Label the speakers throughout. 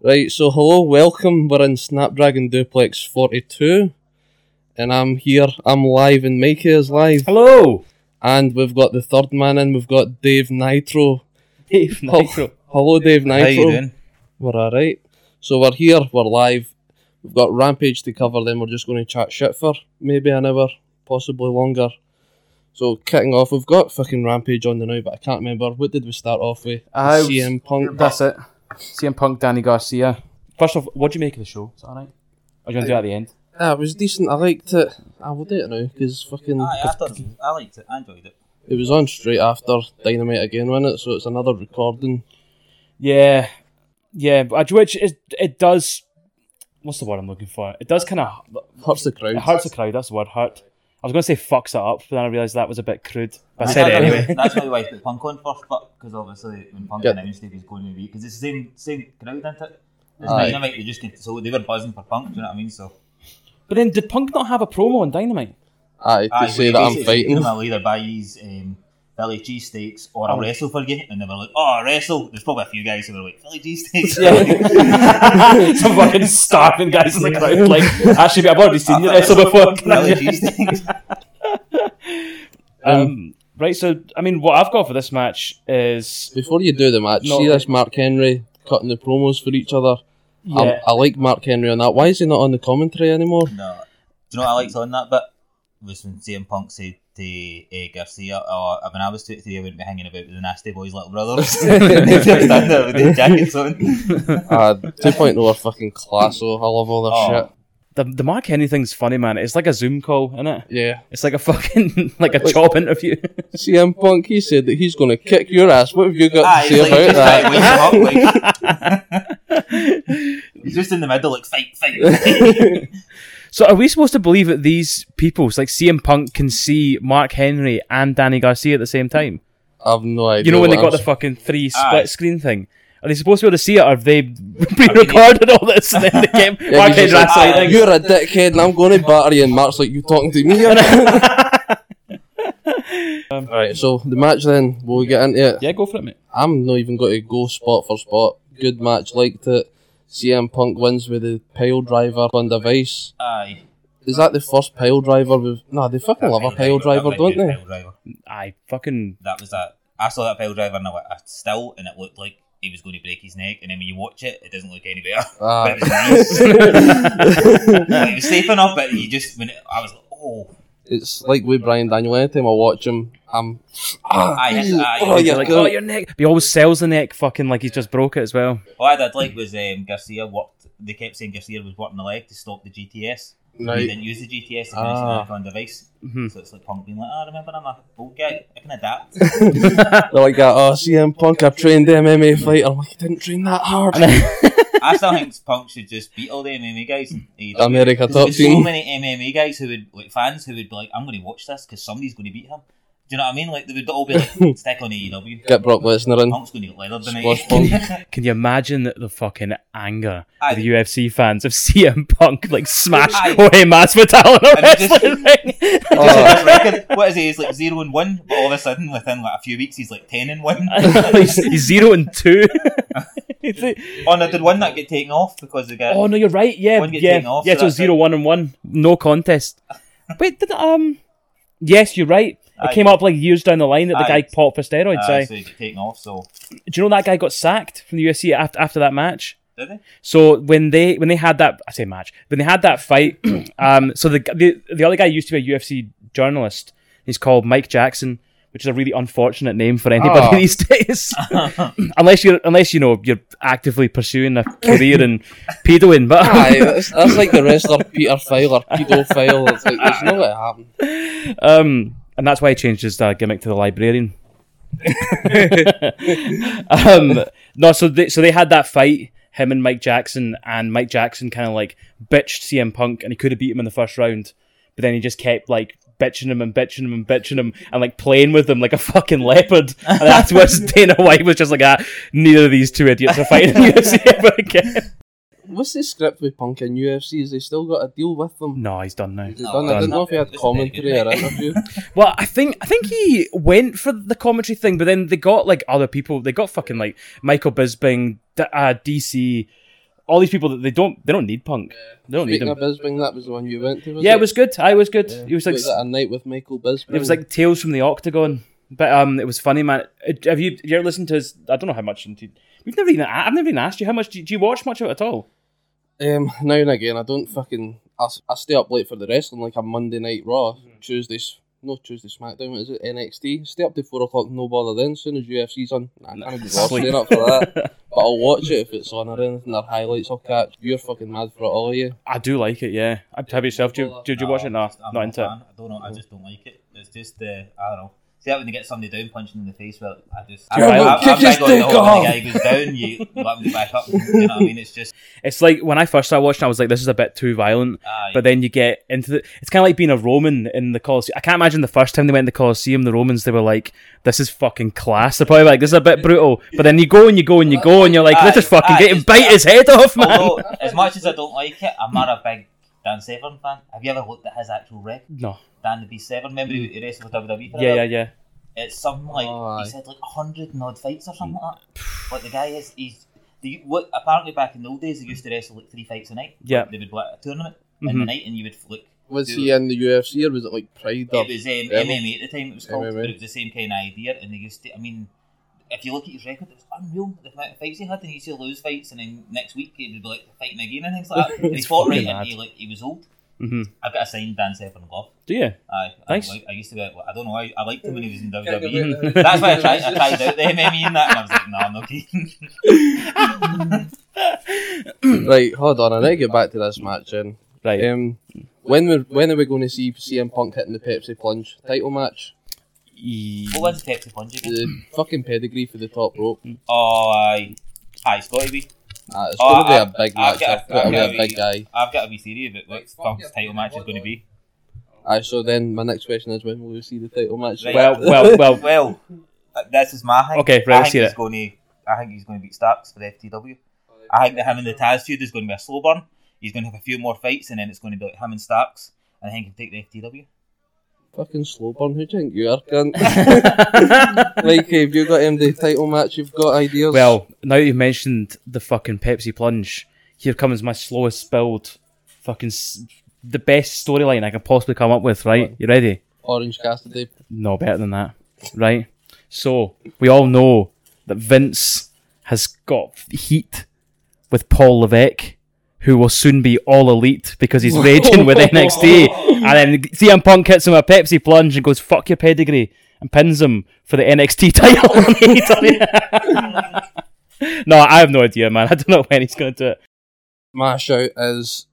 Speaker 1: Right, so hello, welcome. We're in Snapdragon Duplex 42, and I'm here. I'm live, and Mikey is live.
Speaker 2: Hello,
Speaker 1: And we've got the third man in, we've got Dave Nitro.
Speaker 2: Dave
Speaker 1: Hel-
Speaker 2: Nitro.
Speaker 1: Hello, Dave Nitro.
Speaker 3: How you doing?
Speaker 1: We're alright. So we're here, we're live. We've got Rampage to cover, then we're just going to chat shit for maybe an hour, possibly longer. So, kicking off, we've got fucking Rampage on the now, but I can't remember. What did we start off with?
Speaker 4: I was-
Speaker 1: CM Punk.
Speaker 4: That's it. CM Punk, Danny Garcia.
Speaker 2: First off, what do you make of the show? Is that alright? Or do you want to do it at the end?
Speaker 1: Ah, it was decent. I liked it. I will do it now because fucking
Speaker 3: Aye, I, thought, I liked it. I enjoyed it.
Speaker 1: it was on straight after Dynamite again, wasn't it? So it's another recording.
Speaker 2: Yeah, yeah. but- Which is it does. What's the word I'm looking for? It does kind of
Speaker 1: Hurts the crowd.
Speaker 2: it hurts the crowd. That's the word. Hurt. I was going to say fucks it up, but then I realised that was a bit crude. But I said it
Speaker 3: That's
Speaker 2: anyway.
Speaker 3: why- That's probably why I put Punk on first, but because obviously when Punk
Speaker 1: Yeah.
Speaker 3: announced he was going to be, because it's the same same crowd, isn't it? It's
Speaker 1: Aye.
Speaker 3: Dynamite. They just get, so they were buzzing for Punk. Do you know what I mean? So
Speaker 2: But then did Punk not have a promo on Dynamite?
Speaker 1: Aye, to
Speaker 3: Aye,
Speaker 1: say
Speaker 3: they
Speaker 1: that I'm
Speaker 3: basically
Speaker 1: fighting.
Speaker 3: said, I'll either buy these um, Philly cheesesteaks or I'll wrestle for you, and they were like, "Oh, I'll wrestle." There's probably a few guys who were like, "Philly cheesesteaks."
Speaker 2: Some fucking starving guys in the crowd. Like actually, I've already seen you wrestle before. Can I-
Speaker 3: Philly cheesesteaks.
Speaker 2: Um, right. So I mean, what I've got for this match is
Speaker 1: Before you do the match,
Speaker 2: No.
Speaker 1: see this Mark Henry cutting the promos for each other. I-
Speaker 2: Yeah.
Speaker 1: I, like Mark Henry on that. Why is he not on the commentary anymore?
Speaker 3: No. Do you know what I liked on that bit? Was when CM Punk said to uh, Garcia, oh, when I was 23, I wouldn't be hanging about with the nasty boys' little brothers. they just stand there with their jackets on.
Speaker 1: Uh, 2.0 are fucking class, so I love all their
Speaker 3: Oh.
Speaker 2: the the Mark Henry thing's funny, man. It's like a Zoom call, isn't it?
Speaker 1: shit. Yeah.
Speaker 2: It's like a fucking like a job interview.
Speaker 1: CM Punk, he said that he's going to kick your ass. What have you got to
Speaker 3: Ah, he's
Speaker 1: say
Speaker 3: like, just
Speaker 1: about
Speaker 3: trying
Speaker 1: that?
Speaker 3: to wake him up. Like, he's just in the middle, like, fight, fight. fight.
Speaker 2: so are we supposed to believe that these people, like CM Punk, can see Mark Henry and Danny Garcia at the same time?
Speaker 1: I've no idea.
Speaker 2: You know when they
Speaker 1: what
Speaker 2: got the
Speaker 1: I'm
Speaker 2: fucking three
Speaker 3: Aye.
Speaker 2: split screen thing. Are they supposed to be able to see it? Or have they pre-recorded all this and then they came
Speaker 1: Yeah,
Speaker 2: Mark
Speaker 1: he's
Speaker 2: Henry
Speaker 1: just like,
Speaker 2: that's
Speaker 3: outside,
Speaker 2: like,
Speaker 3: like-
Speaker 1: You're a dickhead, and I'm going to batter you. And Mark's like, you talking to me? Alright, so the match then, will we get into it?
Speaker 2: Yeah, go for it, mate.
Speaker 1: I'm not even going to go spot for spot. Good match, liked it. CM Punk wins with the pile driver on device.
Speaker 3: Aye.
Speaker 1: Is that the first pile driver? We've... Nah, they fucking love a pile driver,
Speaker 3: That
Speaker 1: don't
Speaker 3: might be a
Speaker 1: they?
Speaker 3: pile driver.
Speaker 2: I fucking
Speaker 3: That was that. I saw that pile driver and I went, "Ah, still, and it looked like he was going to break his neck. And then when you watch it, it doesn't look any better.
Speaker 1: Ah,
Speaker 3: but it was nice. Like, it was safe enough, but you just when it, I was like, oh,
Speaker 1: it's like with Brian Daniel. Anytime I watch him, I'm. Ah,
Speaker 3: Aye, yes,
Speaker 1: ooh,
Speaker 3: aye,
Speaker 1: oh,
Speaker 3: yes,
Speaker 1: yeah,
Speaker 2: like,
Speaker 1: go.
Speaker 2: oh, your neck. But he always sells the neck, fucking like he's just broke it as well.
Speaker 3: What Oh, I did
Speaker 1: Mm.
Speaker 3: like was um, Garcia worked. They kept saying Garcia was working the leg to stop the GTS. He
Speaker 1: Right.
Speaker 3: didn't use the GTS to finish
Speaker 1: Ah. Mm-hmm.
Speaker 3: the Nikon device. So it's like Punk being like, "Ah, remember I'm a old guy. I can adapt."
Speaker 1: They're like, that, oh, CM Punk, I've trained MMA fighter. I'm like, you didn't train that hard.
Speaker 3: I still think Punk should just beat all the MMA guys. in AEW.
Speaker 1: America
Speaker 3: 'Cause there
Speaker 1: top
Speaker 3: was So
Speaker 1: team.
Speaker 3: many MMA guys who would like fans who would be like, "I'm going to watch this because somebody's going to beat him." Do you know what I mean? Like they would all be like, "Stick on AEW."
Speaker 1: Get Brock Lesnar in.
Speaker 3: Punk's going to get leathered tonight.
Speaker 1: Squash Punk.
Speaker 2: Can you imagine the- the fucking anger
Speaker 3: Aye.
Speaker 2: of the UFC fans if CM Punk like smashed
Speaker 3: Aye.
Speaker 2: Jorge Masvidal in a
Speaker 3: And just-
Speaker 2: wrestling ring?
Speaker 3: His record- what is he? He's like zero and one, but all of a sudden, within like a few weeks, he's like ten and one.
Speaker 2: he's, he's zero and two. It's like-
Speaker 3: oh no, did one not get taken off because the guy?
Speaker 2: oh no, you're right. Yeah,
Speaker 3: One gets
Speaker 2: yeah,
Speaker 3: taken off,
Speaker 2: yeah.
Speaker 3: so
Speaker 2: So
Speaker 3: that's
Speaker 2: zero,
Speaker 3: it.
Speaker 2: one, and one. No contest. Wait, did um? Yes, you're right. It
Speaker 3: Aye.
Speaker 2: came up like years down the line that the
Speaker 3: Aye.
Speaker 2: guy popped for steroids.
Speaker 3: Aye,
Speaker 2: aye.
Speaker 3: Ah, so he got taken off. So
Speaker 2: Do you know that guy got sacked from the UFC after after that match?
Speaker 3: did he?
Speaker 2: So when they when they had that I say match when they had that fight, um, so the, the the other guy used to be a UFC journalist. He's called Mike Jackson, which is a really unfortunate name for anybody
Speaker 1: Ah.
Speaker 2: these days. unless you're unless you know you're actively pursuing a career in pedoing, but
Speaker 1: Aye, that's, that's like the wrestler Peter Fowler, pedophile. It's like, there's no way it happened.
Speaker 2: um, and that's why he changed his uh, gimmick to the librarian. um, no, so they, so they had that fight, him and Mike Jackson, and Mike Jackson kind of like bitched CM Punk, and he could have beat him in the first round, but then he just kept like bitching him and bitching him and bitching him and like playing with him like a fucking leopard. And afterwards, Dana White was just like, ah, neither of these two idiots are fighting in the UFC ever again.
Speaker 1: What's the script with Punk in UFC? Is they still got a deal with them?
Speaker 2: No, he's done now.
Speaker 1: Is it done? I
Speaker 2: done.
Speaker 1: didn't know if he had
Speaker 3: It's
Speaker 1: commentary
Speaker 3: very
Speaker 1: or
Speaker 3: good.
Speaker 1: interview.
Speaker 2: Well, I think I think he went for the commentary thing, but then they got like other people. They got fucking like Michael Bisping, D- uh, DC, all these people that they don't they don't need Punk. They don't need
Speaker 1: Speaking
Speaker 2: him.
Speaker 1: of Bisbing, that was the one you went to. Was
Speaker 2: yeah,
Speaker 1: it?
Speaker 2: it was good. I was good. It was like
Speaker 1: was it uh, a night with Michael Bisbing?
Speaker 2: It was like Tales from the Octagon, but um, it was funny, man. Uh, Have you you ever listened to his? I don't know how much. Into, we've never even. I've never even asked you how much. Do you, do you watch much of it at all?
Speaker 1: um, now and again. I don't fucking. I, s- I stay up late for the wrestling, like a Monday night Raw, Tuesdays. No Tuesday SmackDown. What is it NXT? Stay up to four o'clock. No bother then. Soon as UFC's on, nah, I can't be bothered
Speaker 2: Sleep.
Speaker 1: staying up for that. But I'll watch it if it's on or anything. Their highlights I'll catch. You're fucking mad for it, all of you.
Speaker 2: I do like it. Yeah. I Have yourself? Do you, did you watch it? No,
Speaker 3: uh, I'm
Speaker 2: not
Speaker 3: a
Speaker 2: into it.
Speaker 3: fan. I don't know. I just don't like it. It's just uh, I don't know. See, that when they get somebody down, punching in the face, well, I just I'm,
Speaker 2: Yeah,
Speaker 3: I'm,
Speaker 2: well,
Speaker 3: I'm,
Speaker 1: kick
Speaker 3: I'm
Speaker 1: his
Speaker 3: big on the
Speaker 1: dick
Speaker 3: whole
Speaker 1: off.
Speaker 3: when the guy goes down, you let him get back up. You know what I mean? It's just
Speaker 2: It's like when I first started watching, I was like, this is a bit too violent.
Speaker 3: aye.
Speaker 2: But then you get into the. It's kind of like being a Roman in the Colosseum. I can't imagine the first time they went to the Colosseum, the Romans, they were like, this is fucking class. They're probably like, this is a bit brutal. But then you go and you go and you go and you're like, this is
Speaker 3: Aye,
Speaker 2: fucking
Speaker 3: aye, Oh,
Speaker 2: great. And
Speaker 3: it's-
Speaker 2: bite his head off, man.
Speaker 3: although as much as I don't like it, I'm not a big Dan Severn fan. Have you ever looked at his actual record?
Speaker 2: no.
Speaker 3: Dan the Beast Severn, remember he he wrestled for WWE? For a
Speaker 2: Yeah,
Speaker 3: while?
Speaker 2: yeah, yeah.
Speaker 3: It's something like
Speaker 1: Oh, aye.
Speaker 3: he said like hundred and odd fights or something like that.
Speaker 2: Mm.
Speaker 3: But the guy is he's the, what apparently back in the old days they used to wrestle like three fights a night.
Speaker 2: Yeah.
Speaker 3: they would like a tournament in the
Speaker 2: Mhm.
Speaker 3: night, and you would like.
Speaker 1: Was
Speaker 3: do-
Speaker 1: he in the UFC or was it like Pride? Or...
Speaker 3: It was um,
Speaker 1: Yeah.
Speaker 3: MMA at the time. It was called,
Speaker 1: MMA.
Speaker 3: but it was the same kind of idea. And they used to. I mean, if you look at his record, it was unreal. The amount of fights he had, and he used to lose fights, and then next week he would be like fighting again and things like that. And he
Speaker 2: It's
Speaker 3: fought right,
Speaker 2: fucking
Speaker 3: and
Speaker 2: mad.
Speaker 3: he like he was old.
Speaker 2: hmm
Speaker 3: I've got a signed Dan Severn glove.
Speaker 2: Do you?
Speaker 3: Aye,
Speaker 2: Nice.
Speaker 3: I, like, I used to be. I don't know. I, I liked him when he was in
Speaker 1: Can't
Speaker 3: WWE.
Speaker 1: go back there.
Speaker 3: That's why I tried, I tried out the MMA and that, and I was like, no, I'm not keen.
Speaker 1: Right, hold on. I need to get back to this match. Then.
Speaker 2: Right.
Speaker 1: Um, when we when are we going to see CM Punk hitting the Pepsi Plunge title match?
Speaker 2: Ye-
Speaker 3: What was Pepsi Punch again?
Speaker 1: The fucking pedigree for the top rope.
Speaker 3: Oh, aye. Aye, Scotty B.
Speaker 1: Ah, it's going
Speaker 3: Oh,
Speaker 1: to be
Speaker 3: I-
Speaker 1: a big match.
Speaker 3: I've got-
Speaker 1: I've got to
Speaker 3: I've
Speaker 1: be
Speaker 3: got
Speaker 1: a
Speaker 3: a-
Speaker 1: big guy.
Speaker 3: I've got a wee theory about what Punk's title match is going to be.
Speaker 1: Aye, so then my next question is when will we see the title match?
Speaker 3: Right.
Speaker 2: Well, well, well.
Speaker 3: Oh, Well, Uh, this is my thing.
Speaker 2: Okay, right,
Speaker 3: I
Speaker 2: let's
Speaker 3: think
Speaker 2: hear
Speaker 3: he's
Speaker 2: it.
Speaker 3: going to. I think he's going to beat Starks for FTW. I think that him and the Taz feud is going to be a slow burn. He's going to have a few more fights, and then it's going to be like him and Starks. And I think he'll take the FTW.
Speaker 1: Fucking slow burn. Who do you think you are, cunt? like, have you got any title match? You've got ideas?
Speaker 2: well, now that you've mentioned the fucking Pepsi plunge, here comes my slowest build, fucking s- the best storyline I can possibly come up with. Right, you ready?
Speaker 1: Orange Cassidy.
Speaker 2: No better than that. Right. So we all know that Vince has got heat with Paul Levesque. Who will soon be all elite because he's raging with NXT. And then CM Punk hits him with a Pepsi plunge and goes, fuck your pedigree, and pins him for the NXT title on AEW. no, I have no idea, man. I don't know when he's going to do it.
Speaker 1: My shout is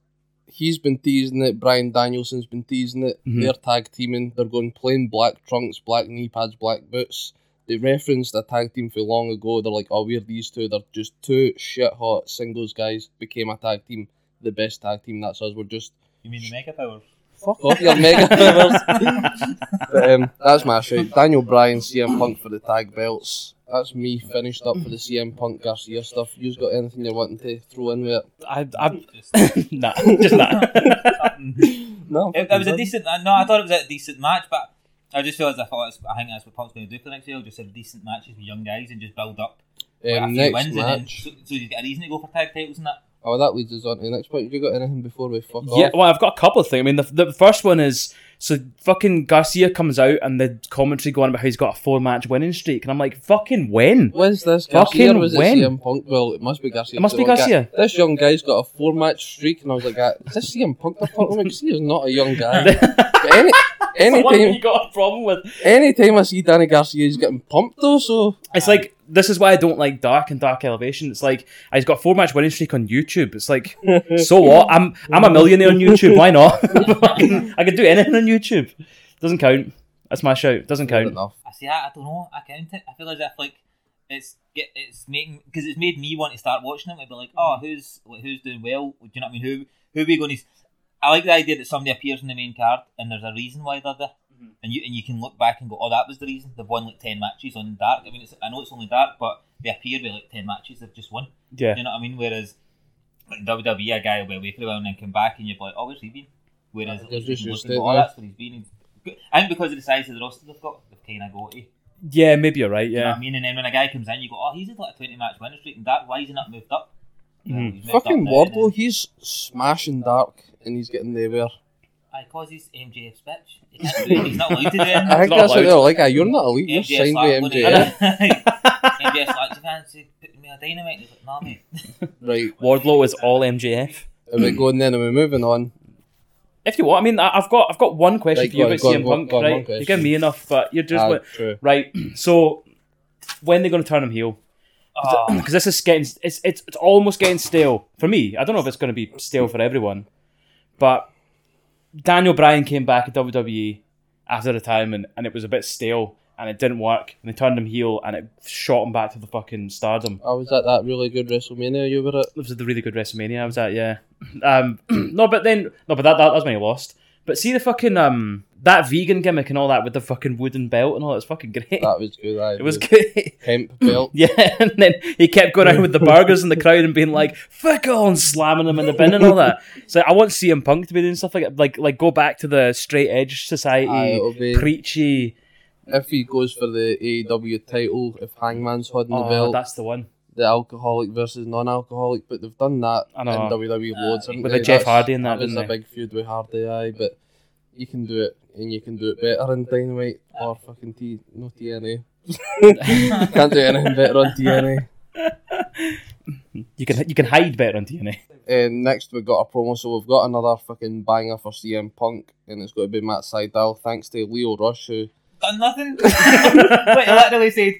Speaker 1: he's been teasing it. Brian Danielson's been teasing it.
Speaker 2: Mhm.
Speaker 1: They're tag teaming. They're going plain black trunks, black knee pads, black boots. They referenced a tag team for long ago. They're like, oh, we're these two. They're just two shit hot singles guys. Became a tag team. The best tag team. That's us. We're just
Speaker 3: You mean the Mega Powers?
Speaker 1: fuck off your mega powers. but um, that's my shout. Daniel Bryan, CM Punk for the tag belts. That's me finished up for the CM Punk Garcia stuff. You've got anything you're wanting to throw in with it?
Speaker 2: I, I,
Speaker 3: Just-
Speaker 2: nah, just nah.
Speaker 1: No,
Speaker 3: It, it was a decent. Uh, no, I thought it was a decent match, but I just realised I thought that's, I think that's what Punk's going to do for next year. Just have decent matches with young guys and just build up like, a
Speaker 1: Um,
Speaker 3: few
Speaker 1: next
Speaker 3: wins, and then,
Speaker 1: match.
Speaker 3: so, so you get a reason to go for tag titles and that.
Speaker 1: Oh, that leads us on to the next point. You got anything before we fuck
Speaker 2: Yeah,
Speaker 1: off?
Speaker 2: well, I've got a couple of things. I mean, the, the first one is so fucking Garcia comes out and the commentary going about how he's got a four match winning streak, and I'm like, fucking when?
Speaker 1: When's this? Garcia
Speaker 2: Fucking
Speaker 1: or was it
Speaker 2: when?
Speaker 1: CM Punk? Well, it must be Garcia.
Speaker 2: It must be
Speaker 1: Well, Ga-
Speaker 2: Garcia.
Speaker 1: this young guy's got a four match streak, and I was like, "Ah, is this CM Punk? I thought, like, he is not a young guy. But any, anytime,
Speaker 2: got a problem with?
Speaker 1: anytime I see Danny Garcia, he's getting pumped though, so.
Speaker 2: It's like this is why I don't like Dark and Dark Elevation. It's like he's got a four match winning streak on YouTube. It's like so what? I'm I'm a millionaire on YouTube. Why not? I could do anything on YouTube. Doesn't count. That's my shout. Doesn't
Speaker 1: Fair
Speaker 2: count.
Speaker 1: enough.
Speaker 3: I see. I, I don't know. I count it. I feel as if like it's get it's making because it's made me want to start watching them. I'd be like, oh, who's like, who's doing well? Do you know what I mean? Who who are we going to? I like the idea that somebody appears in the main card and there's a reason why they're there, and you and you can look back and go, oh, that was the reason they've won like ten matches on dark. I mean, it's, I know it's only dark, but they appear with like ten matches they've just won.
Speaker 2: Yeah.
Speaker 3: You know what I mean? Whereas like, WWE, a guy will be away for a while and then come back and you're like, oh, where's he been? Whereas
Speaker 1: They're
Speaker 3: like,
Speaker 1: just
Speaker 3: you
Speaker 1: used to
Speaker 3: can look and
Speaker 1: it
Speaker 3: go, oh,
Speaker 1: now.
Speaker 3: that's where he's been. And because of the size of the roster they've got, they've kind of got it.
Speaker 2: Yeah. Maybe you're right.
Speaker 3: You know what
Speaker 2: Yeah.
Speaker 3: I mean? And then when a guy comes in, you go, oh, he's had like a 20 match winning streak, and that, why is he not moved up?
Speaker 2: Hmm.
Speaker 3: Well, he's messed up
Speaker 1: Fucking
Speaker 3: now,
Speaker 1: Wardlow,
Speaker 3: innit?
Speaker 1: he's smashing dark and he's getting nowhere.
Speaker 3: Aye, cause he's MJF's bitch. He can't do it. He's not allowed to do it.
Speaker 1: I think
Speaker 2: not
Speaker 1: that's what
Speaker 2: allowed.
Speaker 1: they're like. "Ah, You're not elite. You're
Speaker 3: MJF's
Speaker 1: signed
Speaker 3: like,
Speaker 1: with
Speaker 3: "What do you
Speaker 1: MJF.
Speaker 3: do?" MJF's like, do you fancy putting me on dynamite? He's like, nah, mate.
Speaker 1: Right.
Speaker 2: Wardlow is all MJF.
Speaker 1: Are we going then? Are we moving on?
Speaker 2: If you want, I mean, I- I've got I've got one question
Speaker 1: Right,
Speaker 2: for you
Speaker 1: go on,
Speaker 2: about
Speaker 1: go on,
Speaker 2: CM
Speaker 1: go on,
Speaker 2: Punk,
Speaker 1: go on, one
Speaker 2: right?
Speaker 1: question.
Speaker 2: You give me enough, but you're just
Speaker 1: Ah,
Speaker 2: what-
Speaker 1: true.
Speaker 2: right. So when they're going to turn him heel?
Speaker 3: Oh,
Speaker 2: Because this is getting it's, it's it's almost getting stale for me. I don't know if it's going to be stale for everyone, but Daniel Bryan came back at WWE after retirement, and it was a bit stale, and it didn't work. And they turned him heel, and it shot him back to the fucking stardom.
Speaker 1: I was at that really good WrestleMania you were at.
Speaker 2: It was the really good WrestleMania I was at, yeah. Um, no, but then no, but that, that that was when he lost. But see the fucking um that vegan gimmick and all that with the fucking wooden belt and all that's fucking great.
Speaker 1: That was good. aye.
Speaker 2: it was good.
Speaker 1: Hemp belt.
Speaker 2: yeah, and then he kept going out with the burgers in the crowd and being like, fuck all and slamming them in the bin and all that. So I want CM Punk to be doing stuff like that. Like like go back to the straight edge society,
Speaker 1: Aye, it'll be-
Speaker 2: preachy.
Speaker 1: If he goes for the AEW title, if Hangman's holding
Speaker 2: Oh,
Speaker 1: the belt,
Speaker 2: that's the one.
Speaker 1: the alcoholic versus non-alcoholic, but they've done that
Speaker 2: I know.
Speaker 1: in WWE loads. haven't
Speaker 2: With
Speaker 1: they?
Speaker 2: the Jeff
Speaker 1: That's-
Speaker 2: Hardy and that,
Speaker 1: was
Speaker 2: didn't
Speaker 1: a
Speaker 2: they?
Speaker 1: big feud with Hardy, aye, but you can do it, and you can do it better in Dynamite or fucking T, no TNA. Can't do anything better on TNA.
Speaker 2: You can you can hide better on TNA.
Speaker 1: And next we've got a promo, so we've got another fucking banger for CM Punk, and it's going to be Matt Seidel, thanks to Leo Rush, who
Speaker 3: done nothing. Wait, he literally said,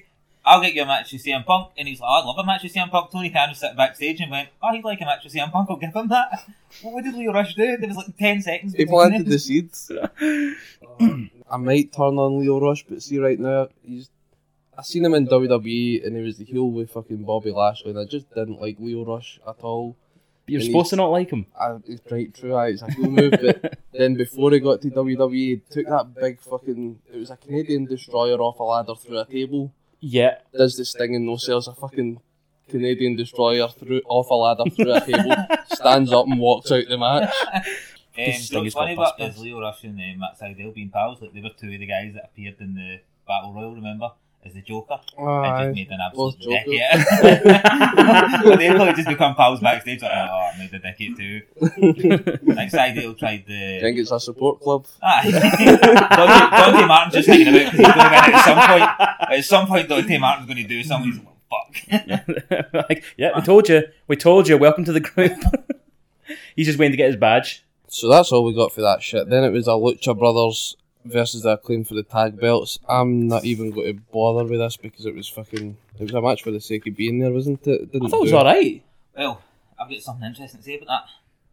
Speaker 3: I'll get you a match with CM Punk. And he's like, I'd love a match with CM Punk. Tony Khan was sitting backstage and went, Oh, he'd like a match with CM Punk. I'll give him that. What did Leo Rush do? There was like 10 seconds.
Speaker 1: he
Speaker 3: between
Speaker 1: planted
Speaker 3: them.
Speaker 1: the seeds. I might turn on Leo Rush, but see right now, he's. I seen him in WWE and he was the heel with fucking Bobby Lashley, and I just didn't like Leo Rush at all.
Speaker 2: You're
Speaker 1: And
Speaker 2: supposed to not like him.
Speaker 1: I, it's right true, aye, it's a cool move. But then before he got to WWE, he took that big fucking. It was a Canadian destroyer off a ladder through a table.
Speaker 2: Yeah,
Speaker 1: Does this thing and no sells a fucking Canadian destroyer through off a ladder through a table. stands up and walks out the match.
Speaker 3: Um,
Speaker 2: This thing
Speaker 3: you know what's
Speaker 2: has
Speaker 3: funny
Speaker 2: got
Speaker 3: about is
Speaker 2: buzzwords.
Speaker 3: Leo Rush and uh, Matt Seidel being pals. Like, they were two of the guys that appeared in the Battle Royal, remember? As the Joker. and just made an
Speaker 1: Well,
Speaker 3: absolute
Speaker 1: Joker.
Speaker 3: dick out of it. They probably just become pals backstage. Like, oh, I made a dick out too. Next Seidel tried the.
Speaker 1: I think it's a support club.
Speaker 3: Aye. Dante, Dante Ah. Martin's just thinking about because he's going to win it at some point. At some point, Dante Martin's going to do something. He's like, fuck.
Speaker 2: like, yeah, we told you. We told you. Welcome to the group. He's just waiting to get his badge.
Speaker 1: So that's all we got for that shit. Then it was a Lucha Brothers versus the Acclaim for the tag belts. I'm not even going to bother with this because it was fucking. It was a match for the sake of being there, wasn't it? it
Speaker 2: I
Speaker 1: didn't
Speaker 2: thought it was
Speaker 1: do-
Speaker 2: all right.
Speaker 3: Well, I've got something interesting to say about that.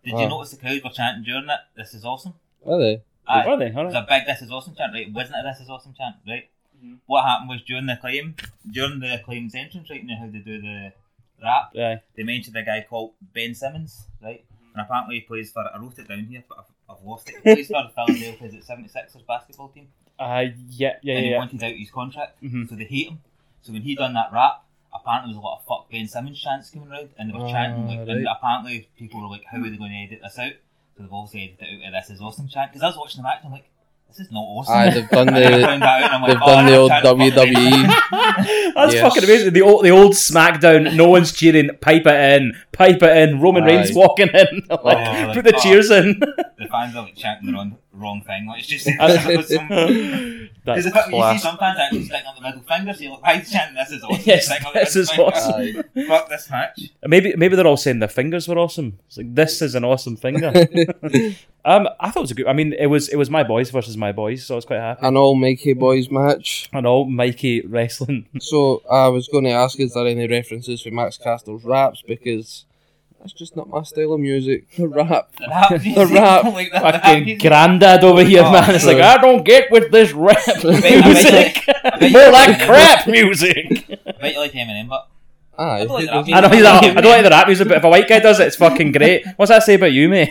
Speaker 3: Did
Speaker 1: Oh.
Speaker 3: you notice the crowd were chanting during it? This is awesome.
Speaker 1: Were they?
Speaker 3: Aye.
Speaker 2: Were they? All
Speaker 3: There's
Speaker 2: right.
Speaker 3: a big This Is Awesome chant, right? Wasn't it a This Is Awesome chant, right? What happened was during the claim, during the claim's entrance, right now, how they do the rap,
Speaker 2: Yeah.
Speaker 3: they mentioned a guy called Ben Simmons, right? And apparently he plays for, I wrote it down here, but I've, I've lost it. He plays for the Philadelphia, is it 76ers basketball team?
Speaker 2: Uh, yeah, yeah,
Speaker 3: and he
Speaker 2: yeah.
Speaker 3: wanted out his contract,
Speaker 2: Mhm.
Speaker 3: so they hate him. So when he done that rap, apparently there was a lot of fuck Ben Simmons chants coming around, and they were
Speaker 1: Ah,
Speaker 3: chanting, like, and
Speaker 1: right.
Speaker 3: apparently people were like, how are they going to edit this out? So they've also edited it out of this is awesome chant, because I was watching the match, and I'm like, this is not awesome.
Speaker 1: Aye, they've done
Speaker 3: And then
Speaker 1: the.
Speaker 3: I found that out, and I'm like,
Speaker 1: They've
Speaker 3: "Oh,
Speaker 1: done the
Speaker 3: that's
Speaker 1: old E.
Speaker 3: chanting fucking Ben Simmons."
Speaker 1: WWE.
Speaker 2: That's
Speaker 1: Yes.
Speaker 2: fucking amazing. The old, the old SmackDown. No one's cheering. Pipe it in. Pipe it in. Roman Reigns
Speaker 1: Aye.
Speaker 2: walking in. like,
Speaker 3: Oh,
Speaker 2: put the
Speaker 3: God.
Speaker 2: cheers in.
Speaker 3: The fans are like chanting the wrong, wrong thing, like, it's just,
Speaker 2: That's
Speaker 3: Because you see
Speaker 2: class.
Speaker 3: some fans actually sticking up the middle finger, so you're like, why is chanting this is awesome?
Speaker 2: Yes,
Speaker 3: Sticking up the
Speaker 2: this
Speaker 3: middle
Speaker 2: is
Speaker 3: finger.
Speaker 2: awesome.
Speaker 1: Aye.
Speaker 3: Fuck this match.
Speaker 2: Maybe, maybe they're all saying their fingers were awesome. It's like this is an awesome finger. um, I thought it was a good. I mean, it was it was my boys versus my boys, so I was quite happy.
Speaker 1: an all Mikey boys match.
Speaker 2: And all Mikey wrestling.
Speaker 1: So I was going to ask, is there any references for Max Castle's raps because that's just not my style of music. The rap.
Speaker 3: The rap music,
Speaker 1: rap
Speaker 3: like, the rap
Speaker 2: fucking
Speaker 3: music.
Speaker 2: grandad over here,
Speaker 3: Oh,
Speaker 2: man. It's like
Speaker 1: true.
Speaker 2: I don't get with this rap
Speaker 3: bet- I
Speaker 2: music.
Speaker 3: bet-
Speaker 2: More like crap music.
Speaker 3: I bet you like Eminem, but
Speaker 1: Aye.
Speaker 3: I don't like the rap
Speaker 1: who
Speaker 2: I
Speaker 1: doesn't?
Speaker 2: don't, either, I don't like the rap music, but if a white guy does it, it's fucking great. What's that say about you, mate?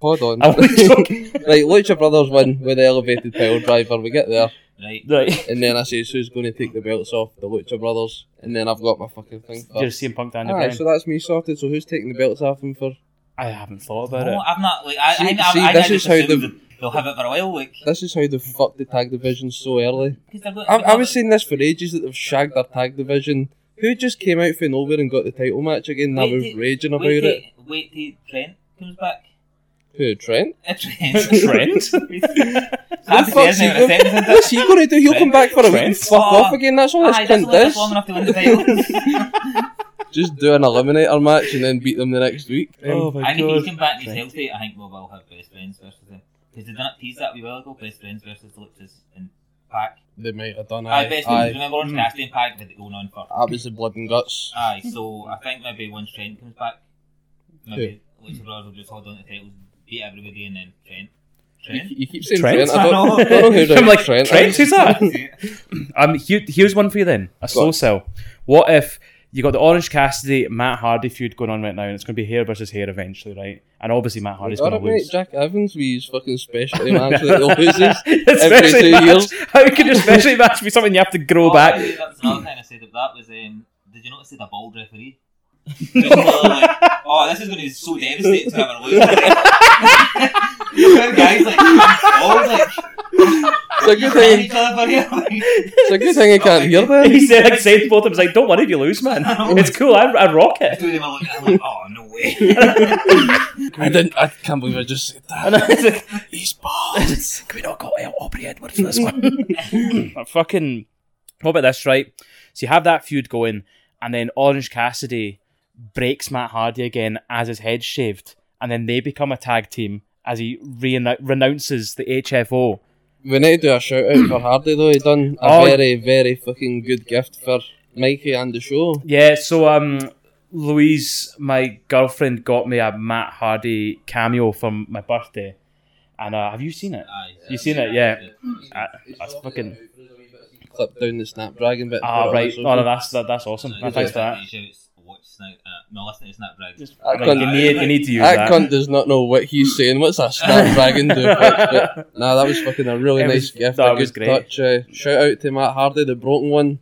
Speaker 1: Hold on.
Speaker 2: I'm only joking.
Speaker 1: right, Lucha Brothers win with the elevated pile driver. We get there,
Speaker 3: right.
Speaker 2: Right.
Speaker 1: and then I say, who's going to take the belts off the Lucha Brothers? And then I've got my fucking thing. For.
Speaker 2: You're CM Punk Daniel
Speaker 1: Aye,
Speaker 2: Bryan.
Speaker 1: so that's me sorted. So who's taking the belts off him for?
Speaker 2: I haven't thought about
Speaker 3: No,
Speaker 2: it.
Speaker 3: I'm Oh, not like I.
Speaker 1: See-
Speaker 3: I, I,
Speaker 1: see,
Speaker 3: I,
Speaker 1: this
Speaker 3: I just
Speaker 1: is how
Speaker 3: assumed
Speaker 1: the-
Speaker 3: that they'll have it for a while, like
Speaker 1: This is how they fucked the tag division so early.
Speaker 3: because they're going.
Speaker 1: I, I was saying this for ages that they've shagged their tag division Who just came out from nowhere and got the title match again? Now we're
Speaker 3: till-
Speaker 1: raging about
Speaker 3: wait
Speaker 1: it.
Speaker 3: till- Wait till Trent comes back.
Speaker 1: Who Trent?
Speaker 3: Uh, Trent.
Speaker 2: Trent?
Speaker 3: That's the
Speaker 1: Fuck's
Speaker 3: end
Speaker 1: he
Speaker 3: of the
Speaker 1: gonna-
Speaker 3: sentence.
Speaker 1: What's he gonna do? He'll
Speaker 3: Trent?
Speaker 1: come back for a week
Speaker 2: Trent?
Speaker 1: and fuck
Speaker 3: Oh,
Speaker 1: off again. That's all this Oh
Speaker 3: Aye, doesn't
Speaker 1: cunt
Speaker 3: look like long
Speaker 1: does.
Speaker 3: enough to win the title.
Speaker 1: Just do an eliminator match and then beat them the next week.
Speaker 2: Oh
Speaker 1: Um,
Speaker 3: I think if he come back and he's healthy, I think we'll all have best friends versus him. Because did not tease that a wee while ago? Best friends versus Luxus and Pack.
Speaker 1: They might have done
Speaker 3: Aye,
Speaker 1: that.
Speaker 3: best friends.
Speaker 1: Aye, Hmm.
Speaker 3: Remember Orange Cassidy and Pack had it going on for.
Speaker 1: that was the blood and guts.
Speaker 3: Aye, so I think maybe once Trent comes back, maybe Lucha Brothers will just hold on to titles, beat everybody, and then Trent.
Speaker 1: You,
Speaker 3: Trent.
Speaker 1: you keep saying
Speaker 2: Trent?
Speaker 1: Trent. I
Speaker 3: I know.
Speaker 1: don't, I don't know who the
Speaker 2: I'm like,
Speaker 1: Trent,
Speaker 2: Trent,
Speaker 1: is.
Speaker 2: who's that? Um, he- here's one for you then. A slow
Speaker 1: on.
Speaker 2: sell. What if you got the Orange Cassidy Matt Hardy feud going on right now, and it's going to be hair versus hair eventually, right? And obviously Matt Hardy's
Speaker 1: All
Speaker 2: going to
Speaker 1: right, mate,
Speaker 2: lose.
Speaker 1: Jack Evans, we use fucking specialty match that he loses every
Speaker 2: Especially
Speaker 1: two
Speaker 2: match.
Speaker 1: years.
Speaker 2: How could your specialty match be something you have to grow back?
Speaker 3: Oh, that's another thing I said of that was um, did you notice they had a bald referee? Just sort of like, oh, this is going to be so devastating to have a loser. Like, guys, like, bald, like,
Speaker 1: It's a good
Speaker 3: killing
Speaker 1: thing.
Speaker 3: each other for here. Like,
Speaker 1: It's a good thing I can't hear them.
Speaker 2: He said, like, saying to both of them, he's like, don't worry if you lose, man. It's cool, I, I rock it.
Speaker 3: two of them are looking at him like, oh, no way.
Speaker 1: I didn't. I can't believe I just said that.
Speaker 2: And I was like,
Speaker 1: He's bald.
Speaker 2: Can we not go out Aubrey Edward for this one? fucking. What about this, right? So you have that feud going, and then Orange Cassidy breaks Matt Hardy again as his head's shaved, and then they become a tag team as he renou- renounces the HFO.
Speaker 1: We need to do a shout out for Hardy though. He done a
Speaker 2: Oh.
Speaker 1: very, very fucking good gift for Mikey and the show.
Speaker 2: Yeah, so um, Louise, my girlfriend, got me a Matt Hardy cameo for my birthday. And uh, have you seen it?
Speaker 3: Aye,
Speaker 2: You seen it? Yeah. Uh, that's fucking.
Speaker 1: Clip down the Snapdragon bit. and
Speaker 2: Ah,
Speaker 1: put it on
Speaker 2: right.
Speaker 1: the social.
Speaker 2: Oh, no, that's that, that's awesome.
Speaker 3: So,
Speaker 2: Thanks for that.
Speaker 3: he shouts, Watch Snap, uh, no, listen to Snapdragon.
Speaker 2: Just-
Speaker 1: I
Speaker 2: Like,
Speaker 1: can't-
Speaker 2: you, need, you need to use
Speaker 1: That
Speaker 2: that.
Speaker 1: cunt does not know what he's saying. What's that Snapdragon do? But, nah, that was fucking a really
Speaker 2: It
Speaker 1: nice
Speaker 2: was-
Speaker 1: gift.
Speaker 2: that
Speaker 1: a good
Speaker 2: was great.
Speaker 1: touch. Uh, shout out to Matt Hardy, the broken one.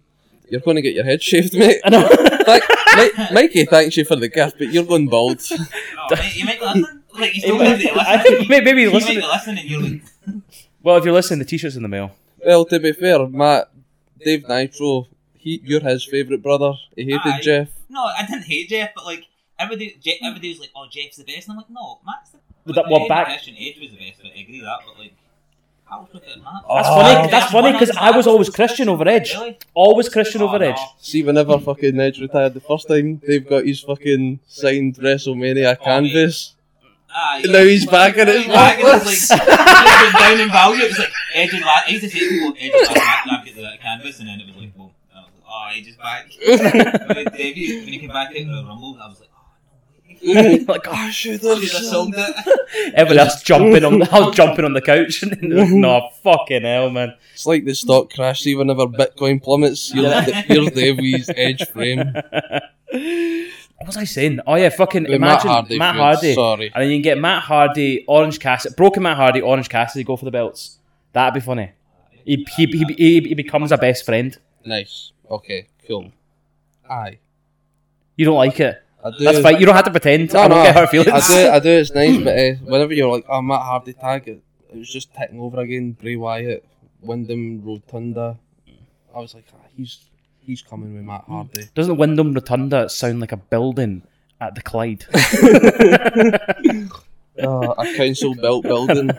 Speaker 1: You're going to get your head shaved, mate.
Speaker 2: I know.
Speaker 1: Thank, Mi- Mikey thanks you for the gift, but you're going bald.
Speaker 3: Oh, mate, you might listen. Like, he's still
Speaker 2: might-
Speaker 3: going to
Speaker 2: I think
Speaker 3: listen.
Speaker 2: may- maybe
Speaker 3: He might
Speaker 2: listen-
Speaker 3: be listening, and you're like,
Speaker 2: Well, if you're listening, the t-shirt's in the mail.
Speaker 1: Well, to be fair, Matt, Dave Nitro, he, you're his favourite brother. He hated
Speaker 3: Aye.
Speaker 1: Jeff.
Speaker 3: No, I didn't hate Jeff, but like everybody, Je- everybody was like, "Oh, Jeff's the best," and I'm like, "No, Matt's the."
Speaker 2: But
Speaker 3: But
Speaker 2: that- well, back-
Speaker 3: Christian Edge was the best, but I agree with that. But like, I was looking at Matt.
Speaker 2: That's funny.
Speaker 3: Like,
Speaker 2: Oh, that's funny
Speaker 3: one
Speaker 2: because I was always
Speaker 3: was
Speaker 2: Christian over Edge.
Speaker 3: Really?
Speaker 2: Always Christian
Speaker 3: Oh,
Speaker 2: over
Speaker 3: no.
Speaker 2: Edge.
Speaker 1: See, whenever fucking Edge retired the first time, they've got his fucking signed WrestleMania
Speaker 3: Oh,
Speaker 1: canvas.
Speaker 3: Ah,
Speaker 1: Now he's back and it's
Speaker 3: He's back and it's like it's down in value. It was like Edge and Lack. I used to say to people, Edge and Lack, Lack get that canvas, and then it was like, boom. And I was like, Oh, Edge is back. when, Davey, when he came back in the Rumble, I was like, oh,
Speaker 2: like, oh,
Speaker 1: should
Speaker 3: I should have sold it.
Speaker 2: everyone else jumping on, I was jumping on the couch. and they're like, no, fucking hell, man.
Speaker 1: It's like the stock crash. See, whenever Bitcoin plummets, you're,
Speaker 3: Yeah.
Speaker 1: you're Davey's edge frame.
Speaker 2: What was I saying? Oh yeah, fucking
Speaker 1: But
Speaker 2: imagine Matt Hardy.
Speaker 1: feud, Sorry.
Speaker 2: and then you can get Matt Hardy, Orange Cassidy, broken Matt Hardy, Orange Cassidy go for the belts. That'd be funny. He he he, he, he becomes a best friend.
Speaker 1: Nice. Okay. Cool. Aye.
Speaker 2: You don't like it.
Speaker 1: I do.
Speaker 2: That's fine. You don't have to pretend. I don't get her feelings.
Speaker 1: I do, I do. It's nice, but uh, whenever you're like, oh, Matt Hardy tag, it, it was just ticking over again. Bray Wyatt, Wyndham, Rotunda. I was like, ah, he's he's coming with Matt Hardy.
Speaker 2: Doesn't Wyndham Rotunda sound like a building at the Clyde? Oh.
Speaker 1: Ah, a council built building.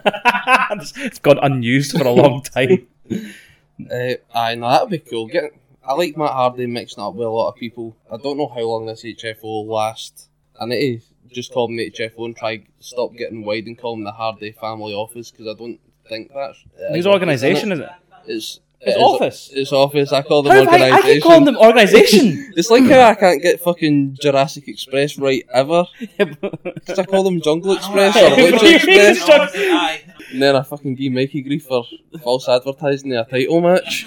Speaker 2: it's gone unused for a long time.
Speaker 1: Uh, aye, no, that would be cool. Get, I like Matt Hardy mixing it up with a lot of people. I don't know how long this HFO will last. I need to just call him the HFO and try stop getting wide and call him the Hardy family office because I don't think that's. uh, I
Speaker 2: His
Speaker 1: don't
Speaker 2: organisation
Speaker 1: think
Speaker 2: is it?
Speaker 1: that- It's,
Speaker 2: It's
Speaker 1: it is-
Speaker 2: office.
Speaker 1: It's office. I call them
Speaker 2: How have I,
Speaker 1: organisation.
Speaker 2: I keep calling them organisation.
Speaker 1: It's like how I can't get fucking Jurassic Express right ever. 'Cause I call them Jungle Express or
Speaker 2: What do
Speaker 1: Lucha
Speaker 2: you mean?
Speaker 1: Express. And then I fucking give Mikey grief for false advertising in a title match.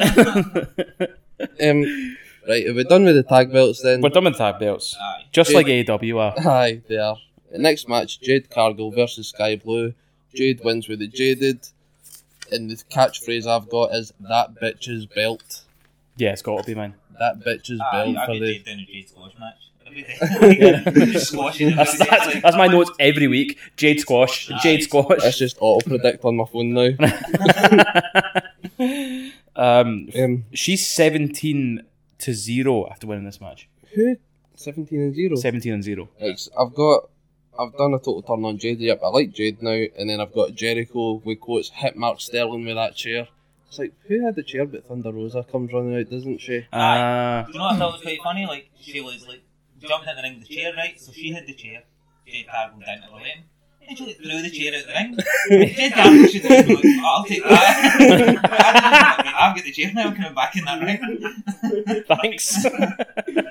Speaker 1: Um, right, are we done with the tag belts then?
Speaker 2: We're done with tag belts, just like AEW are.
Speaker 1: Aye, they are. The next match, Jade Cargill versus Sky Blue. Jade wins with the Jaded. And the catchphrase I've got is, that bitch's belt.
Speaker 2: Yeah, it's got to be mine.
Speaker 1: That bitch's
Speaker 2: Ah,
Speaker 3: I'd
Speaker 1: belt
Speaker 3: be
Speaker 1: for the...
Speaker 3: dead down a Jade squash match. Every day. Squashing him
Speaker 2: That's,
Speaker 3: every day. It's
Speaker 2: that's,
Speaker 3: like-
Speaker 2: that's my notes every week. Jade squash, Jade
Speaker 1: It's
Speaker 2: squash.
Speaker 1: just auto-predict on my phone now.
Speaker 2: um,
Speaker 1: Um, Ehm,
Speaker 2: she's Um, seventeen to zero after winning this match.
Speaker 1: Who? 17 and 0.
Speaker 2: Seventeen and zero.
Speaker 1: It's, I've got. I've done a total turn on Jade. Yep, I like Jade now, and then I've got Jericho with quotes hit Mark Sterling with that chair. It's like who had the chair but Thunder Rosa comes running out, doesn't she?
Speaker 2: Uh,
Speaker 3: Do you know what I thought was quite funny? Like she was like jumped in the ring with the chair, right? So she had the chair. Jade Cargill down to the ring. And she like, threw the chair out the ring. Jade Cargill should have been like, oh, I'll take that. I didn't know, right, I've got the chair now. I'm coming back in that ring.
Speaker 2: Uh, thanks.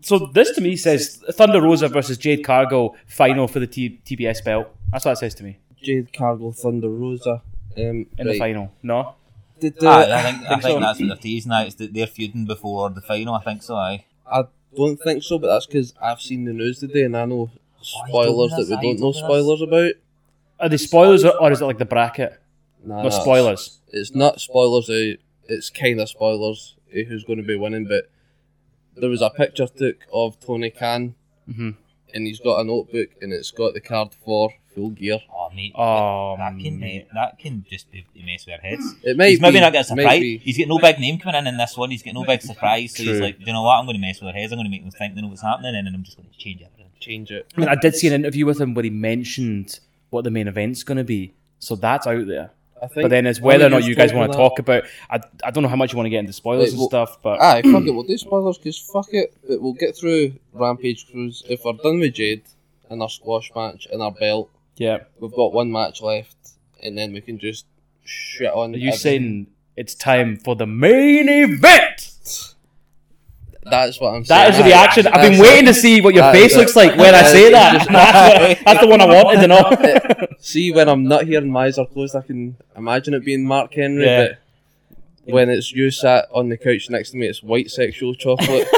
Speaker 2: so this to me says Thunder Rosa versus Jade Cargill final for the T- TBS belt. That's what it says to me
Speaker 1: Jade Cargill, Thunder Rosa. Um,
Speaker 2: in the
Speaker 1: right.
Speaker 2: final. No,
Speaker 1: Did, uh,
Speaker 3: I, I
Speaker 2: Ah,
Speaker 3: think, I
Speaker 2: so.
Speaker 3: think that's what they're teasing now. It's that they're feuding before the final. I think so. Aye.
Speaker 1: I don't think so, but that's because I've seen the news today and I know spoilers
Speaker 3: told me
Speaker 1: that we don't
Speaker 3: this, he
Speaker 1: know
Speaker 3: told me
Speaker 1: spoilers about.
Speaker 2: are they spoilers or, or is it like the bracket?
Speaker 1: Nah,
Speaker 2: No
Speaker 1: nah,
Speaker 2: spoilers.
Speaker 1: It's not spoilers out. It's kind of spoilers out who's going to be winning, but there was a picture took of Tony Khan
Speaker 3: Mm-hmm.
Speaker 2: Mhm.
Speaker 1: and he's got a notebook and it's got the card for full gear.
Speaker 3: Oh mate,
Speaker 2: Oh,
Speaker 3: that can
Speaker 2: mate.
Speaker 3: that can just be the mess with our heads.
Speaker 1: It might
Speaker 3: he's
Speaker 1: be,
Speaker 3: maybe not got a
Speaker 1: might
Speaker 3: surprise.
Speaker 1: be.
Speaker 3: He's got no big name coming in in this one. He's got no big surprise. So
Speaker 2: True.
Speaker 3: he's like, "Do you know what? I'm going to mess with their heads. I'm going to make them think they know what's happening, and then I'm just going to change everything.
Speaker 1: Change it.
Speaker 2: I mean, I did see an interview with him where he mentioned what the main event's going to be. So that's out there.
Speaker 1: I think
Speaker 2: But then it's
Speaker 1: one
Speaker 2: whether or
Speaker 1: of
Speaker 2: not
Speaker 1: you's
Speaker 2: you guys
Speaker 1: talking
Speaker 2: want to
Speaker 1: that.
Speaker 2: talk about. I, I don't know how much you want to get into
Speaker 1: Wait, Ah!
Speaker 2: spoilers and
Speaker 1: well-
Speaker 2: stuff, but
Speaker 1: Aye, fuck it, we'll do spoilers because fuck it. But we'll get through Rampage Cruise. If we're done with Jade and our squash match and our belt,
Speaker 2: yeah.
Speaker 1: we've got one match left and then we can just shit on.
Speaker 2: Are you
Speaker 1: everything.
Speaker 2: saying it's time for the main event?
Speaker 1: That's what I'm saying.
Speaker 2: That is the reaction. I've been waiting to see what your
Speaker 1: That
Speaker 2: face
Speaker 1: is it.
Speaker 2: looks like when I
Speaker 1: That
Speaker 2: say
Speaker 1: is
Speaker 2: that.
Speaker 1: just-
Speaker 2: That's, what- that's the one I wanted to know.
Speaker 1: to see when I'm not here and my eyes are closed. I can imagine it being Mark Henry,
Speaker 2: Yeah.
Speaker 1: but when it's you sat on the couch next to me, it's white sexual chocolate,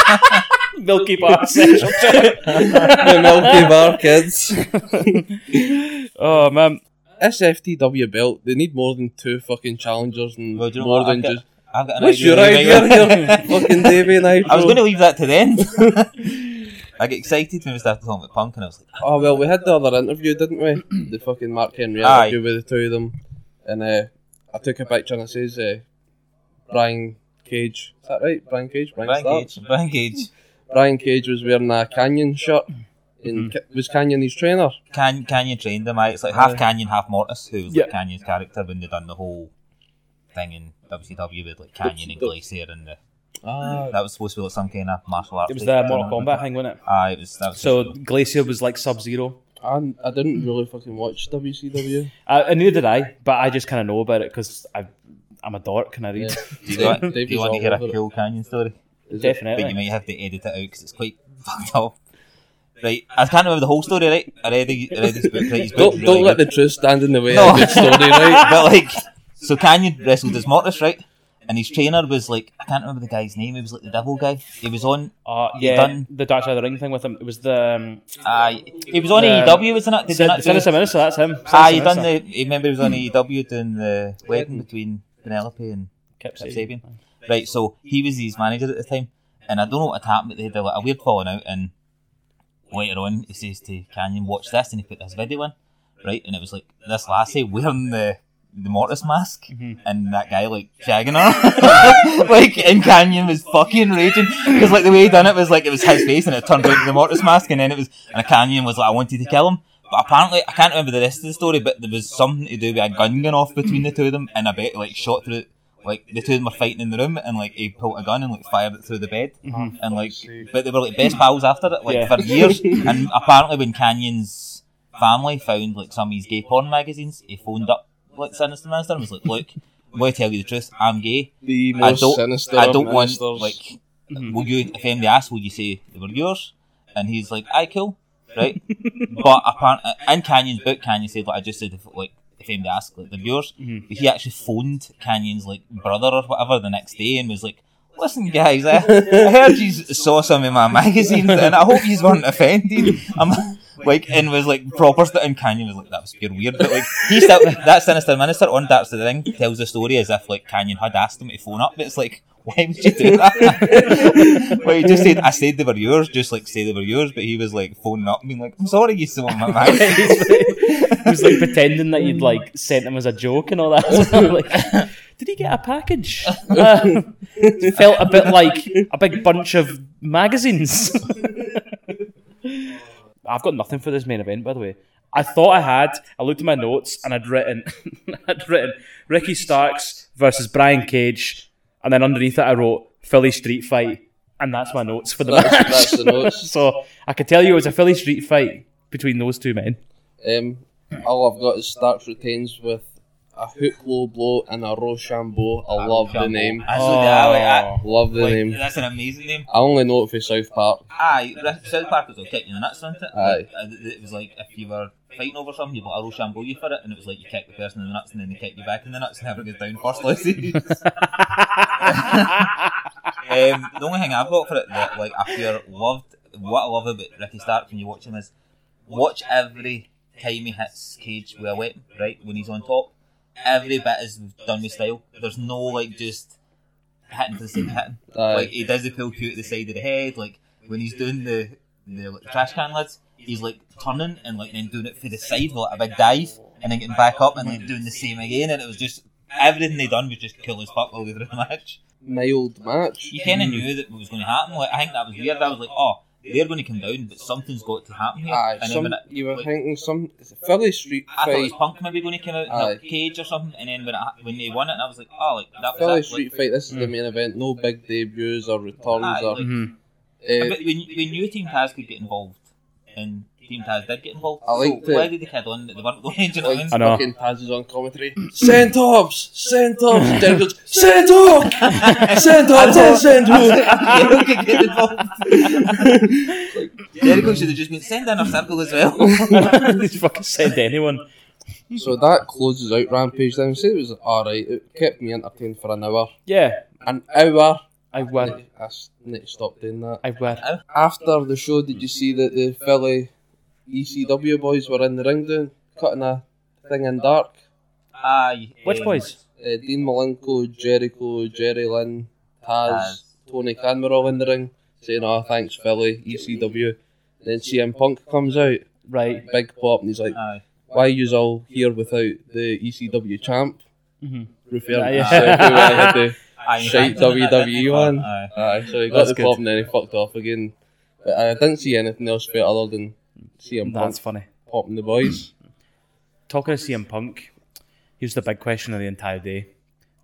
Speaker 2: Milky Bar Central.
Speaker 1: the Milky Bar kids.
Speaker 2: oh man,
Speaker 1: SFTW belt. They need more than two fucking challengers and
Speaker 3: Well, do you know
Speaker 1: more
Speaker 3: what?
Speaker 1: than
Speaker 3: I've got-
Speaker 1: just.
Speaker 3: I've got an
Speaker 1: What's your
Speaker 3: right
Speaker 1: idea
Speaker 3: now.
Speaker 1: here, fucking Davey and I?
Speaker 3: I was going to leave that to the end. I get excited when we started talking about punk, and I was like,
Speaker 1: Oh well, we had the other interview, didn't we? The fucking Mark Henry
Speaker 3: Aye.
Speaker 1: interview with the two of them, and uh, I took a picture and it says uh, Brian Cage. Is that right? Brian Cage. Brian,
Speaker 3: "Brian
Speaker 1: Stark?
Speaker 3: Cage, Brian Cage,
Speaker 1: Brian Cage was wearing a Canyon shirt. And Ca- was Canyon his trainer?
Speaker 3: Can Canyon trained him. aye. It's like half
Speaker 1: Aye.
Speaker 3: Canyon, half Mortis, who was
Speaker 2: Yeah.
Speaker 3: like Canyon's character when they done the whole thing in WCW with like Canyon and Glacier, and the,
Speaker 1: Ah,
Speaker 3: that was supposed to be like some kind of martial arts.
Speaker 2: it was
Speaker 3: thing,
Speaker 2: the
Speaker 3: I don't
Speaker 2: Mortal
Speaker 3: remember.
Speaker 2: Kombat thing, wasn't it?
Speaker 3: Aye, it was that was
Speaker 2: So Glacier was like Sub Zero.
Speaker 1: I, I didn't really fucking watch WCW.
Speaker 2: Uh, and neither did I, but I just kind of know about it because I, I'm a dork and I read.
Speaker 3: Do you, want,
Speaker 1: Dave-
Speaker 3: do
Speaker 1: Dave
Speaker 3: you
Speaker 1: is
Speaker 3: want to
Speaker 1: all
Speaker 3: hear a
Speaker 1: over it.
Speaker 3: cool canyon story?
Speaker 1: Is it-
Speaker 2: Definitely.
Speaker 3: But you might have to edit it out because it's quite fucked up. Right, I can't remember the whole story, right? I read, the- I read his book, right? His book's
Speaker 1: Don't,
Speaker 3: really
Speaker 1: don't
Speaker 3: good.
Speaker 1: let the truth stand in the way
Speaker 3: No.
Speaker 1: of a good story, right?
Speaker 3: but like, so Canyon wrestled as Mortis, right? And his trainer was like, I can't remember the guy's name. He was like the devil guy. He was on,
Speaker 2: Uh,
Speaker 3: You
Speaker 2: yeah,
Speaker 3: done?
Speaker 2: the Dark Side of the Ring thing with him. It was the um,
Speaker 3: uh, he was on
Speaker 2: Um,
Speaker 3: AEW, wasn't it? Did they
Speaker 2: Sin-
Speaker 3: not do-
Speaker 2: Sinister Minister. That's him.
Speaker 3: Ah,
Speaker 2: Sinister
Speaker 3: he done
Speaker 2: Minister.
Speaker 3: the. He remember he was on AEW doing the wedding between Penelope and
Speaker 2: Kip
Speaker 3: Kip
Speaker 2: Sabian.
Speaker 3: Sabian. Right, so he was his manager at the time, and I don't know what had happened, but they had like, a weird falling out, and later on he says to Canyon, "Watch this," and he put this video in, right, and it was like this lassie wearing the the mortis mask, and that guy like shagging her, like, and Canyon was fucking raging because like the way he done it was like it was his face, and it turned out to the mortis mask, and then it was, and Canyon was like, "I wanted to kill him." But apparently, I can't remember the rest of the story, but there was something to do with a gun going off between the two of them, and I bet like shot through. Like the two of them were fighting in the room, and like he pulled a gun and like fired it through the bed, and like, but they were like best pals after that, like
Speaker 2: Yeah.
Speaker 3: for years. and apparently, when Canyon's family found like some of his gay porn magazines, he phoned up like Sinister Minister and was like, "Look, I'm going to tell you the truth. I'm gay.
Speaker 1: The
Speaker 3: I
Speaker 1: most
Speaker 3: don't,
Speaker 1: sinister
Speaker 3: I
Speaker 1: of
Speaker 3: don't want
Speaker 1: ministers.
Speaker 3: like, will you if anybody asks, will you say they were yours?" And he's like, "I kill." Right, but apparently in Canyon's book, Canyon said like I just said if, like if anybody asks like they're yours, but he actually phoned Canyon's like brother or whatever the next day and was like, "Listen, guys, I, I heard you saw some in my magazines, and I hope you weren't offended." I'm like, and was like proper st- and Canyon was like, "That was pure weird," but like he still that sinister minister on that's the thing tells the story as if like Canyon had asked him to phone up, but it's like. Why would you do that? well, he just said, I said they were yours, just like say they were yours, but he was like phoning up and being like, I'm sorry you saw my magazine.
Speaker 2: He was like pretending that you'd like sent him as a joke and all that. like, did he get a package? Uh, felt a bit like a big bunch of magazines. I've got nothing for this main event, by the way. I thought I had. I looked at my notes and I'd written, I'd written Ricky Starks versus Brian Cage, and then underneath it I wrote Philly Street Fight, and that's my notes for the match.
Speaker 1: That's the notes.
Speaker 2: so I could tell you it was a Philly Street Fight between those two men.
Speaker 1: Um, all I've got is Starks retains with a hook low blow and a Rochambeau. I love the name.
Speaker 3: That's what- ah, like, ah,
Speaker 1: Love the
Speaker 3: like,
Speaker 1: name.
Speaker 3: That's an amazing name.
Speaker 1: I only know it for South Park.
Speaker 3: Aye, Ra- South Park was like kicking the nuts, wasn't it?
Speaker 1: Aye.
Speaker 3: Like, uh, it was like if you were fighting over something, you bought a Rochambeau you for it, and it was like you kick the person in the nuts, and then they kick you back in the nuts, and whoever goes down first loses. um, the only thing I've got for it that like I feel loved, what I love about Ricky Stark when you watch him is watch every time he hits Cage with a weapon, right? When he's on top, every bit is done with style. There's no like just hitting for the sake of hitting.
Speaker 1: Aye.
Speaker 3: Like he does the pull cue at the side of the head. Like when he's doing the the like, trash can lids, he's like turning and like then doing it for the side with like, a big dive, and then getting back up and like doing the same again. And it was just everything they done was just cool as fuck all the way through the match
Speaker 1: Mild match.
Speaker 3: you kind of knew that what was going to happen. Like I think that was weird. I was like, oh, they're going to come down, but something's got to happen here.
Speaker 1: Aye,
Speaker 3: and then
Speaker 1: some,
Speaker 3: when it,
Speaker 1: you were
Speaker 3: like,
Speaker 1: thinking some it's a Philly Street
Speaker 3: I thought it was
Speaker 1: fight.
Speaker 3: Punk maybe going to come out
Speaker 1: Aye.
Speaker 3: in a cage or something, and then when it, ha- when they won it, and I was like, oh, like that was
Speaker 1: Philly
Speaker 3: it.
Speaker 1: Street
Speaker 3: like,
Speaker 1: fight. This is the main event. No big debuts or returns
Speaker 3: Aye,
Speaker 1: or.
Speaker 3: like-
Speaker 2: Mhm.
Speaker 1: Uh,
Speaker 3: But we, knew- we knew Team Taz could get involved, and Team Taz did get involved.
Speaker 1: I liked
Speaker 3: so
Speaker 1: it.
Speaker 3: why did they kid on that they weren't going? Do you know what I mean?
Speaker 1: like
Speaker 2: I know.
Speaker 1: fucking Taz is on commentary. Centops, Centops. Derek goes, Centop, Centops, and Centops.
Speaker 3: Jericho could get involved. Jericho should have just been send in a circle as well.
Speaker 2: Just fucking send anyone.
Speaker 1: So that closes out Rampage. Then say it was all right. It kept me entertained for an hour.
Speaker 2: Yeah,
Speaker 1: An hour.
Speaker 2: I win.
Speaker 1: I s- need to stop doing that.
Speaker 2: I win.
Speaker 1: After the show, did you see that the Philly ECW boys were in the ring doing cutting a thing in dark?
Speaker 3: Aye.
Speaker 2: Which
Speaker 3: um,
Speaker 2: boys?
Speaker 1: Uh, Dean Malenko, Jericho, Jerry Lynn, Taz, Tony Khan were all in the ring saying, "Oh, thanks Philly ECW." Then CM Punk comes out,
Speaker 2: Right.
Speaker 1: big pop, and he's like,
Speaker 3: Aye.
Speaker 1: "Why you all here without the ECW champ?"
Speaker 2: Mhm.
Speaker 1: Referring
Speaker 2: Yeah,
Speaker 1: to
Speaker 2: yeah.
Speaker 1: who I had to
Speaker 3: Aye, in
Speaker 1: shite E
Speaker 3: fact, that- that- that-
Speaker 1: WWE on.
Speaker 3: Aye.
Speaker 1: Aye, so he got
Speaker 2: That's
Speaker 1: the
Speaker 2: good.
Speaker 1: pop and then he fucked off again. But I didn't see anything else for it other than CM Punk
Speaker 2: That's funny.
Speaker 1: popping the boys.
Speaker 2: Talking of CM Punk, here's the big question of the entire day: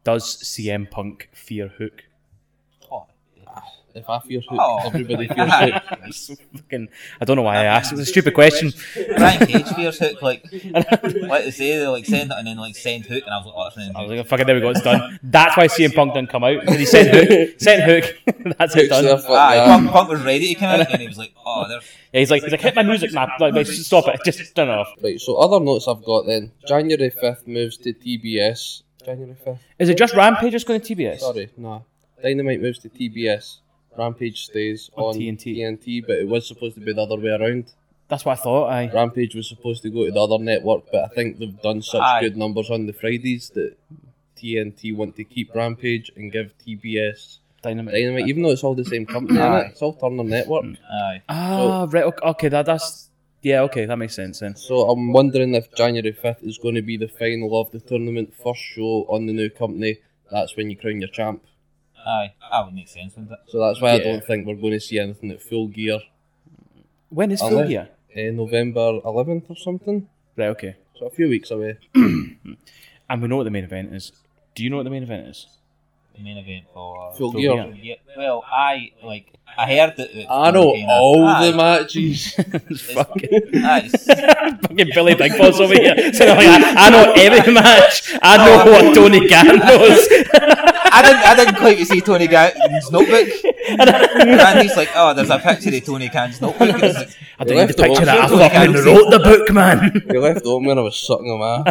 Speaker 2: Does CM Punk fear Hook?
Speaker 3: Oh,
Speaker 1: if I fear Hook,
Speaker 3: Oh.
Speaker 1: everybody fears Hook.
Speaker 2: It's fucking, I don't know why I asked. It's a stupid question.
Speaker 3: Brian Cage fears Hook, like, like they say, they like send it and then like send Hook, and I was like, oh, that's
Speaker 2: I was
Speaker 3: an
Speaker 2: like, fucking, there we go, it's done. That's why CM Punk didn't come out. 'cause He sent Hook. Sent Hook. That's it,
Speaker 1: Hook's there,
Speaker 2: done.
Speaker 1: fuck
Speaker 3: Aye,
Speaker 1: that.
Speaker 3: Punk, Punk was ready to come out, and he was like, oh, there's.
Speaker 2: Yeah, he's like, he's like, hit my music, man. Like, like, stop it. Just turn it off.
Speaker 1: Right, so other notes I've got then. January 5th moves to TBS. January 5th?
Speaker 2: Is it just Rampage that's going to TBS?
Speaker 1: Sorry, no. Dynamite moves to TBS. Rampage stays on,
Speaker 2: On TNT.
Speaker 1: TNT, but it was supposed to be the other way around.
Speaker 2: That's what I thought. I
Speaker 1: Rampage was supposed to go to the other network, but I think they've done such
Speaker 3: Aye.
Speaker 1: good numbers on the Fridays that TNT want to keep Rampage and give TBS
Speaker 2: Dynamite.
Speaker 1: Dynamite, even though it's all the same company, innit? It's all Turner Network.
Speaker 3: Aye.
Speaker 2: Ah, right. Okay, okay, that, that's yeah. Okay, that makes sense then.
Speaker 1: So I'm wondering if January 5th is going to be the final of the tournament, first show on the new company. That's when you crown your champ.
Speaker 3: Aye. That would make sense, wouldn't it?
Speaker 1: So that's why I
Speaker 2: Yeah.
Speaker 1: don't think we're going to see anything at full gear
Speaker 2: When is Phil
Speaker 1: Unless-
Speaker 2: here?
Speaker 1: eh, November 11th or something.
Speaker 2: Right. Okay.
Speaker 1: So a few weeks away.
Speaker 2: And we know what the main event is. Do you know what the main event is?
Speaker 3: The main event for.
Speaker 1: Full,
Speaker 2: Full
Speaker 1: gear.
Speaker 2: Gear.
Speaker 3: Yeah, well, I, like, I heard that. it-
Speaker 1: I know
Speaker 3: Aye.
Speaker 1: all
Speaker 3: Aye.
Speaker 1: the matches.
Speaker 2: It's fucking,
Speaker 3: Aye.
Speaker 2: fucking Billy Big Boss over here. So like, I, I know every match. I know what Tony Khan knows.
Speaker 3: I didn't, I didn't quite see Tony Gannon's notebook. Randy's like, oh, there's a picture of Tony Gannon's notebook. And I was like,
Speaker 1: We
Speaker 2: I don't need
Speaker 1: left
Speaker 2: to
Speaker 1: the
Speaker 2: picture that. I
Speaker 1: workshop.
Speaker 2: fucking wrote the book, man.
Speaker 1: we left home when I was sucking them off.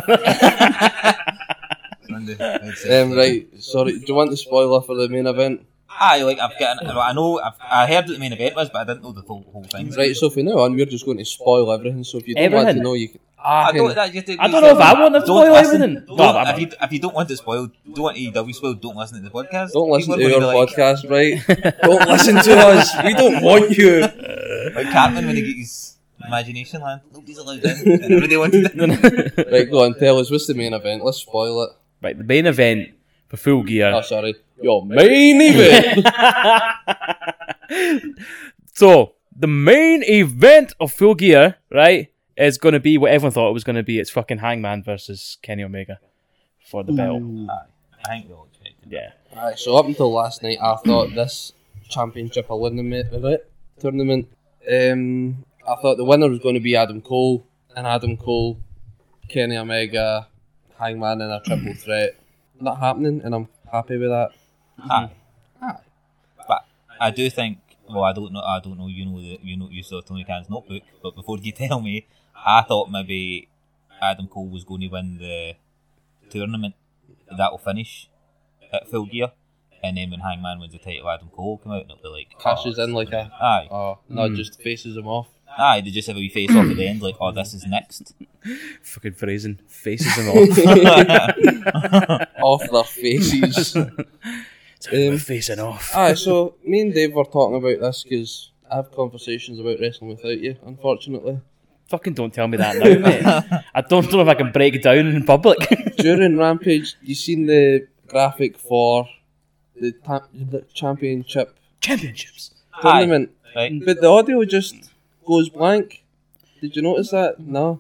Speaker 3: Randy, that's it.
Speaker 1: Um, right, sorry. Do you want the spoiler for the main event?
Speaker 3: Aye, like I've got. An, I know. I've, I heard what the main event was, but I didn't know the whole, whole thing.
Speaker 1: Right, so from now on, we're just going to spoil everything. So if you don't want to
Speaker 2: Everything?
Speaker 1: know, you can.
Speaker 3: I
Speaker 1: can-
Speaker 3: don't, that, you
Speaker 2: Ah, I don't know if I want to spoil everything.
Speaker 3: Don't,
Speaker 2: No, I'm
Speaker 3: if, you, if you don't want it spoiled, don't want AEW spoiled, don't listen to the podcast.
Speaker 1: Don't listen
Speaker 3: People are
Speaker 1: to our
Speaker 3: gonna be like,
Speaker 1: podcast, right? Don't listen to us. We don't want you.
Speaker 3: Like Cartman when he gets his imagination land. Nobody's allowed in. And everybody wanted it.
Speaker 2: not.
Speaker 1: Right, go on, tell us what's the main event. Let's spoil it.
Speaker 2: Right, the main event for full gear.
Speaker 1: Oh, sorry. Your main event.
Speaker 2: so the main event of Full Gear, right, is going to be what everyone thought it was going to be. It's fucking Hangman versus Kenny Omega for the belt.
Speaker 3: I think we all expected.
Speaker 2: Yeah,
Speaker 1: Right, so up until last night, I thought this championship eliminate of it, tournament. Um, I thought the winner was going to be Adam Cole, and Adam Cole, Kenny Omega, Hangman in a triple threat. Not happening, and I'm happy with that.
Speaker 3: Aye. But I do think. Well, I don't know. I don't know. You know the you know you saw Tony Khan's notebook, but before you tell me, I thought maybe Adam Cole was going to win the tournament. That will finish at Full Gear, and then when Hangman wins the title, Adam Cole will come out and it'll be like oh,
Speaker 1: Cashes in like a,
Speaker 3: Aye,
Speaker 1: oh, no, just faces him off.
Speaker 3: aye. They just have a wee face off at the end, like oh, this is next.
Speaker 2: fucking phrasing, faces and all.
Speaker 1: off their faces. Um,
Speaker 2: facing off.
Speaker 1: Aye, so me and Dave were talking about this because I have conversations about wrestling without you, unfortunately.
Speaker 2: Fucking don't tell me that now, mate. I don't know if I can break it down in public.
Speaker 1: During Rampage, you seen the graphic for the, ta- the championship
Speaker 2: Championships.
Speaker 1: tournament,
Speaker 3: Right?
Speaker 1: but the audio just goes blank. Did you notice that? No,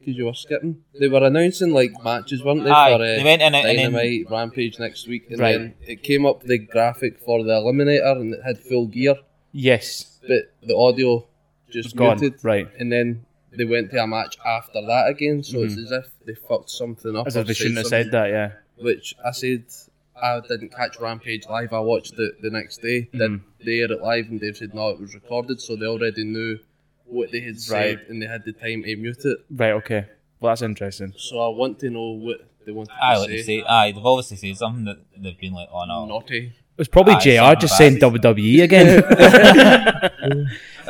Speaker 1: because you were skipping. They were announcing like matches, weren't they?
Speaker 3: Aye,
Speaker 1: for, uh,
Speaker 3: they went in it and then-
Speaker 1: Dynamite, Rampage next week, and
Speaker 2: Right.
Speaker 1: then it came up the graphic for the Eliminator, and it had full gear.
Speaker 2: Yes,
Speaker 1: but the audio just
Speaker 2: gone.
Speaker 1: muted.
Speaker 2: Right.
Speaker 1: And then they went to a match after that again, so it's as if they fucked something up.
Speaker 2: Mm-hmm. as
Speaker 1: or
Speaker 2: if they shouldn't have said
Speaker 1: something,
Speaker 2: that. Yeah.
Speaker 1: Which I said I didn't catch Rampage live. I watched it the next day. Then they aired it live, and Dave said no, it was recorded, so they already knew what they had said,
Speaker 2: Right.
Speaker 1: and they had the time to mute it.
Speaker 2: Right. Okay. Well, that's interesting.
Speaker 1: So I want to know what they wanted
Speaker 3: Aye,
Speaker 1: to
Speaker 3: like they
Speaker 1: say.
Speaker 3: say, aye. They've obviously said something that they've been like, oh no,
Speaker 1: Naughty.
Speaker 2: It was probably
Speaker 3: Aye,
Speaker 2: JR just saying
Speaker 3: something
Speaker 2: WWE again.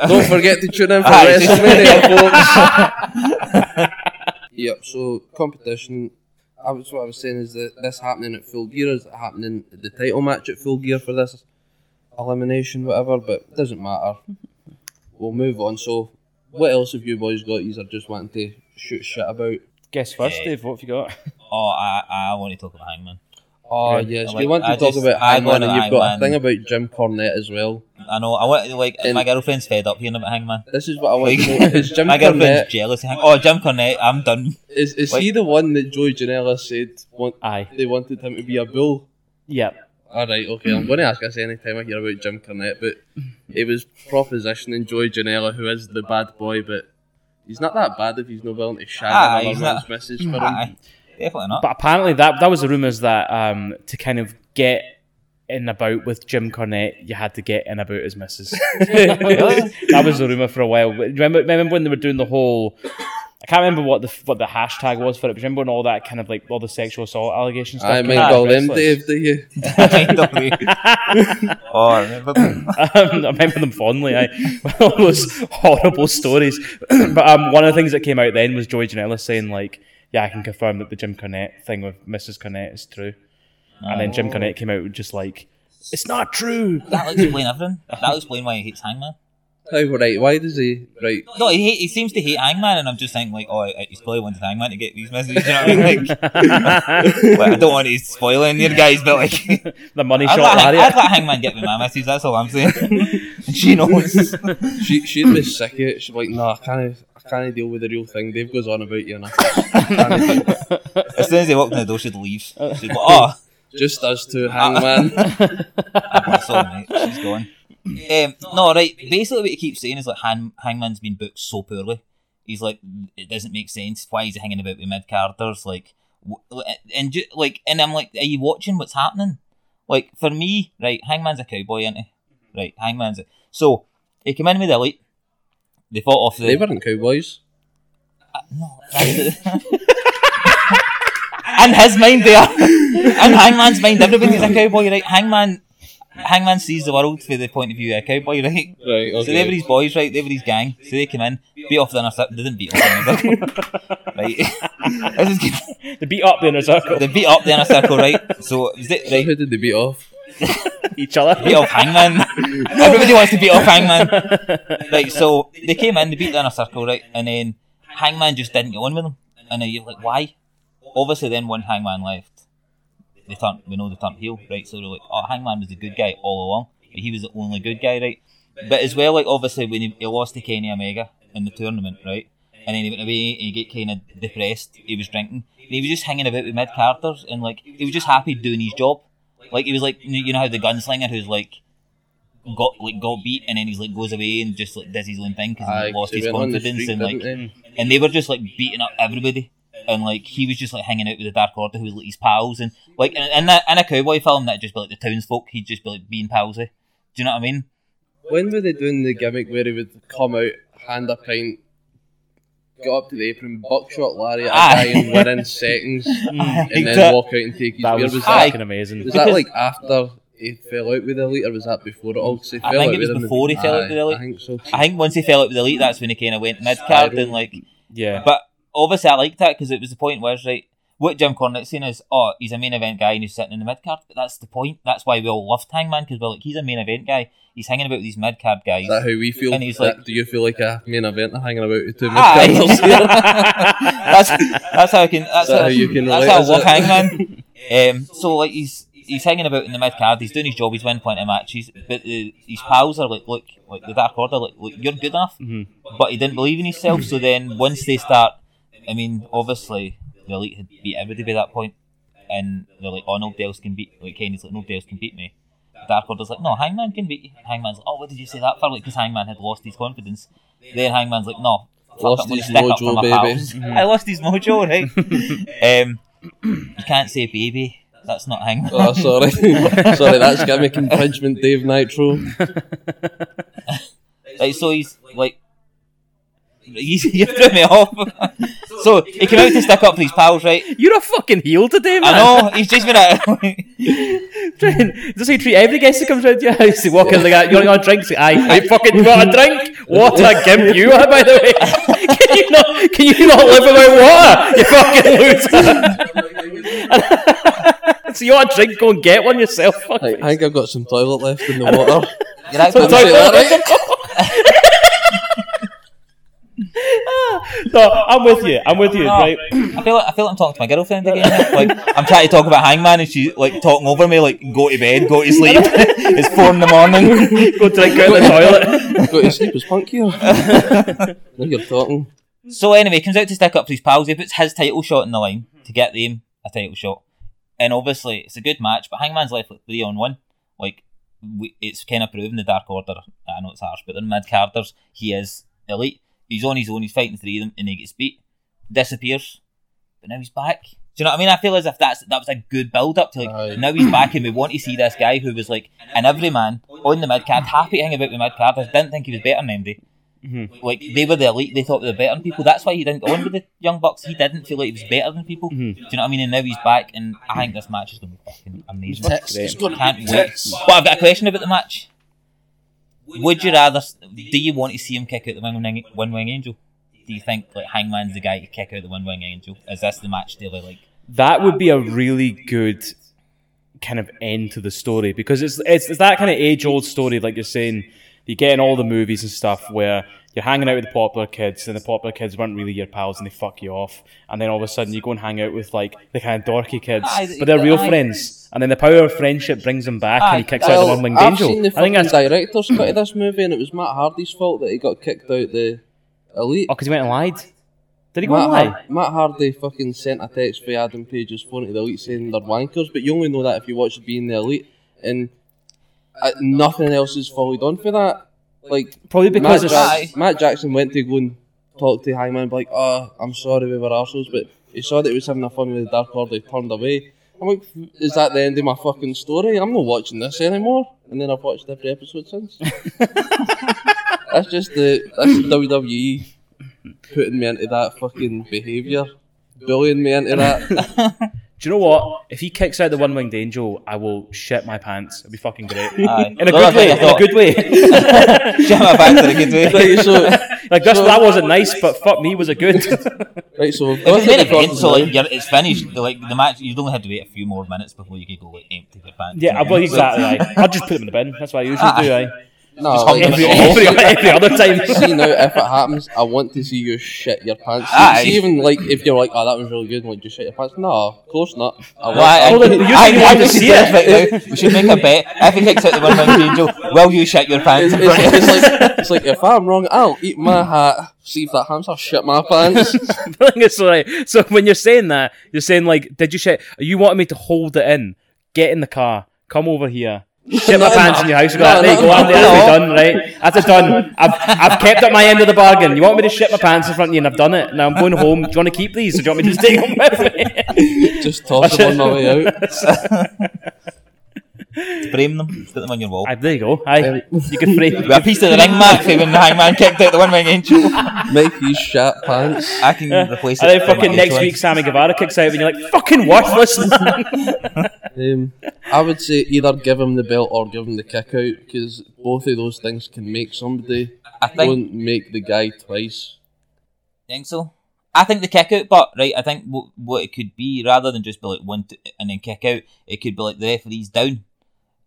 Speaker 1: Don't forget to tune in for
Speaker 3: Aye.
Speaker 1: WrestleMania, folks. yep. So competition. I was what I was saying is that this happening at Full Gear is happening at the title match at Full Gear for this elimination, whatever. But it doesn't matter. We'll move on. So, what else have you boys got? You are just wanting to shoot shit about.
Speaker 2: Guess first, Dave. What have you got?
Speaker 3: oh, I, I want to talk about Hangman.
Speaker 1: Oh
Speaker 2: Yeah.
Speaker 1: yes,
Speaker 3: Like,
Speaker 1: you want to
Speaker 3: I
Speaker 1: talk
Speaker 3: just-
Speaker 1: about
Speaker 3: I
Speaker 1: Hangman,
Speaker 3: wanna
Speaker 1: and you've got a
Speaker 3: Hangman.
Speaker 1: thing about Jim Cornette as well.
Speaker 3: I know. I want like
Speaker 1: And-
Speaker 3: my girlfriend's fed up hearing about Hangman.
Speaker 1: This is what I want.
Speaker 3: Like,
Speaker 1: to know. Is Jim
Speaker 3: my
Speaker 1: Cornette
Speaker 3: girlfriend's jealous. Hang- oh, Jim Cornette, I'm done.
Speaker 1: is, is
Speaker 3: Wait.
Speaker 1: he the one that Joey Janela said want,
Speaker 2: Aye.
Speaker 1: they wanted him to be a bull.
Speaker 2: Yeah.
Speaker 1: All right, okay. I'm going to ask us any time I hear about Jim Cornette, but it was propositioning Joy Janela, who is the bad boy, but he's not that bad if he's not willing to shag
Speaker 3: Aye,
Speaker 1: another
Speaker 3: he's
Speaker 1: man's
Speaker 3: not-
Speaker 1: message for him.
Speaker 3: Aye, definitely not.
Speaker 2: But apparently that that was the rumours that um to kind of get in about with Jim Cornette, you had to get in about his missus. that was the rumour for a while. Remember, remember when they were doing the whole I can't remember what the what the hashtag was for it, but remember when all that kind of like all the sexual assault allegations stuff
Speaker 1: I
Speaker 2: came
Speaker 1: mind
Speaker 2: out of
Speaker 1: all them,
Speaker 2: wrestlers?
Speaker 1: Dave, do you?
Speaker 3: oh, I remember them.
Speaker 2: um, I remember them fondly. I all those horrible stories. but um, one of the things that came out then was Joy Janela saying like, "Yeah, I can confirm that the Jim Cornette thing with Mrs. Cornette is true." And then Jim Cornette came out with just like, "It's not true."
Speaker 3: That'll explain everything. That'll explain why he hates Hangman.
Speaker 1: How right? Why does he right?
Speaker 3: No, he hate, he seems to hate Hangman, and I'm just thinking like, oh, he's probably wanted Hangman to get these messages. You know what I mean? Like, well, I don't want to spoil any of the guys, but like,
Speaker 2: The money
Speaker 3: I'd
Speaker 2: shot
Speaker 3: let, Hang-
Speaker 2: Harriet.
Speaker 3: I'd let Hangman get me my messages. That's all I'm saying. she knows.
Speaker 1: She she'd be sick of it. She's like, nah, I can't. I can't deal with the real thing. Dave goes on about you and I can't deal.
Speaker 3: As soon as they walked in the door, she'd leave. She'd go, oh,
Speaker 1: just us two, Hangman.
Speaker 3: I'm sorry, mate. She's gone. Um, no, right. Basically, what he keeps saying is like Hang- Hangman's been booked so poorly. He's like, it doesn't make sense. Why is he hanging about with mid carders? Like, wh- and ju- like, and I'm like, are you watching what's happening? Like for me, right? Hangman's a cowboy, isn't he? Right, Hangman's. A- so he came in with the elite. They fought off the.
Speaker 1: they weren't cowboys.
Speaker 3: No, that's the- In his mind, they are. In Hangman's mind, everybody's a cowboy, right? Hangman, Hangman sees the world through the point of view of a cowboy, right?
Speaker 1: Right.
Speaker 3: So they were
Speaker 1: Okay.
Speaker 3: his boys, right? They were his gang. So they came in, beat off the inner circle. They didn't beat off the inner circle, right? This is good.
Speaker 2: They beat up the inner circle
Speaker 3: They beat up the inner circle, right? So is it
Speaker 1: So
Speaker 3: right?
Speaker 1: who did they beat off?
Speaker 2: each other.
Speaker 3: beat off Hangman. Everybody wants to beat off Hangman. Right, so they came in, they beat the inner circle, right, and then Hangman just didn't get on with them. And then you're like, why? Obviously, then one Hangman left. they turn, we know they turned heel, right? So they're like, oh, Hangman was the good guy all along. He was the only good guy, right? But as well, like obviously when he, he lost to Kenny Omega in the tournament, right? And then he went away and he get kind of depressed. He was drinking. And he was just hanging about with mid carters and like he was just happy doing his job. Like he was like you know how the gunslinger who's like got like got beat and then he's like goes away and just like does his own thing because he
Speaker 1: Aye,
Speaker 3: like, lost
Speaker 1: 'cause he
Speaker 3: his
Speaker 1: went on the
Speaker 3: confidence
Speaker 1: street,
Speaker 3: and like
Speaker 1: didn't
Speaker 3: and they were just like beating up everybody. And like he was just like hanging out with the Dark Order, who was like his pals, and like in, in that in a cowboy film, that'd just be like the townsfolk. He'd just be like being palsy. Do you know what I mean?
Speaker 1: When were they doing the gimmick where he would come out, hand a pint, go up to the apron, buckshot Larry at a guy
Speaker 3: Aye.
Speaker 1: and within seconds,
Speaker 3: Aye,
Speaker 1: and then
Speaker 3: that-
Speaker 1: walk out and take his
Speaker 2: That
Speaker 1: beer?
Speaker 2: was,
Speaker 1: Was
Speaker 3: Aye.
Speaker 1: that,
Speaker 2: fucking amazing.
Speaker 1: was that
Speaker 3: Because-
Speaker 1: like after he fell out with the elite, or was that before it all? 'Cause he
Speaker 3: I
Speaker 1: fell
Speaker 3: think
Speaker 1: out
Speaker 3: it was
Speaker 1: with him
Speaker 3: before he
Speaker 1: and-
Speaker 3: fell out with the
Speaker 1: aye,
Speaker 3: elite.
Speaker 1: I think so.
Speaker 3: I think once he fell out with elite, that's when he kind of went mid card and like.
Speaker 2: Yeah.
Speaker 3: But obviously, I liked that because it was the point where right, what Jim Cornette's saying is, oh, he's a main event guy and he's sitting in the mid card. But that's the point. That's why we all loved Hangman because we're like, he's a main event guy. He's hanging about with these mid card guys.
Speaker 1: Is that how we feel?
Speaker 3: And he's
Speaker 1: Like,
Speaker 3: like- Ah,
Speaker 1: Do you feel like a main event hanging about with two
Speaker 3: Aye.
Speaker 1: mid-carders here?
Speaker 3: that's that's how I can. That's
Speaker 1: Is that
Speaker 3: how,
Speaker 1: how you can
Speaker 3: That's
Speaker 1: relate,
Speaker 3: how I
Speaker 1: is
Speaker 3: love
Speaker 1: it?
Speaker 3: Hangman. Um, so like he's he's hanging about in the mid card. He's doing his job. He's winning plenty of matches. But the, his pals are like, look, like the Dark Order, like, look, you're good enough.
Speaker 1: Mm-hmm.
Speaker 3: But he didn't believe in himself. So then once they start, I mean, obviously the elite had beat everybody by that point, and they're like, oh, nobody else can beat. Like Kenny's like, nobody else can beat me. Dark Order's like, no, Hangman can beat you. Hangman's like, oh, what did you say that for? Like, because Hangman had lost his confidence. Then Hangman's like, no, fuck,
Speaker 1: Lost
Speaker 3: I'm gonna
Speaker 1: his
Speaker 3: stick up for
Speaker 1: mojo,
Speaker 3: my
Speaker 1: baby.
Speaker 3: pals. I lost his mojo, right? um, you can't say baby. That's not Hangman.
Speaker 1: Oh, sorry. sorry, that's gimmick infringement, Dave Nitro.
Speaker 3: Like, so he's like, he's, you threw me off. so he came out to stick up for his pals, right?
Speaker 2: You're a fucking heel today,
Speaker 3: I
Speaker 2: man.
Speaker 3: know he's just been at.
Speaker 2: Does he treat every guest that comes round to your house? He walk in like that, you want a drink? Say, aye, I fucking want a drink. What a gimp you are, by the way. Can you not? Can you not live without water? You fucking loser. so you want a drink? Go and get one yourself. Fuck.
Speaker 1: I, I think I've got some toilet left in the water.
Speaker 3: You're actually
Speaker 1: Did I say that eh? right?
Speaker 2: No, I'm with you. I'm with you. Right.
Speaker 3: I feel like I feel like I'm talking to my girlfriend again. like I'm trying to talk about Hangman, and she's like talking over me, like go to bed, go to sleep. it's four in the morning.
Speaker 2: Go drink out the toilet.
Speaker 1: Go to sleep, it's punk here. now you're talking.
Speaker 3: Mm-hmm. So anyway, he comes out to stick up to his pals. He puts his title shot in the line to get them a title shot, and obviously it's a good match. But Hangman's left with three on one. Like we, it's kind of proven the Dark Order. I know it's harsh, but they're mid carders. He is elite. He's on his own. He's fighting three of them, and he gets beat, disappears, but now he's back. Do you know what I mean? I feel as if that's that was a good build up to like
Speaker 1: Aye.
Speaker 3: now he's back and we want to see this guy who was like an everyman on the mid card, happy to hang about the mid card. I didn't think he was better than MD like they were the elite. They thought they were better than people. That's why he didn't go on with the young bucks. He didn't feel like he was better than people. Do you know what I mean? And now he's back, and I think this match is going to be fucking amazing. Can't wait. But I've got a question about the match. Would you rather? Do you want to see him kick out the one wing, one wing angel? Do you think like Hangman's the guy to kick out the one wing angel? Is this the match daily? Like,
Speaker 2: That would be a really good kind of end to the story because it's it's, it's that kind of age old story, like you're saying. You get in all the movies and stuff where you're hanging out with the popular kids, and the popular kids weren't really your pals, and they fuck you off. And then all of a sudden, you go and hang out with like the kind of dorky kids,
Speaker 3: Aye, the-
Speaker 2: but they're real
Speaker 3: aye.
Speaker 2: friends. And then the power of friendship brings them back, and he
Speaker 3: Aye.
Speaker 2: kicks out the one winged angel.
Speaker 1: I've seen the
Speaker 2: I think
Speaker 1: fucking
Speaker 2: that's
Speaker 1: director's cut of this movie, and it was Matt Hardy's fault that he got kicked out the elite.
Speaker 2: oh, because he went and lied. Did he go
Speaker 1: Matt,
Speaker 2: and lie?
Speaker 1: Har- Matt Hardy fucking sent a text via Adam Page's phone to the elite saying they're wankers, but you only know that if you watch Being the Elite, and uh, nothing else is followed on for that. Like
Speaker 2: Probably
Speaker 1: Matt,
Speaker 2: because it's
Speaker 1: Jack- Matt Jackson went to go and talk to Hangman, be like, "Oh, I'm sorry, we were arseholes," but he saw that he was having a fun with the Dark Order, he turned away. I'm like, "Is that the end of my fucking story? I'm not watching this anymore." And then I've watched every episode since. that's just the that's the WWE putting me into that fucking behaviour, bullying me into that.
Speaker 2: Do you know what? If he kicks out the one winged angel, I will shit my pants. It'll be fucking great.
Speaker 3: Aye.
Speaker 2: In a
Speaker 3: Well,
Speaker 2: good way.
Speaker 3: that's
Speaker 2: In a
Speaker 3: what
Speaker 2: good
Speaker 3: I
Speaker 2: way.
Speaker 3: Jam it back to the good way.
Speaker 1: right, so
Speaker 2: Like that's, that wasn't nice, but fuck me, was it good?
Speaker 1: right, so we've
Speaker 3: It's
Speaker 1: gone
Speaker 3: a main
Speaker 1: to the
Speaker 3: event, so
Speaker 1: curtain
Speaker 3: like you're, it's finished. Like the match, you'd only have to wait a few more minutes before you could go like empty your pants.
Speaker 2: yeah,
Speaker 3: Like,
Speaker 2: well, exactly. Aye. I'll just put them in the bin. That's what I usually do. Aye.
Speaker 1: No,
Speaker 2: Just
Speaker 1: like,
Speaker 2: every,
Speaker 1: it's awful.
Speaker 2: every, every other time.
Speaker 1: see now if it happens, I want to see you shit your pants. See,
Speaker 3: Aye.
Speaker 1: see even like if you're like, oh, that was really good, and like just shit your pants. No, of course not. I want,
Speaker 3: Why?
Speaker 2: Hold on, you're
Speaker 3: I,
Speaker 2: saying you
Speaker 3: I
Speaker 2: want to
Speaker 3: just
Speaker 2: see
Speaker 3: see
Speaker 2: it.
Speaker 3: this right now. We should make a bet. If he kicks out the one winged angel, will you shit your pants?
Speaker 1: it's, it's, it's like it's like if I'm wrong, I'll eat my hat. See if that hamster shit my pants.
Speaker 2: I think it's alright. So when you're saying that, you're saying like, did you shit? You wanted me to hold it in, get in the car, come over here. Shit my
Speaker 1: No,
Speaker 2: pants
Speaker 1: no.
Speaker 2: in your house. Go,
Speaker 1: No,
Speaker 2: there you
Speaker 1: no,
Speaker 2: go. I'm
Speaker 1: no,
Speaker 2: that's
Speaker 1: no.
Speaker 2: done, right? That's a done. I've I've kept up my end of the bargain. You want me to shit my pants in front of you, and I've done it. Now I'm going home. Do you want to keep these, or do you want me to just take them with me?
Speaker 1: Just toss them on my way out.
Speaker 3: Frame them, put them on your wall.
Speaker 2: Aye, there you go. Aye, you can frame.
Speaker 3: With a piece of the ring mark say when the hangman kicked out the one winged angel.
Speaker 1: Make these shit pants.
Speaker 3: I can replace it.
Speaker 2: And then
Speaker 3: with
Speaker 2: fucking
Speaker 3: my
Speaker 2: next
Speaker 3: own.
Speaker 2: week, Sammy Guevara kicks out, and you're like, fucking worthless.
Speaker 1: Um, I would say either give him the belt or give him the kick out because both of those things can make somebody.
Speaker 3: I think,
Speaker 1: Don't make the guy twice.
Speaker 3: think so. I think the kick out, but right, I think what, what it could be rather than just be like one two, and then kick out, it could be like the referee's down.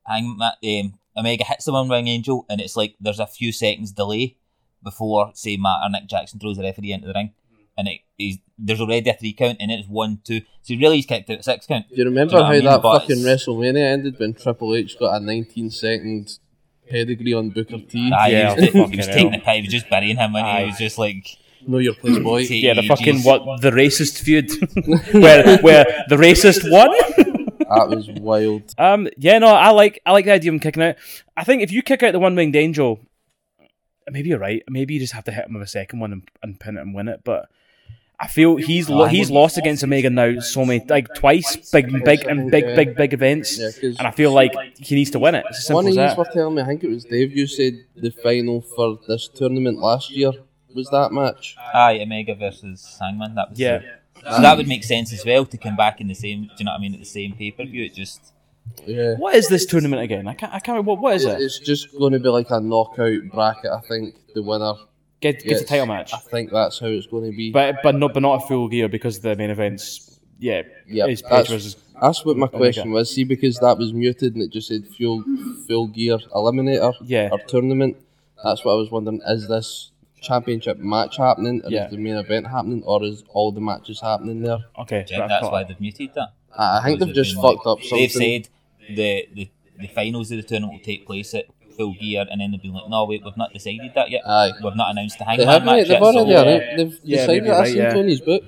Speaker 3: Hang, um, Omega hits the one wing angel, and it's like there's a few seconds delay before, say, Matt or Nick Jackson throws the referee into the ring, and it, he's, there's already a three count, and it's one two. So really, he's kicked out at six count.
Speaker 1: Do you remember
Speaker 3: Do you know
Speaker 1: how
Speaker 3: what I mean?
Speaker 1: that
Speaker 3: But
Speaker 1: fucking
Speaker 3: it's-
Speaker 1: WrestleMania ended when Triple H got a 19 second pedigree on Booker T?
Speaker 3: Aye,
Speaker 2: Yeah,
Speaker 3: he was, he
Speaker 2: fucking
Speaker 3: was
Speaker 2: hell.
Speaker 3: taking the pie, he was just burying him, and he
Speaker 2: Aye.
Speaker 3: was just like,
Speaker 1: Know your place, boy.
Speaker 3: take
Speaker 2: yeah, the
Speaker 3: ages.
Speaker 2: fucking what? The racist feud, where where the racist won.
Speaker 1: That was wild.
Speaker 2: Um, yeah, no, I like I like the idea of him kicking out. I think if you kick out the one winged angel, maybe you're right. Maybe you just have to hit him with a second one and, and pin it and win it. But I feel he's lo-
Speaker 3: I
Speaker 2: he's
Speaker 3: wouldn't-
Speaker 2: lost against Omega now so many like twice, big big and big
Speaker 1: Yeah.
Speaker 2: big big events,
Speaker 1: Yeah, 'cause-
Speaker 2: and I feel like he needs to win it. It's as
Speaker 1: One
Speaker 2: simple
Speaker 1: of
Speaker 2: as
Speaker 1: you were
Speaker 2: that.
Speaker 1: telling me, I think it was Dave, you said the final for this tournament last year was that match.
Speaker 3: Aye, Omega versus Hangman. That was
Speaker 2: Yeah.
Speaker 3: So that would make sense as well to come back in the same. Do you know what I mean? At the same pay per view, it just
Speaker 1: Yeah.
Speaker 2: What is this tournament again? I can't. I can't. What, what is it?
Speaker 1: It's just going to be like a knockout bracket, I think. The winner,
Speaker 2: Get get a
Speaker 1: gets-
Speaker 2: title match,
Speaker 1: I think that's how it's going to be.
Speaker 2: but but not but not a full gear because the main events. Yeah,
Speaker 1: Yeah,
Speaker 2: is Page
Speaker 1: that's-
Speaker 2: versus
Speaker 1: That's what my
Speaker 2: Omega.
Speaker 1: question was. See, because that was muted and it just said full full gear eliminator
Speaker 2: Yeah.
Speaker 1: or tournament. That's what I was wondering. Is this championship match happening, or
Speaker 2: Yeah.
Speaker 1: is the main event happening, or is all the matches happening there?
Speaker 2: okay.
Speaker 3: yeah,
Speaker 2: right,
Speaker 3: that's
Speaker 2: caught
Speaker 3: why
Speaker 2: up.
Speaker 3: they've muted that.
Speaker 1: I, I think they've just fucked up something.
Speaker 3: They've said the, the the finals of the tournament will take place at full gear, and then they've been like, no, wait, we've not decided that yet.
Speaker 1: Aye.
Speaker 3: We've not announced the
Speaker 1: They
Speaker 3: Hangman
Speaker 1: haven't.
Speaker 3: match
Speaker 1: They've
Speaker 3: yet.
Speaker 1: already.
Speaker 3: so,
Speaker 1: arra- They've
Speaker 2: Yeah,
Speaker 1: decided
Speaker 2: maybe
Speaker 1: that.
Speaker 2: right,
Speaker 1: That's
Speaker 2: yeah.
Speaker 1: in Tony's book.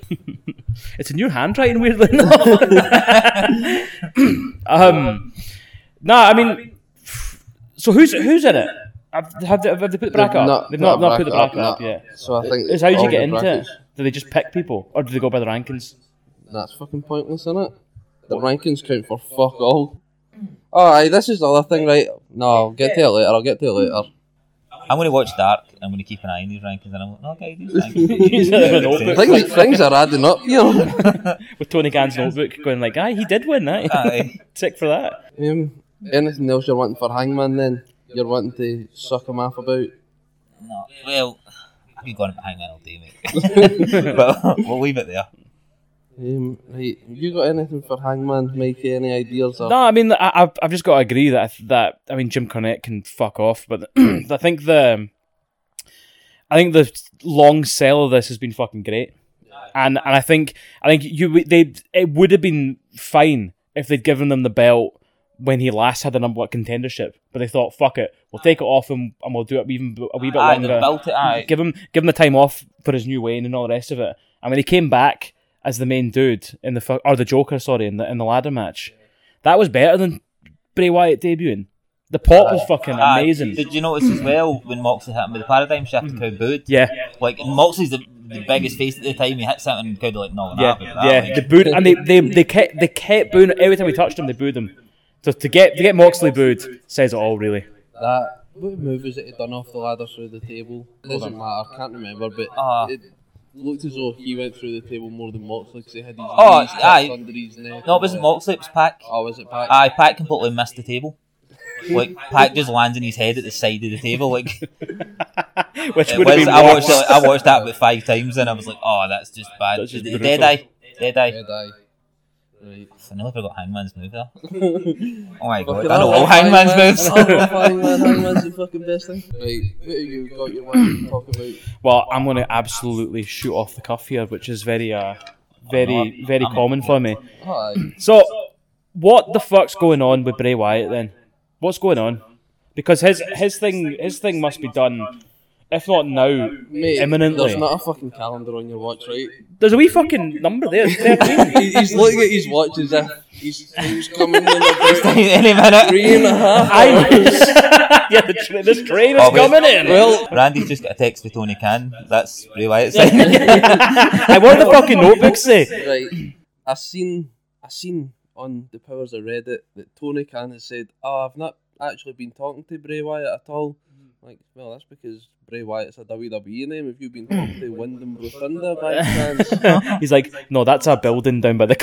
Speaker 2: It's in your handwriting, weirdly enough. um, no, I mean, so who's who's in it? Have, have, they, have they put the bracket
Speaker 1: They've
Speaker 2: up? They've not, not put the bracket
Speaker 1: nah.
Speaker 2: up, yet.
Speaker 1: So I think
Speaker 2: Is how did
Speaker 1: all
Speaker 2: you get
Speaker 1: the
Speaker 2: into
Speaker 1: brackets-
Speaker 2: it? Do they just pick people, or do they go by the rankings?
Speaker 1: That's fucking pointless, isn't it? The rankings count for fuck all. Alright, this is the other thing, right? No, I'll get to it later. I'll get to it later.
Speaker 3: I'm going to watch Dark. I'm going to keep an eye on these rankings, and I'm like, no, okay, these
Speaker 2: He's in a notebook,
Speaker 3: rankings.
Speaker 1: Things, things are adding up here.
Speaker 2: with Tony Gann's notebook, going like, "Aye, he did win that.
Speaker 3: Aye.
Speaker 2: Tick for that."
Speaker 1: Um, anything else you're wanting for Hangman then? You're wanting to suck him off about?
Speaker 3: no, well, I've been going about Hangman all day, mate. but we'll leave it there.
Speaker 1: Um, right, you got anything for Hangman, Mikey? Any ideas? Or...
Speaker 2: No, I mean, I, I've I've just got to agree that I th- that I mean, Jim Cornette can fuck off, but I think the I think the long sell of this has been fucking great, and and I think I think you they it would have been fine if they'd given them the belt when he last had the number one contendership, but they thought fuck it, we'll take it off him and we'll do it even b- a wee bit
Speaker 3: Aye, they've
Speaker 2: longer.
Speaker 3: built it. Aye.
Speaker 2: Give him give him the time off for his new reign and all the rest of it. And when he came back as the main dude in the fu- or the Joker, sorry, in the in the ladder match, that was better than Bray Wyatt debuting. The pop was fucking
Speaker 3: Aye,
Speaker 2: amazing.
Speaker 3: Ah, Uh, Did you notice as well when Moxley hit him with the paradigm shift and crowd booed?
Speaker 2: Yeah,
Speaker 3: Like and Moxley's the, the biggest face at the time. He hits something and crowd are like, no,
Speaker 2: yeah,
Speaker 3: that,
Speaker 2: yeah.
Speaker 3: Like,
Speaker 2: The booed, and they, they they kept they kept booing every time we touched him. They booed him. So to get to get Moxley booed says it all, really.
Speaker 1: That what move was it he done off the ladder through the table? Doesn't matter. I can't remember, but
Speaker 3: Ah.
Speaker 1: it looked as though he went through the table more than Moxley because he had his
Speaker 3: Oh,
Speaker 1: knees tucked
Speaker 3: aye.
Speaker 1: under his neck.
Speaker 3: no, it wasn't Moxley. It was Pac.
Speaker 1: Oh, was it Pac?
Speaker 3: Aye, Pac completely missed the table. Like Pac just lands in his head at the side of the table. Like it
Speaker 2: Which would have
Speaker 3: was,
Speaker 2: been
Speaker 3: I watched
Speaker 2: worse.
Speaker 3: it, like, I watched that about five times and I was like, oh, that's just bad.
Speaker 2: That's just
Speaker 3: Dead
Speaker 2: brutal.
Speaker 3: eye, dead eye.
Speaker 1: Dead eye. Right.
Speaker 3: I nearly forgot Hangman's move there. Oh my
Speaker 1: Fucking
Speaker 3: god, I know
Speaker 1: love
Speaker 3: all Hangman's moves.
Speaker 1: I love Hangman. Hangman's the fucking best thing. Right, what have you got your one to talk about?
Speaker 2: Well, I'm going to absolutely shoot off the cuff here, which is very, uh, very, very common for me.
Speaker 1: Hi.
Speaker 2: So, what the fuck's going on with Bray Wyatt then? What's going on? Because his his thing his thing must be done, if not now.
Speaker 1: Mate,
Speaker 2: Imminently.
Speaker 1: there's not a fucking calendar on your watch, right?
Speaker 2: There's a wee fucking number there. 13.
Speaker 1: He- he's looking at his watch as if he's, he's coming in about
Speaker 3: Any minute.
Speaker 1: three and a half.
Speaker 2: I yeah, the tra- this train is
Speaker 3: Oh, wait.
Speaker 2: coming in.
Speaker 1: Well,
Speaker 3: Randy's just got a text with Tony Khan. That's Bray Wyatt's sign.
Speaker 2: I want the fucking eh? notebook say.
Speaker 1: right. I seen I seen on the powers of Reddit that Tony Khan has said, "Oh, I've not actually been talking to Bray Wyatt at all." Like, well, that's because Bray Wyatt's a WWE name. Have you been talking to Wyndham Rotunda by chance?
Speaker 2: He's like, no, that's our building down by the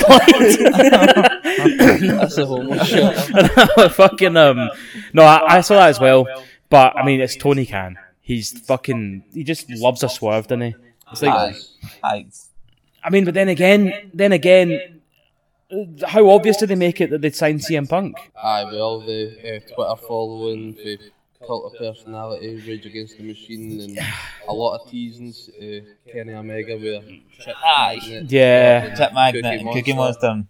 Speaker 2: Clyde.
Speaker 1: That's a whole lot of shit.
Speaker 2: fucking um, no, I, I saw that as well. But I mean, it's Tony Khan. He's fucking. He just loves a swerve, doesn't he? It's like,
Speaker 3: Aye. Aye.
Speaker 2: I mean, but then again, then again, uh, how obvious did they make it that they'd signed CM Punk?
Speaker 1: Aye, with all the uh, Twitter following, the cult of personality, øh, Rage Against the Machine, and a lot of teasings. Uh, Kenny Omega with
Speaker 3: Aye.
Speaker 2: Yeah,
Speaker 3: Chip Magnet
Speaker 1: Cookie
Speaker 3: and Cookie
Speaker 1: Monster.
Speaker 3: Monster.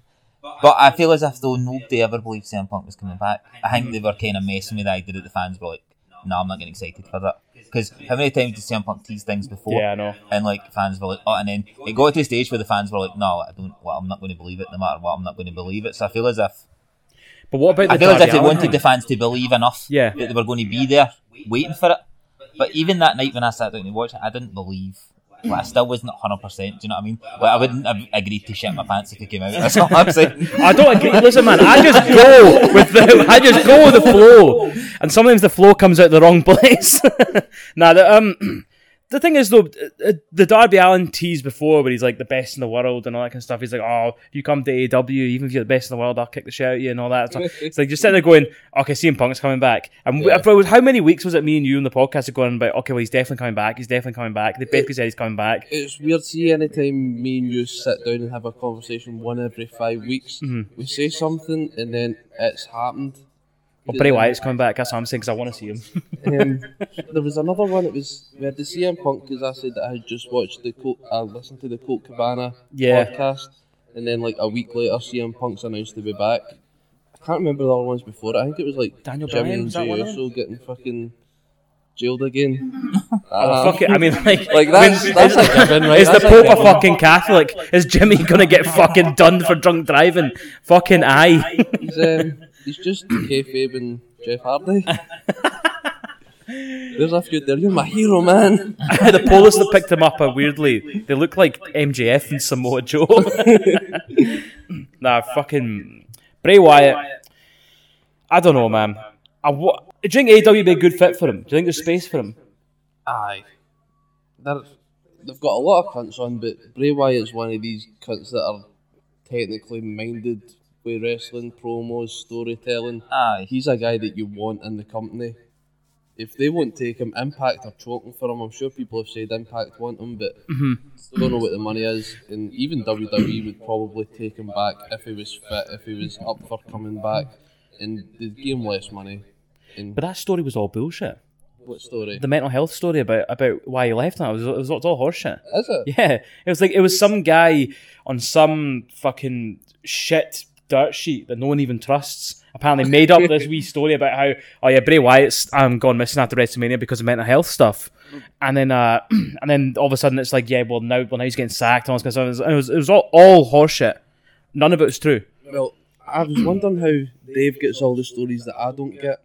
Speaker 3: But I feel as if though nobody ever believed CM Punk was coming back. I think they were kind of messing with the idea that the fans were like, "No, I'm not getting excited for that." Because how many times did CM Punk tease things before?
Speaker 2: yeah, I know.
Speaker 3: And like fans were like, "Oh," and then it got to a stage where the fans were like, "No, I don't. Well, I'm not going to believe it. No matter what, I'm not going to believe it." So I feel as if
Speaker 2: But what about the
Speaker 3: I feel as if
Speaker 2: Darby
Speaker 3: they
Speaker 2: Allin
Speaker 3: wanted the fans to believe enough
Speaker 2: Yeah.
Speaker 3: that they were going to be there waiting for it. But even that night when I sat down to watch it, I didn't believe. Like, I still wasn't 100%. Do you know what I mean? Like, I wouldn't have agreed to shit my pants if it came out. That's all I'm saying.
Speaker 2: I don't agree. Listen, man, I just go with the I just go with the flow, and sometimes the flow comes out the wrong place. now, the, um, the thing is though, uh, the Darby Allen tease before, where he's like the best in the world and all that kind of stuff. He's like, oh, if you come to AW, even if you're the best in the world, I'll kick the shit out of you and all that. stuff. It's like just sitting there going, okay, CM Punk's coming back. And we- if I was, how many weeks was it? Me and you on the podcast are going about, okay, well, he's definitely coming back. He's definitely coming back. They basically said he's coming back.
Speaker 1: It's weird. See, anytime me and you sit down and have a conversation, one every five weeks, we say something and then it's happened.
Speaker 2: But Bray Wyatt's coming back. That's what I'm saying because I want to see him.
Speaker 1: Um, there was another one. It was we had the CM Punk because I said that I had just watched the Colt, I listened to the Colt Cabana
Speaker 2: Yeah.
Speaker 1: podcast, and then like a week later, CM Punk's announced to be back. I can't remember the other ones before. it. I think it was like
Speaker 2: Daniel
Speaker 1: Jimmy
Speaker 2: Bryan,
Speaker 1: and
Speaker 2: was that one
Speaker 1: Jey
Speaker 2: of
Speaker 1: Uso getting fucking jailed again.
Speaker 2: Oh,
Speaker 1: Uh,
Speaker 2: fuck it. I mean, like,
Speaker 1: Like that's that's a given, right?
Speaker 2: Is the
Speaker 1: That's a
Speaker 2: Pope a
Speaker 1: given.
Speaker 2: fucking Catholic? Is Jimmy gonna get fucking done for drunk driving? Fucking aye.
Speaker 1: He's, um, he's just kayfabe and Jeff Hardy. There's a few there. You're my hero, man.
Speaker 2: the police that picked him up are weirdly. They look like MJF and Samoa Joe. nah, fucking Bray Wyatt. I don't know, man. I wa- do you think AW would be a good fit for him? Do you think there's space for him?
Speaker 1: Aye. They're, they've got a lot of cunts on, but Bray Wyatt's one of these cunts that are technically minded with wrestling, promos, storytelling.
Speaker 3: Aye.
Speaker 1: He's a guy that you want in the company. If they won't take him, Impact are choking for him. I'm sure people have said Impact want him, but don't know what the money is. And even WWE would probably take him back if he was fit, if he was up for coming back. And they'd give him less money. And
Speaker 2: But that story was all bullshit.
Speaker 1: what story?
Speaker 2: The mental health story about, about why he left that was, it was all horseshit.
Speaker 1: Is it?
Speaker 2: Yeah, it was like it was some guy on some fucking shit dirt sheet that no one even trusts. Apparently, made up this wee story about how oh yeah, Bray Wyatt's um, gone missing after WrestleMania because of mental health stuff, and then uh, and then all of a sudden it's like yeah, well now well now he's getting sacked and all this kind of stuff. And It was it was all, all horseshit. None of it was true.
Speaker 1: Well, I was wondering how Dave gets all the stories that I don't get,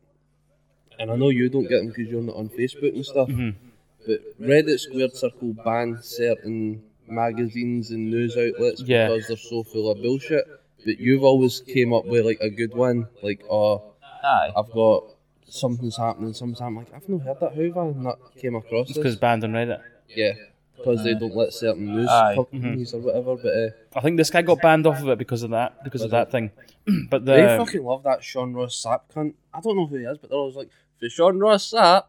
Speaker 1: and I know you don't get them because you're not on Facebook and stuff.
Speaker 2: Mm-hmm.
Speaker 1: But Reddit Squared Circle ban certain magazines and news outlets
Speaker 2: Yeah.
Speaker 1: because they're so full of bullshit. But you've always came up with like a good one, like oh,
Speaker 3: Aye.
Speaker 1: I've got something's happening. Sometimes I'm like I've not heard that. How have I not came across
Speaker 2: It's because
Speaker 1: this?
Speaker 2: banned on Reddit.
Speaker 1: Yeah, because they don't let certain news
Speaker 3: Aye.
Speaker 1: companies
Speaker 2: Mm-hmm.
Speaker 1: or whatever. But uh,
Speaker 2: I think this guy got banned off of it because of that because of that thing. But the
Speaker 1: They fucking love that Sean Ross Sapp cunt. I don't know who he is, but they're always like, for Sean Ross Sapp,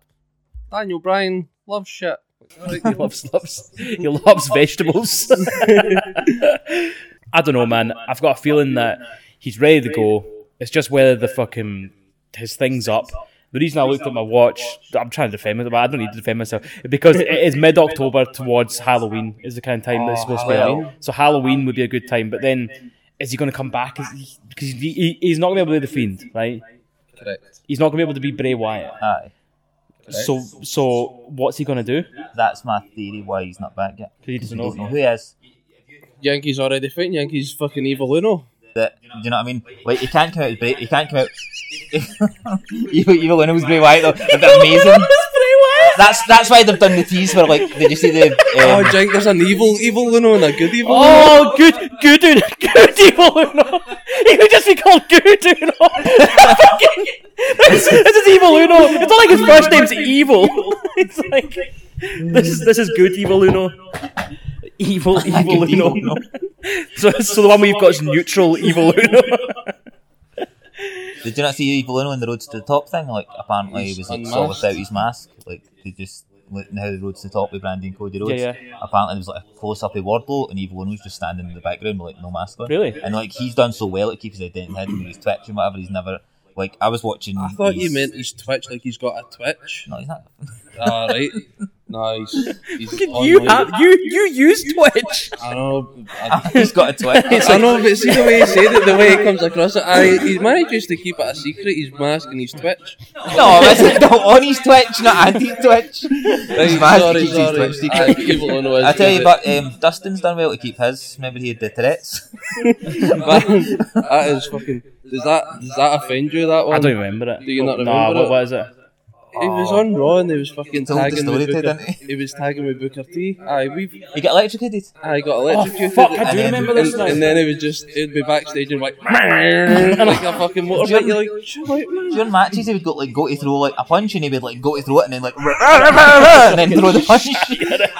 Speaker 1: Daniel Bryan loves shit.
Speaker 2: he loves, loves he loves vegetables. I don't know, man. I've got a feeling that he's ready to go. It's just whether the fucking his thing's up. The reason I looked at my watch, I'm trying to defend myself, but I don't need to defend myself because it is mid October towards Halloween is the kind of time that it's supposed to be.
Speaker 1: Halloween.
Speaker 2: out. So Halloween would be a good time, but then is he going to come back? Is he, because he, he, he's not going to be able to do the fiend, right?
Speaker 1: Correct.
Speaker 2: He's not going to be able to be Bray Wyatt.
Speaker 3: Aye,
Speaker 2: So, so what's he going to do?
Speaker 3: that's my theory why he's not back yet.
Speaker 2: 'Cause he doesn't
Speaker 3: We don't know
Speaker 2: know.
Speaker 3: who he is.
Speaker 1: Yankees already fighting. Yankees fucking evil Uno.
Speaker 3: That do you know what I mean? Like he can't come out as Bray. He can't come out. Evil Evil Uno's Bray White though. That'd be amazing. That's that's why they've done the tease where like did you see the?
Speaker 1: Oh,
Speaker 3: Um,
Speaker 1: Jank, there's an evil evil Uno and a good evil Uno.
Speaker 2: Oh, good, good, Uno- good evil Uno. He would just be called Good Uno. Fucking- this, this is evil Uno. It's not like his first name's evil. It's like this is this is good evil Uno. Evil, evil
Speaker 3: Evil
Speaker 2: Uno. So, so the one we've got is neutral evil Uno.
Speaker 3: did you not see Evil Uno in the Road to the Top thing? Like apparently he was like sort of
Speaker 1: unmasked.
Speaker 3: without his mask. Like they just like, how the Road to the Top with Brandy and Cody Rhodes.
Speaker 2: Yeah,
Speaker 3: Apparently there was like a close up of Wardlow and Evil Uno's just standing in the background with like no mask on.
Speaker 2: Really?
Speaker 3: And like he's done so well at keeping his identity hidden. He's twitching whatever. He's never like I was watching.
Speaker 1: I thought you
Speaker 3: his-
Speaker 1: meant he's Twitch, like he's got a Twitch.
Speaker 3: No, he's not.
Speaker 1: Ah, right. No, he's, he's
Speaker 2: You have you you use Twitch.
Speaker 1: I know. I,
Speaker 3: he's got a twitch. It's
Speaker 1: I
Speaker 3: like,
Speaker 1: know, but see the way he said it, the way it comes across. It, I, he manages to keep it a secret. His mask and his Twitch.
Speaker 3: no, it's like, no, on his twitch, not anti twitch. His mask
Speaker 1: sorry,
Speaker 3: keeps his
Speaker 1: sorry.
Speaker 3: Twitch secret.
Speaker 1: Aye, evil Uno is
Speaker 3: I tell you,
Speaker 1: good.
Speaker 3: but um, Dustin's done well to keep his. Remember he had the threats.
Speaker 1: that is fucking. Does that does that offend you? That one.
Speaker 2: I don't remember it.
Speaker 1: Do you not
Speaker 2: Nah,
Speaker 1: remember
Speaker 2: what,
Speaker 1: it?
Speaker 2: what is it?
Speaker 1: He was on Raw and he was fucking
Speaker 3: Told the
Speaker 1: tagging
Speaker 3: story
Speaker 1: with
Speaker 3: to,
Speaker 1: Booker.
Speaker 3: didn't he?
Speaker 1: He was tagging with Booker T. Aye, we.
Speaker 3: You get electrocuted.
Speaker 1: I got electrocuted.
Speaker 2: Oh, fuck, I do
Speaker 1: And then-
Speaker 3: remember
Speaker 1: and-
Speaker 2: this now.
Speaker 1: And then he would just he'd be backstage and like like a fucking motorbike. You're like, "Shut up, man."
Speaker 3: During matches, he would go like go to throw like a punch, and he would like go to throw it, and then like and then throw the punch.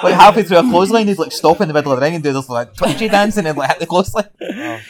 Speaker 3: like halfway through a clothesline, he'd like stop in the middle of the ring and do this like twitchy dance, and then like hit the clothesline.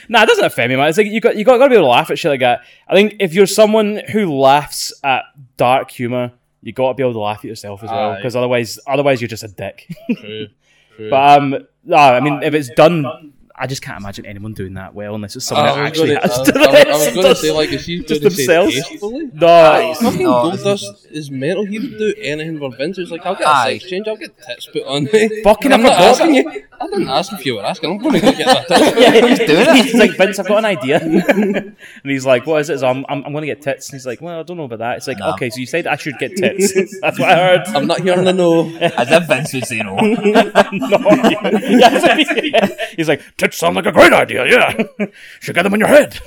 Speaker 2: Nah, it doesn't offend me, man. It's like you got you got, got to be able to laugh at shit like that. I think if you're someone who laughs at dark humor, you got to be able to laugh at yourself as well,
Speaker 1: Aye.
Speaker 2: because otherwise, otherwise you're just a dick.
Speaker 1: True. True.
Speaker 2: but um, no, I mean, if it's done, I just can't imagine anyone doing that well unless it's someone
Speaker 1: I
Speaker 2: that
Speaker 1: was
Speaker 2: actually
Speaker 1: Oh, gonna,
Speaker 2: has
Speaker 1: I,
Speaker 2: to do
Speaker 1: I- I was
Speaker 2: this.
Speaker 1: gonna say like if she's
Speaker 2: just
Speaker 1: gonna say
Speaker 2: themselves.
Speaker 1: tastefully.
Speaker 2: no,
Speaker 1: Fucking
Speaker 3: No,
Speaker 1: Goldust is mental. He would do anything for Vince. He's like, I'll get a
Speaker 3: Aye.
Speaker 1: sex change. I'll get tits put on me.
Speaker 2: Fucking,
Speaker 1: I'm
Speaker 2: I
Speaker 1: not
Speaker 2: forgot.
Speaker 1: asking you. I didn't ask if you were asking. I'm gonna go get that. tits put on.
Speaker 2: he's
Speaker 3: doing it.
Speaker 2: He's like, Vince, I've got an idea. and he's like, what is it? So I'm, I'm, I'm going to get tits. And he's like, well, I don't know about that. It's like,
Speaker 3: Nah.
Speaker 2: okay, so you said I should get tits. That's what I heard.
Speaker 1: I'm not hearing the no.
Speaker 3: As if Vince would say no.
Speaker 2: No, you- Yes, yes. He's like, tits sound like a great idea, yeah. Should get them on your head.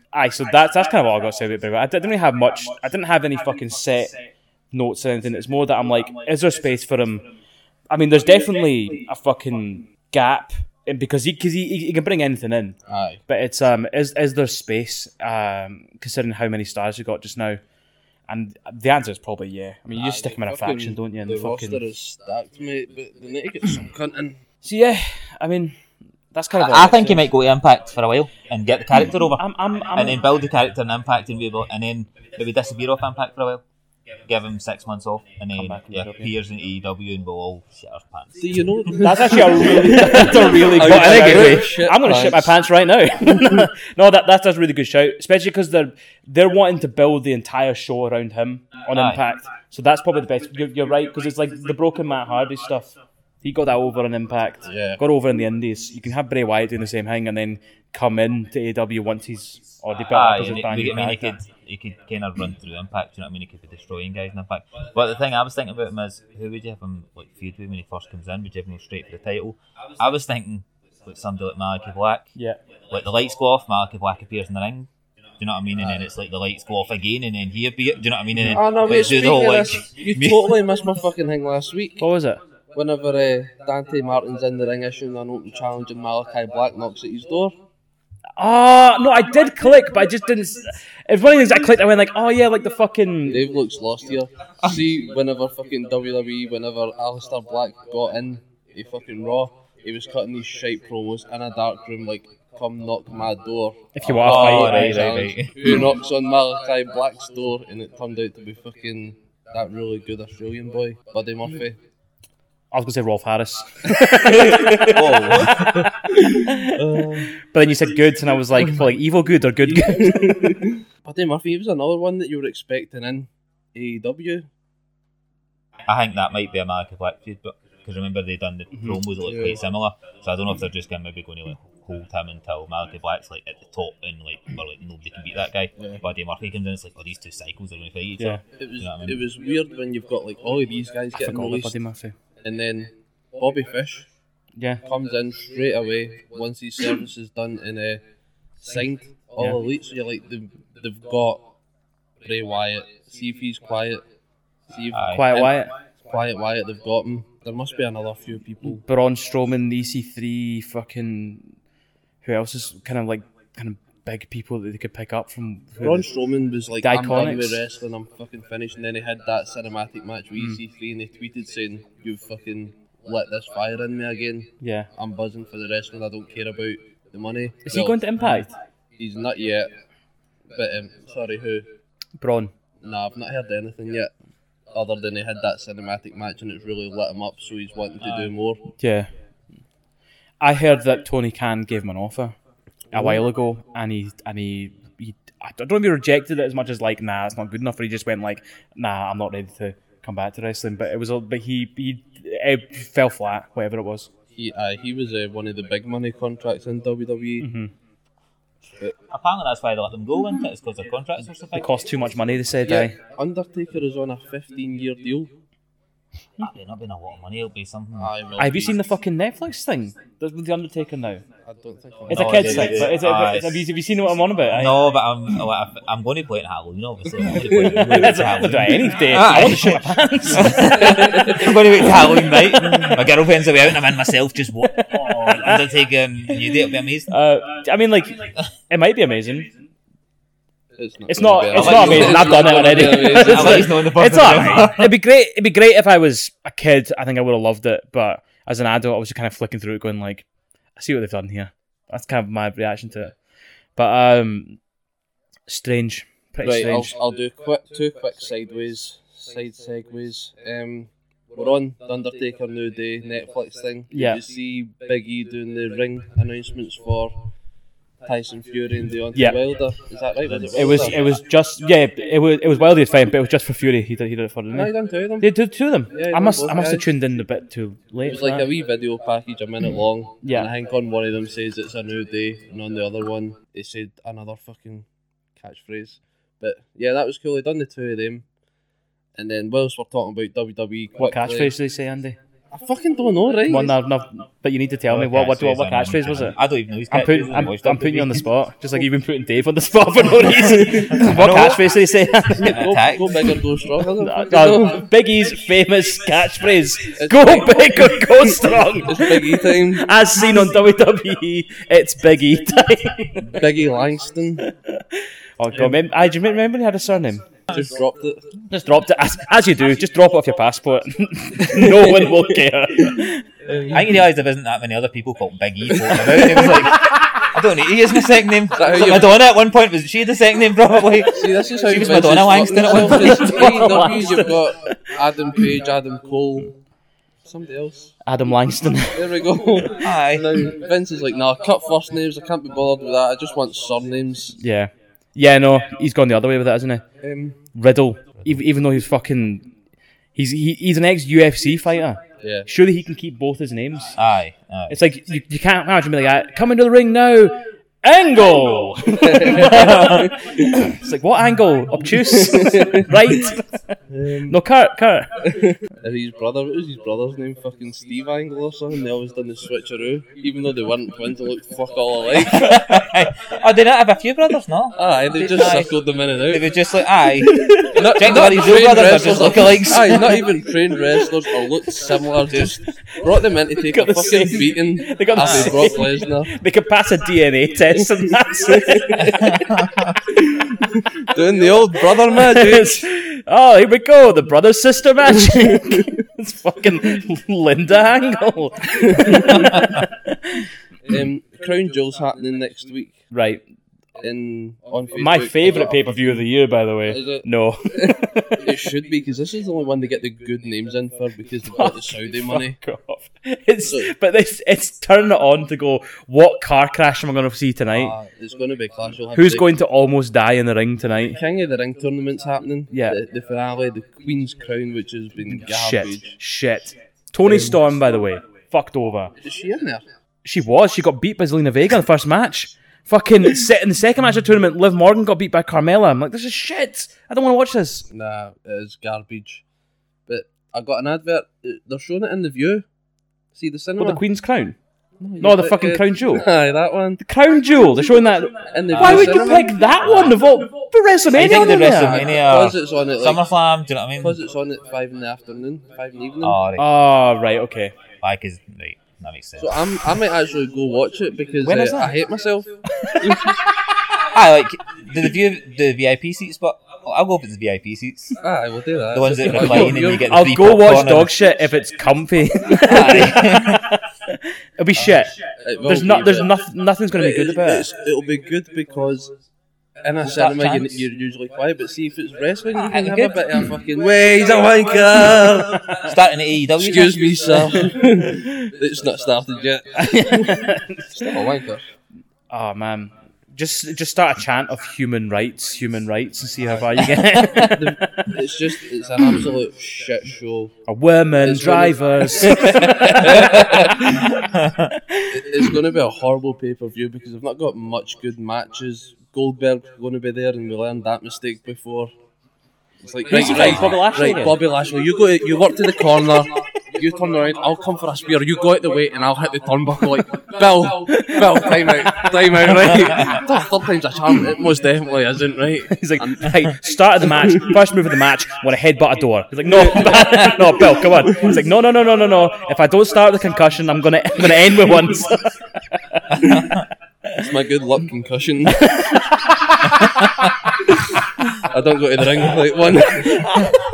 Speaker 2: Aye, so that's that's kind of all I got to say about Bray Wyatt. I didn't really have much. I didn't have any fucking set notes or anything. It's more that I'm like, is there space for him? I mean, there's definitely a fucking gap and because he because he, he, he can bring anything in,
Speaker 1: Aye.
Speaker 2: but it's um is is there space um considering how many stars you got just now? And the answer is probably yeah. I mean, you just stick him in a
Speaker 1: Fucking-
Speaker 2: faction, don't you? And
Speaker 1: the
Speaker 2: fucking
Speaker 1: roster is stacked, mate. But they need to get some cunt in.
Speaker 2: So yeah, I mean, that's kind of. all
Speaker 3: I
Speaker 2: it
Speaker 3: think he
Speaker 2: is.
Speaker 3: might go to Impact for a while and get the character over,
Speaker 2: I'm, I'm, I'm,
Speaker 3: and then build the character in Impact, and maybe and then maybe disappear off Impact for a while. Give him six months off, and then
Speaker 2: back and
Speaker 3: yeah,
Speaker 2: drop in.
Speaker 3: appears in AEW, and we'll all shit our pants.
Speaker 1: Do you know?
Speaker 2: that's actually a really, that's a really
Speaker 1: Oh,
Speaker 2: good.
Speaker 1: yeah,
Speaker 2: I think
Speaker 1: yeah,
Speaker 2: anyway,
Speaker 1: yeah. Shit
Speaker 2: I'm gonna shit my pants right now. no, that that's, that's a really good shout, especially because they're they're wanting to build the entire show around him on
Speaker 3: Aye.
Speaker 2: Impact. So that's probably the best. You're, you're right because it's like the broken Matt Hardy stuff. He got that over on Impact.
Speaker 1: Yeah.
Speaker 2: Got over in the Indies. You can have Bray Wyatt doing the same thing and then come in to AW once he's already built
Speaker 3: Aye,
Speaker 2: up as
Speaker 3: and
Speaker 2: a
Speaker 3: it- I
Speaker 2: banging
Speaker 3: mean, he
Speaker 2: character.
Speaker 3: could, he could kind of run through Impact, you know what I mean? He could be destroying guys in Impact. But the thing I was thinking about him is, who would you have him like feud with when he first comes in? Would you have him go straight for the title? I was thinking, like somebody like Malachi Black.
Speaker 2: Yeah.
Speaker 3: Like the lights go off, Malachi Black appears in the ring. Do you know what I mean? And then it's like the lights go off again, and then he appears. Do you know what I mean? And then
Speaker 1: Oh no,
Speaker 3: like,
Speaker 1: mate.
Speaker 3: do
Speaker 1: Speaking
Speaker 3: the whole
Speaker 1: of
Speaker 3: like.
Speaker 1: this, you totally missed my fucking thing last week.
Speaker 2: What was it?
Speaker 1: Whenever uh, Dante Martin's in the ring issuing an open challenge and Malachi Black knocks at his door.
Speaker 2: Ah, no, I did click, but I just didn't. s- It's one of the things I clicked. I went like, oh yeah, like the fucking.
Speaker 1: Dave looks lost here. See, whenever fucking WWE, whenever Alistair Black got in, he fucking Raw, he was cutting these shite promos in a dark room like, come knock my door.
Speaker 2: If you want to
Speaker 3: Oh,
Speaker 2: fight,
Speaker 3: right,
Speaker 2: right,
Speaker 3: right,
Speaker 1: Challenge.
Speaker 3: right.
Speaker 1: Who knocks on Malachi Black's door and it turned out to be fucking that really good Australian boy, Buddy Murphy.
Speaker 2: I was gonna say Rolf Harris,
Speaker 3: Oh,
Speaker 2: but then you said good, and I was like, well, like evil good or good good.
Speaker 1: Buddy Murphy, he was another one that you were expecting in E AEW.
Speaker 3: I think that might be America Black feud, but because remember they done the
Speaker 2: Mm-hmm.
Speaker 3: promos that look
Speaker 1: Yeah.
Speaker 3: quite similar, so I don't know if they're just going to maybe going to like hold him until Malachi Black's like at the top and like or like nobody can beat that guy. But Buddy Murphy comes in, it's like oh these two cycles are going to fight each other.
Speaker 1: It was
Speaker 3: Yeah, I mean-
Speaker 1: it was weird when you've got like all of these guys
Speaker 2: I
Speaker 1: getting
Speaker 2: forgot about
Speaker 1: released,
Speaker 2: Buddy Murphy.
Speaker 1: and then Bobby Fish
Speaker 2: Yeah,
Speaker 1: comes in straight away once his service is done and uh, signed all
Speaker 2: Yeah.
Speaker 1: elite. So you're like they've, they've got Bray Wyatt. See if he's quiet. See if
Speaker 3: Aye.
Speaker 2: Quiet Wyatt,
Speaker 1: quiet Wyatt they've got him. There must be another few people.
Speaker 2: Braun Strowman, EC3, fucking who else is kind of like kind of big people that they could pick up from. who-
Speaker 1: Braun Strowman was like,
Speaker 2: The
Speaker 1: I'm done
Speaker 2: Iconics.
Speaker 1: with wrestling, I'm fucking finished. And then he had that cinematic match
Speaker 2: Hmm.
Speaker 1: with EC3 and they tweeted saying, You've fucking lit this fire in me again.
Speaker 2: Yeah,
Speaker 1: I'm buzzing for the wrestling, I don't care about the money.
Speaker 2: is he going to Impact?
Speaker 1: He's not yet. But, um, sorry, who?
Speaker 2: Braun.
Speaker 1: Nah, I've not heard anything yet. Other than he had that cinematic match and it's really lit him up, so he's wanting to do more.
Speaker 2: Yeah. I heard that Tony Khan gave him an offer a while ago, and he and he, he I don't know if he rejected it as much as like, nah, it's not good enough. Or he just went like, nah, I'm not ready to come back to wrestling. But it was, all- but he he it fell flat, whatever it was.
Speaker 1: He, uh, he was uh, one of the big money contracts in E. WWE.
Speaker 2: Mm-hmm.
Speaker 3: Apparently that's why they let them go, isn't it? It's because their contracts are so
Speaker 2: It
Speaker 3: big.
Speaker 2: cost too much money. They said,
Speaker 1: Yeah,
Speaker 2: aye.
Speaker 1: Undertaker is on a 15 year deal.
Speaker 3: That may not been a lot of money. It'll be something.
Speaker 1: I will
Speaker 2: Have you
Speaker 1: be-
Speaker 2: seen the fucking Netflix thing? That's with the Undertaker now.
Speaker 1: I don't think I'm
Speaker 2: It's
Speaker 3: No,
Speaker 2: a kids
Speaker 3: yeah, yeah,
Speaker 2: thing,
Speaker 3: yeah.
Speaker 2: but it's a,
Speaker 3: Ah,
Speaker 2: it's- have, you, have you seen what I'm on about? aye?
Speaker 3: no, but I'm oh, I- I'm going to play it at Halloween. Obviously, I'm going to play it at
Speaker 2: I'll
Speaker 3: Halloween.
Speaker 2: do it any day.
Speaker 3: Aye.
Speaker 2: I want to shit my pants.
Speaker 3: I'm going to wait till Halloween night. My girlfriend's away out and I'm in myself just what oh, Undertaker and you do it'll be amazing.
Speaker 2: Uh, I mean, like, it might be amazing.
Speaker 1: It's not.
Speaker 2: It's not.
Speaker 1: gonna be-
Speaker 2: It's
Speaker 1: I'll
Speaker 2: not
Speaker 1: let you
Speaker 2: amazing.
Speaker 1: know.
Speaker 2: I've done
Speaker 1: It's
Speaker 2: it already. It's
Speaker 1: not-
Speaker 3: I'll let you know in the
Speaker 2: all
Speaker 3: podcast.
Speaker 2: right. It'd be great. It'd be great if I was a kid. I think I would have loved it. But as an adult, I was just kind of flicking through it, going like, "I see what they've done here." That's kind of my reaction to it. But um, strange. Pretty
Speaker 1: Right, I'll,
Speaker 2: strange.
Speaker 1: I'll do quick two quick sideways side segues. Um, we're on the Undertaker New Day Netflix thing. Did
Speaker 2: Yeah.
Speaker 1: You see Big E doing the ring announcements for Tyson Fury and Deontay
Speaker 2: Yeah.
Speaker 1: Wilder. Is that right?
Speaker 2: It was.
Speaker 1: Wilder?
Speaker 2: It was just. Yeah. It was. It was wildly fine, but it was just for Fury. He did. He did it for
Speaker 1: No, you
Speaker 2: the.
Speaker 1: done two of them.
Speaker 2: They did two of them.
Speaker 1: Yeah, he
Speaker 2: I
Speaker 1: done
Speaker 2: must.
Speaker 1: both
Speaker 2: I must have
Speaker 1: guys.
Speaker 2: tuned in a bit too late.
Speaker 1: It's
Speaker 2: for
Speaker 1: like
Speaker 2: that.
Speaker 1: a wee video package, a minute long.
Speaker 2: Yeah.
Speaker 1: And I think on one of them says it's a new day, and on the other one they said another fucking catchphrase. But yeah, that was cool. They done the two of them, and then whilst we're talking about WWE,
Speaker 2: what
Speaker 1: quickly-
Speaker 2: catchphrase did they say, Andy?
Speaker 1: I fucking don't know, right?
Speaker 2: One, no, no, but you need to tell me what what, what, what catchphrase was it?
Speaker 3: I don't even know.
Speaker 2: I'm putting, I'm, I'm putting you on the spot, just like you've been putting Dave on the spot for no reason. what catchphrase did he say?
Speaker 1: go, go big or go strong. I don't fucking
Speaker 2: Uh,
Speaker 1: know.
Speaker 2: Big E's famous catchphrase: "Go big or go strong."
Speaker 1: It's Big E time.
Speaker 2: As seen on WWE, it's Big E time.
Speaker 1: Big E Langston
Speaker 2: oh god, mem- I do you remember he had a surname.
Speaker 1: just dropped it.
Speaker 2: Just dropped it as, as you do. Just drop it off your passport. no one will care.
Speaker 3: I think he realised there isn't that many other people called Big E. floating about. He was like, I don't know. He is my second name.
Speaker 1: how
Speaker 3: So
Speaker 1: you-
Speaker 3: Madonna at one point was she the second name probably?
Speaker 1: See, this is how
Speaker 3: She was
Speaker 1: Vince is
Speaker 3: Madonna
Speaker 1: fucking
Speaker 3: Langston at one
Speaker 1: himself.
Speaker 3: point.
Speaker 1: It's AEW, You've got Adam Page, Adam Cole, somebody else.
Speaker 2: Adam Langston.
Speaker 1: There we go.
Speaker 3: Aye.
Speaker 1: Now, Vince is like, nah, cut first names, I can't be bothered with that, I just want surnames.
Speaker 2: yeah, yeah. No, he's gone the other way with it, hasn't he?
Speaker 1: Um,
Speaker 2: Riddle, even, even though he's fucking, he's he, he's an ex UFC fighter.
Speaker 1: yeah.
Speaker 2: Surely he can keep both his names.
Speaker 3: Aye. Aye.
Speaker 2: It's like you, you can't imagine me like, uh, come into the ring now, angle. it's like what angle? Obtuse, right? No, Kurt, Kurt.
Speaker 1: And his brother, what was his brother's name? Fucking Steve Angle or something? They always done the switcheroo, even though they weren't twins, they looked fuck all alike.
Speaker 3: oh, they not have a few brothers, no?
Speaker 1: Aye, they just
Speaker 3: Aye.
Speaker 1: circled them in and
Speaker 3: They
Speaker 1: out.
Speaker 3: were just like, aye.
Speaker 1: Not,
Speaker 3: Check the Buddy Joe
Speaker 1: trained
Speaker 3: brothers, they're just
Speaker 1: wrestlers.
Speaker 3: lookalikes.
Speaker 1: Aye, not even trained wrestlers or looked similar, just brought them in to take
Speaker 2: Got
Speaker 1: a
Speaker 2: the
Speaker 1: fucking
Speaker 2: same-
Speaker 1: beating
Speaker 2: they got the
Speaker 1: after they
Speaker 2: same-
Speaker 1: Brock Lesnar.
Speaker 2: They could pass a DNA test, and that's it.
Speaker 1: Doing the old brother magic.
Speaker 2: It's- oh, here we go. The brother sister magic. it's fucking Linda Angle.
Speaker 1: Um, Crown Jewel's happening next week.
Speaker 2: Right.
Speaker 1: in on Facebook.
Speaker 2: My favourite
Speaker 1: Is
Speaker 2: pay per view of the year, by the
Speaker 1: it-
Speaker 2: way.
Speaker 1: Is it?
Speaker 2: No.
Speaker 1: It should be because this is the only one they get the good names in for because they got the Saudi money.
Speaker 2: Fuck off. It's
Speaker 1: So-
Speaker 2: but this it's turning it on to go. What car crash am I going to see tonight?
Speaker 1: Ah, it's going to be a clash. You'll have
Speaker 2: Who's
Speaker 1: the
Speaker 2: going to almost die in the ring tonight?
Speaker 1: King of the Ring tournament's happening.
Speaker 2: Yeah.
Speaker 1: the, the finale, the Queen's Crown, which has been
Speaker 2: Shit,
Speaker 1: garbage.
Speaker 2: shit. Tony Storm, by the way, fucked over.
Speaker 1: Is she in there?
Speaker 2: She was. She got beat by Zelina Vega in the first match. Fucking set in the second match of the tournament, Liv Morgan got beat by Carmella. I'm like, this is shit. I don't want to watch this.
Speaker 1: Nah, it is garbage. But I got an advert. It- They're showing it in the view. See the cinema.
Speaker 2: What the Queen's Crown?
Speaker 1: you Uh,
Speaker 2: No, the
Speaker 1: pick
Speaker 2: fucking
Speaker 1: it.
Speaker 2: Crown Jewel.
Speaker 1: Aye, that one.
Speaker 2: The Crown Jewel. They're showing that.
Speaker 1: In the
Speaker 2: Why
Speaker 1: view
Speaker 2: would you
Speaker 1: cinema.
Speaker 2: pick that one of all the
Speaker 3: I
Speaker 2: WrestleMania?
Speaker 3: think
Speaker 2: on
Speaker 3: the
Speaker 2: there?
Speaker 3: WrestleMania-
Speaker 1: Because it's on at like,
Speaker 3: SummerSlam, do you know what I mean?
Speaker 1: because it's on at five in the afternoon, five in the evening.
Speaker 3: Oh, right.
Speaker 2: Oh, right, okay.
Speaker 3: Like, is, right. That makes sense.
Speaker 1: So I'm I might actually go watch it because
Speaker 2: When
Speaker 1: uh,
Speaker 2: is that?
Speaker 1: I hate myself.
Speaker 3: I like the, the view the VIP seats, but I'll go for the VIP seats.
Speaker 1: Aye, we'll do that.
Speaker 3: The ones that
Speaker 1: You're-
Speaker 3: recline and
Speaker 1: you're-
Speaker 3: you get the
Speaker 2: I'll
Speaker 3: free
Speaker 2: go watch
Speaker 3: popcorn and-
Speaker 2: dog shit if it's comfy. It'll be shit.
Speaker 1: it will
Speaker 2: There's
Speaker 1: be,
Speaker 2: not. There's
Speaker 1: but-
Speaker 2: nothing. Nothing's going to be good
Speaker 1: It-
Speaker 2: about it.
Speaker 1: it's- It'll be good because in a cinema you, you're usually quiet, but see if it's wrestling,
Speaker 2: Ah,
Speaker 1: you can
Speaker 3: it'll
Speaker 1: have
Speaker 3: be
Speaker 1: a
Speaker 3: good.
Speaker 1: bit of fucking. Wait, he's a wanker.
Speaker 3: Starting at E AEW.
Speaker 1: Excuse me, sir. it's not started yet. Still a wanker.
Speaker 2: Oh man, just just start a chant of human rights, human rights, and see how far you get.
Speaker 1: It's just it's an absolute shit show.
Speaker 2: A women
Speaker 1: It's really-
Speaker 2: drivers.
Speaker 1: It's going to be a horrible pay per view because they've not got much good matches. Goldberg's going to be there, and we learned that mistake before. It's like right,
Speaker 2: he
Speaker 1: right,
Speaker 2: fighting? Bobby Lashley
Speaker 1: right,
Speaker 2: then?
Speaker 1: Bobby Lashley. You go, you work to the corner. You turn around. I'll come for a spear. You go out the way, and I'll hit the turnbuckle. Like Bill, Bill, time out, time out. Right, third time's a charm. It most definitely isn't. Right.
Speaker 2: He's like, right, start of the match, first move of the match, want to headbutt a door. He's like, no, no, Bill, come on. He's like, no, no, no, no, no, no. If I don't start with a concussion, I'm gonna, I'm gonna end with one.
Speaker 1: It's my good luck concussion. I don't go to the ring with like one.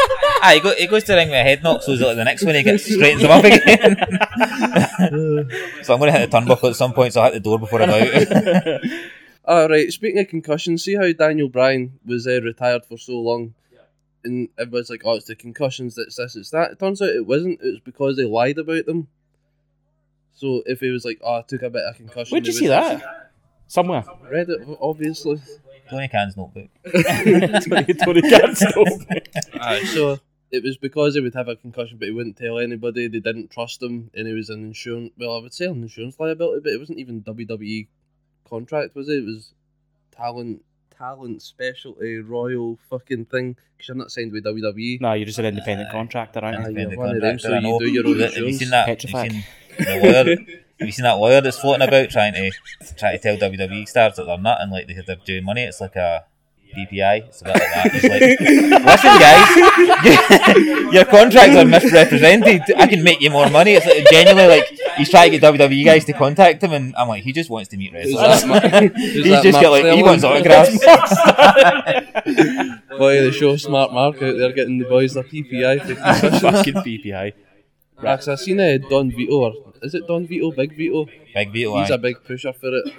Speaker 3: Ah, he, go, he goes to the ring with a head knock, so is it like the next one he gets straightens him up again. so I'm going to hit the turnbuckle at some point, so I'll hit the door before I'm out.
Speaker 1: All right. Speaking of concussion, see how Daniel Bryan was uh, retired for so long, and everybody's like, "Oh, it's the concussions. That's this. It's that." It turns out it wasn't. It was because they lied about them. So if he was like, "Oh, I took a bit of concussion,"
Speaker 2: Where'd
Speaker 1: they
Speaker 2: you see
Speaker 1: would-
Speaker 2: that? Somewhere.
Speaker 1: Read it, obviously.
Speaker 3: Tony Khan's notebook.
Speaker 2: Tony, Tony Khan's notebook.
Speaker 1: Aye. So it was because he would have a concussion, but he wouldn't tell anybody. They didn't trust him, and he was an insurance. Well, I would say an insurance liability, but it wasn't even WWE contract, was it? It was talent, talent specialty, royal fucking thing. Because you're not signed with WWE.
Speaker 2: No, you're just an independent contractor, aren't you?
Speaker 1: yeah,
Speaker 3: the
Speaker 1: one of them,
Speaker 3: contractor,
Speaker 1: so
Speaker 3: I
Speaker 1: you
Speaker 3: know.
Speaker 1: do your own
Speaker 3: Have you
Speaker 1: insurance.
Speaker 3: seen that? Have you
Speaker 2: Petrified.
Speaker 3: seen the lawyer? Have you seen that lawyer that's floating about trying to trying to tell WWE stars that they're not and like they're doing money? It's like a BPI. It's a bit like that. It's like, listen, guys, your contracts are misrepresented. I can make you more money. It's like, genuinely like he's trying to get WWE guys to contact him, and I'm like, he just wants to meet
Speaker 1: Is
Speaker 3: wrestlers.
Speaker 1: that Mar- is
Speaker 3: He's
Speaker 1: that
Speaker 3: just got
Speaker 1: Mark
Speaker 3: like he
Speaker 1: Fellowes?
Speaker 3: wants autographs.
Speaker 1: Boy, they show smart Mark out there getting the boys their PPI for concussions.
Speaker 2: Fucking BPI.
Speaker 1: Max, I seen uh, Don Vito. Or, is it Don Vito? Big Vito?
Speaker 3: Big Beetle.
Speaker 1: He's a big pusher for it.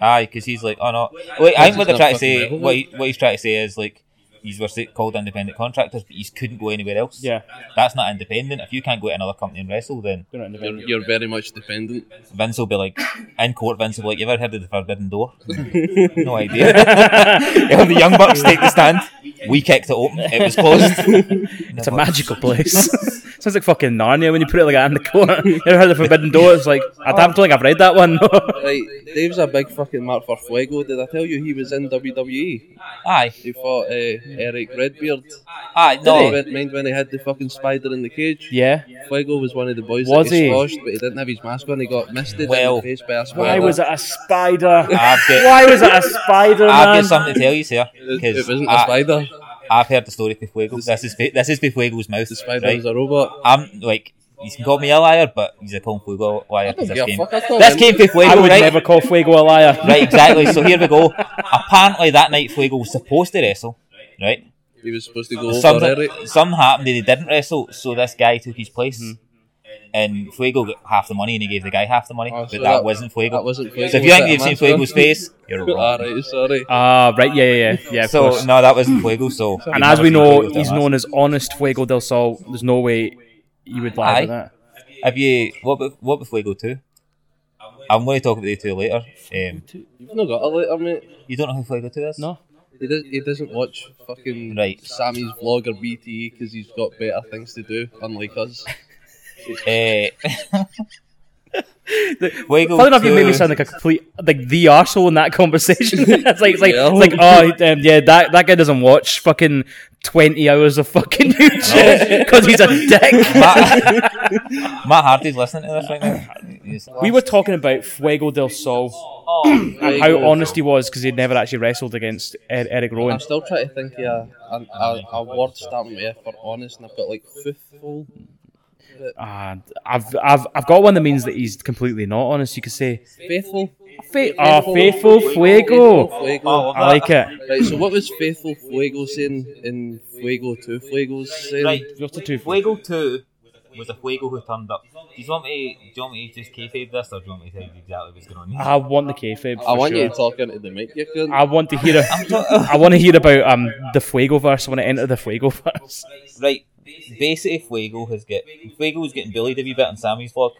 Speaker 3: Aye, because he's like, oh no. Wait, I think what they're
Speaker 1: Because
Speaker 3: trying to
Speaker 1: it's
Speaker 3: say,
Speaker 1: not fucking
Speaker 3: what, he, what he's trying to say is like, he's were called independent contractors, but you couldn't go anywhere else.
Speaker 2: Yeah.
Speaker 3: That's not independent. If you can't go to another company and wrestle, then
Speaker 2: They're not independent.
Speaker 1: You're, you're very much dependent.
Speaker 3: Vince will be like, in court, Vince will be like, you ever heard of the Forbidden Door? no idea. He'll have the Young Bucks take the stand. We kicked it open. It was closed.
Speaker 2: It's a magical place. Sounds like fucking Narnia when you put it like that in the corner. You ever heard of Forbidden Door? It's like, I don't think I've read that one.
Speaker 1: Right, Dave's a big fucking Mark for Fuego. Did I tell you he was in WWE?
Speaker 3: Aye.
Speaker 1: He fought uh, Eric Redbeard.
Speaker 3: Aye,
Speaker 1: Did he
Speaker 3: no.
Speaker 1: went- mind when he had the fucking spider in the cage?
Speaker 2: yeah.
Speaker 1: Fuego was one of the boys
Speaker 2: Was
Speaker 1: that he,
Speaker 2: he?
Speaker 1: squashed, but he didn't have his mask on. He got misted in
Speaker 3: Well,
Speaker 1: the face by a spider.
Speaker 2: Why was it a spider?
Speaker 3: I've got-
Speaker 2: Why was it a spider,
Speaker 3: I've
Speaker 2: man?
Speaker 3: got something to tell you, sir.
Speaker 1: It,
Speaker 3: 'cause
Speaker 1: it wasn't a
Speaker 3: I-
Speaker 1: spider.
Speaker 3: I've heard the story of Fuego. This is Fe- this is Fuego's mouth.
Speaker 1: The spider
Speaker 3: right?
Speaker 1: was a robot.
Speaker 3: I'm like, you can call me a liar, but he's a Kung Fu go- liar. 'cause
Speaker 1: Yeah,
Speaker 3: This came,
Speaker 1: fuck, I thought
Speaker 3: this
Speaker 1: him.
Speaker 3: came from Fuego,
Speaker 2: I would
Speaker 3: right?
Speaker 2: never call Fuego a liar.
Speaker 3: Right, exactly. So here we go. Apparently, that night Fuego was supposed to wrestle, right?
Speaker 1: He was supposed to go over
Speaker 3: Something,
Speaker 1: Eric.
Speaker 3: something happened that he didn't wrestle, so this guy took his place. And and Fuego got half the money, and he gave the guy half the money,
Speaker 1: Mm-hmm. Oh,
Speaker 3: but
Speaker 1: so
Speaker 3: that,
Speaker 1: that-
Speaker 3: wasn't Fuego.
Speaker 1: That wasn't Fuego.
Speaker 3: so if you think
Speaker 1: was
Speaker 3: you've
Speaker 1: it,
Speaker 3: seen
Speaker 1: man?
Speaker 3: Fuego's face, you're wrong.
Speaker 1: Alright, sorry.
Speaker 2: Ah, right, yeah, yeah, yeah, yeah. Of
Speaker 3: so
Speaker 2: course.
Speaker 3: no, that wasn't Fuego. So
Speaker 2: and as we know, he's known as Honest Fuego del Sol. There's no way you would lie
Speaker 3: Aye.
Speaker 2: to that.
Speaker 3: Have you what? about- What before we go to? I'm going to talk about the two later. Um,
Speaker 1: You've not got a letter, mate.
Speaker 3: you don't know who Fuego Two is?
Speaker 2: No.
Speaker 1: He, does, he doesn't watch fucking
Speaker 3: Right.
Speaker 1: Sammy's vlog or BTE because he's got better things to do, unlike us.
Speaker 3: Eh, Fuego
Speaker 2: Funny enough, you made me
Speaker 3: Two-
Speaker 2: sound like a complete like the arsehole in that conversation. it's like, it's like,
Speaker 1: Yeah.
Speaker 2: it's like, oh, um, yeah, that that guy doesn't watch fucking twenty hours of fucking YouTube because he's a dick.
Speaker 3: Matt, Matt Hardy's listening to this right now. He's-
Speaker 2: we were talking about Fuego del Sol and how honest he was because he'd never actually wrestled against Ed- Eric Rowan.
Speaker 1: I'm still trying to think of a, a, a, a word starting with F for honest, and I've got like foothful.
Speaker 2: Ah, I've I've I've got one that means that he's completely not honest. You could say,
Speaker 1: Faithful?
Speaker 2: Fa- ah, faithful Fuego.
Speaker 1: Fuego.
Speaker 2: I like it.
Speaker 1: Right, so what was Faithful Fuego saying in Fuego 2 Fuego's saying?
Speaker 3: Right,
Speaker 2: You're to two.
Speaker 3: Fuego Two was a Fuego who turned up. Do you want me? Do you want me to just kayfabe this, or do you want me to tell you exactly what's going on? Here?
Speaker 2: I want the kayfabe.
Speaker 1: I
Speaker 2: for
Speaker 1: want
Speaker 2: sure.
Speaker 1: you to talk into the mic, you cunt.
Speaker 2: I want to hear. A, I want to hear about um the Fuego verse. I want to enter the Fuego verse.
Speaker 3: Right, basically Fuego has get Fuego was getting bullied a wee bit on Sammy's vlog,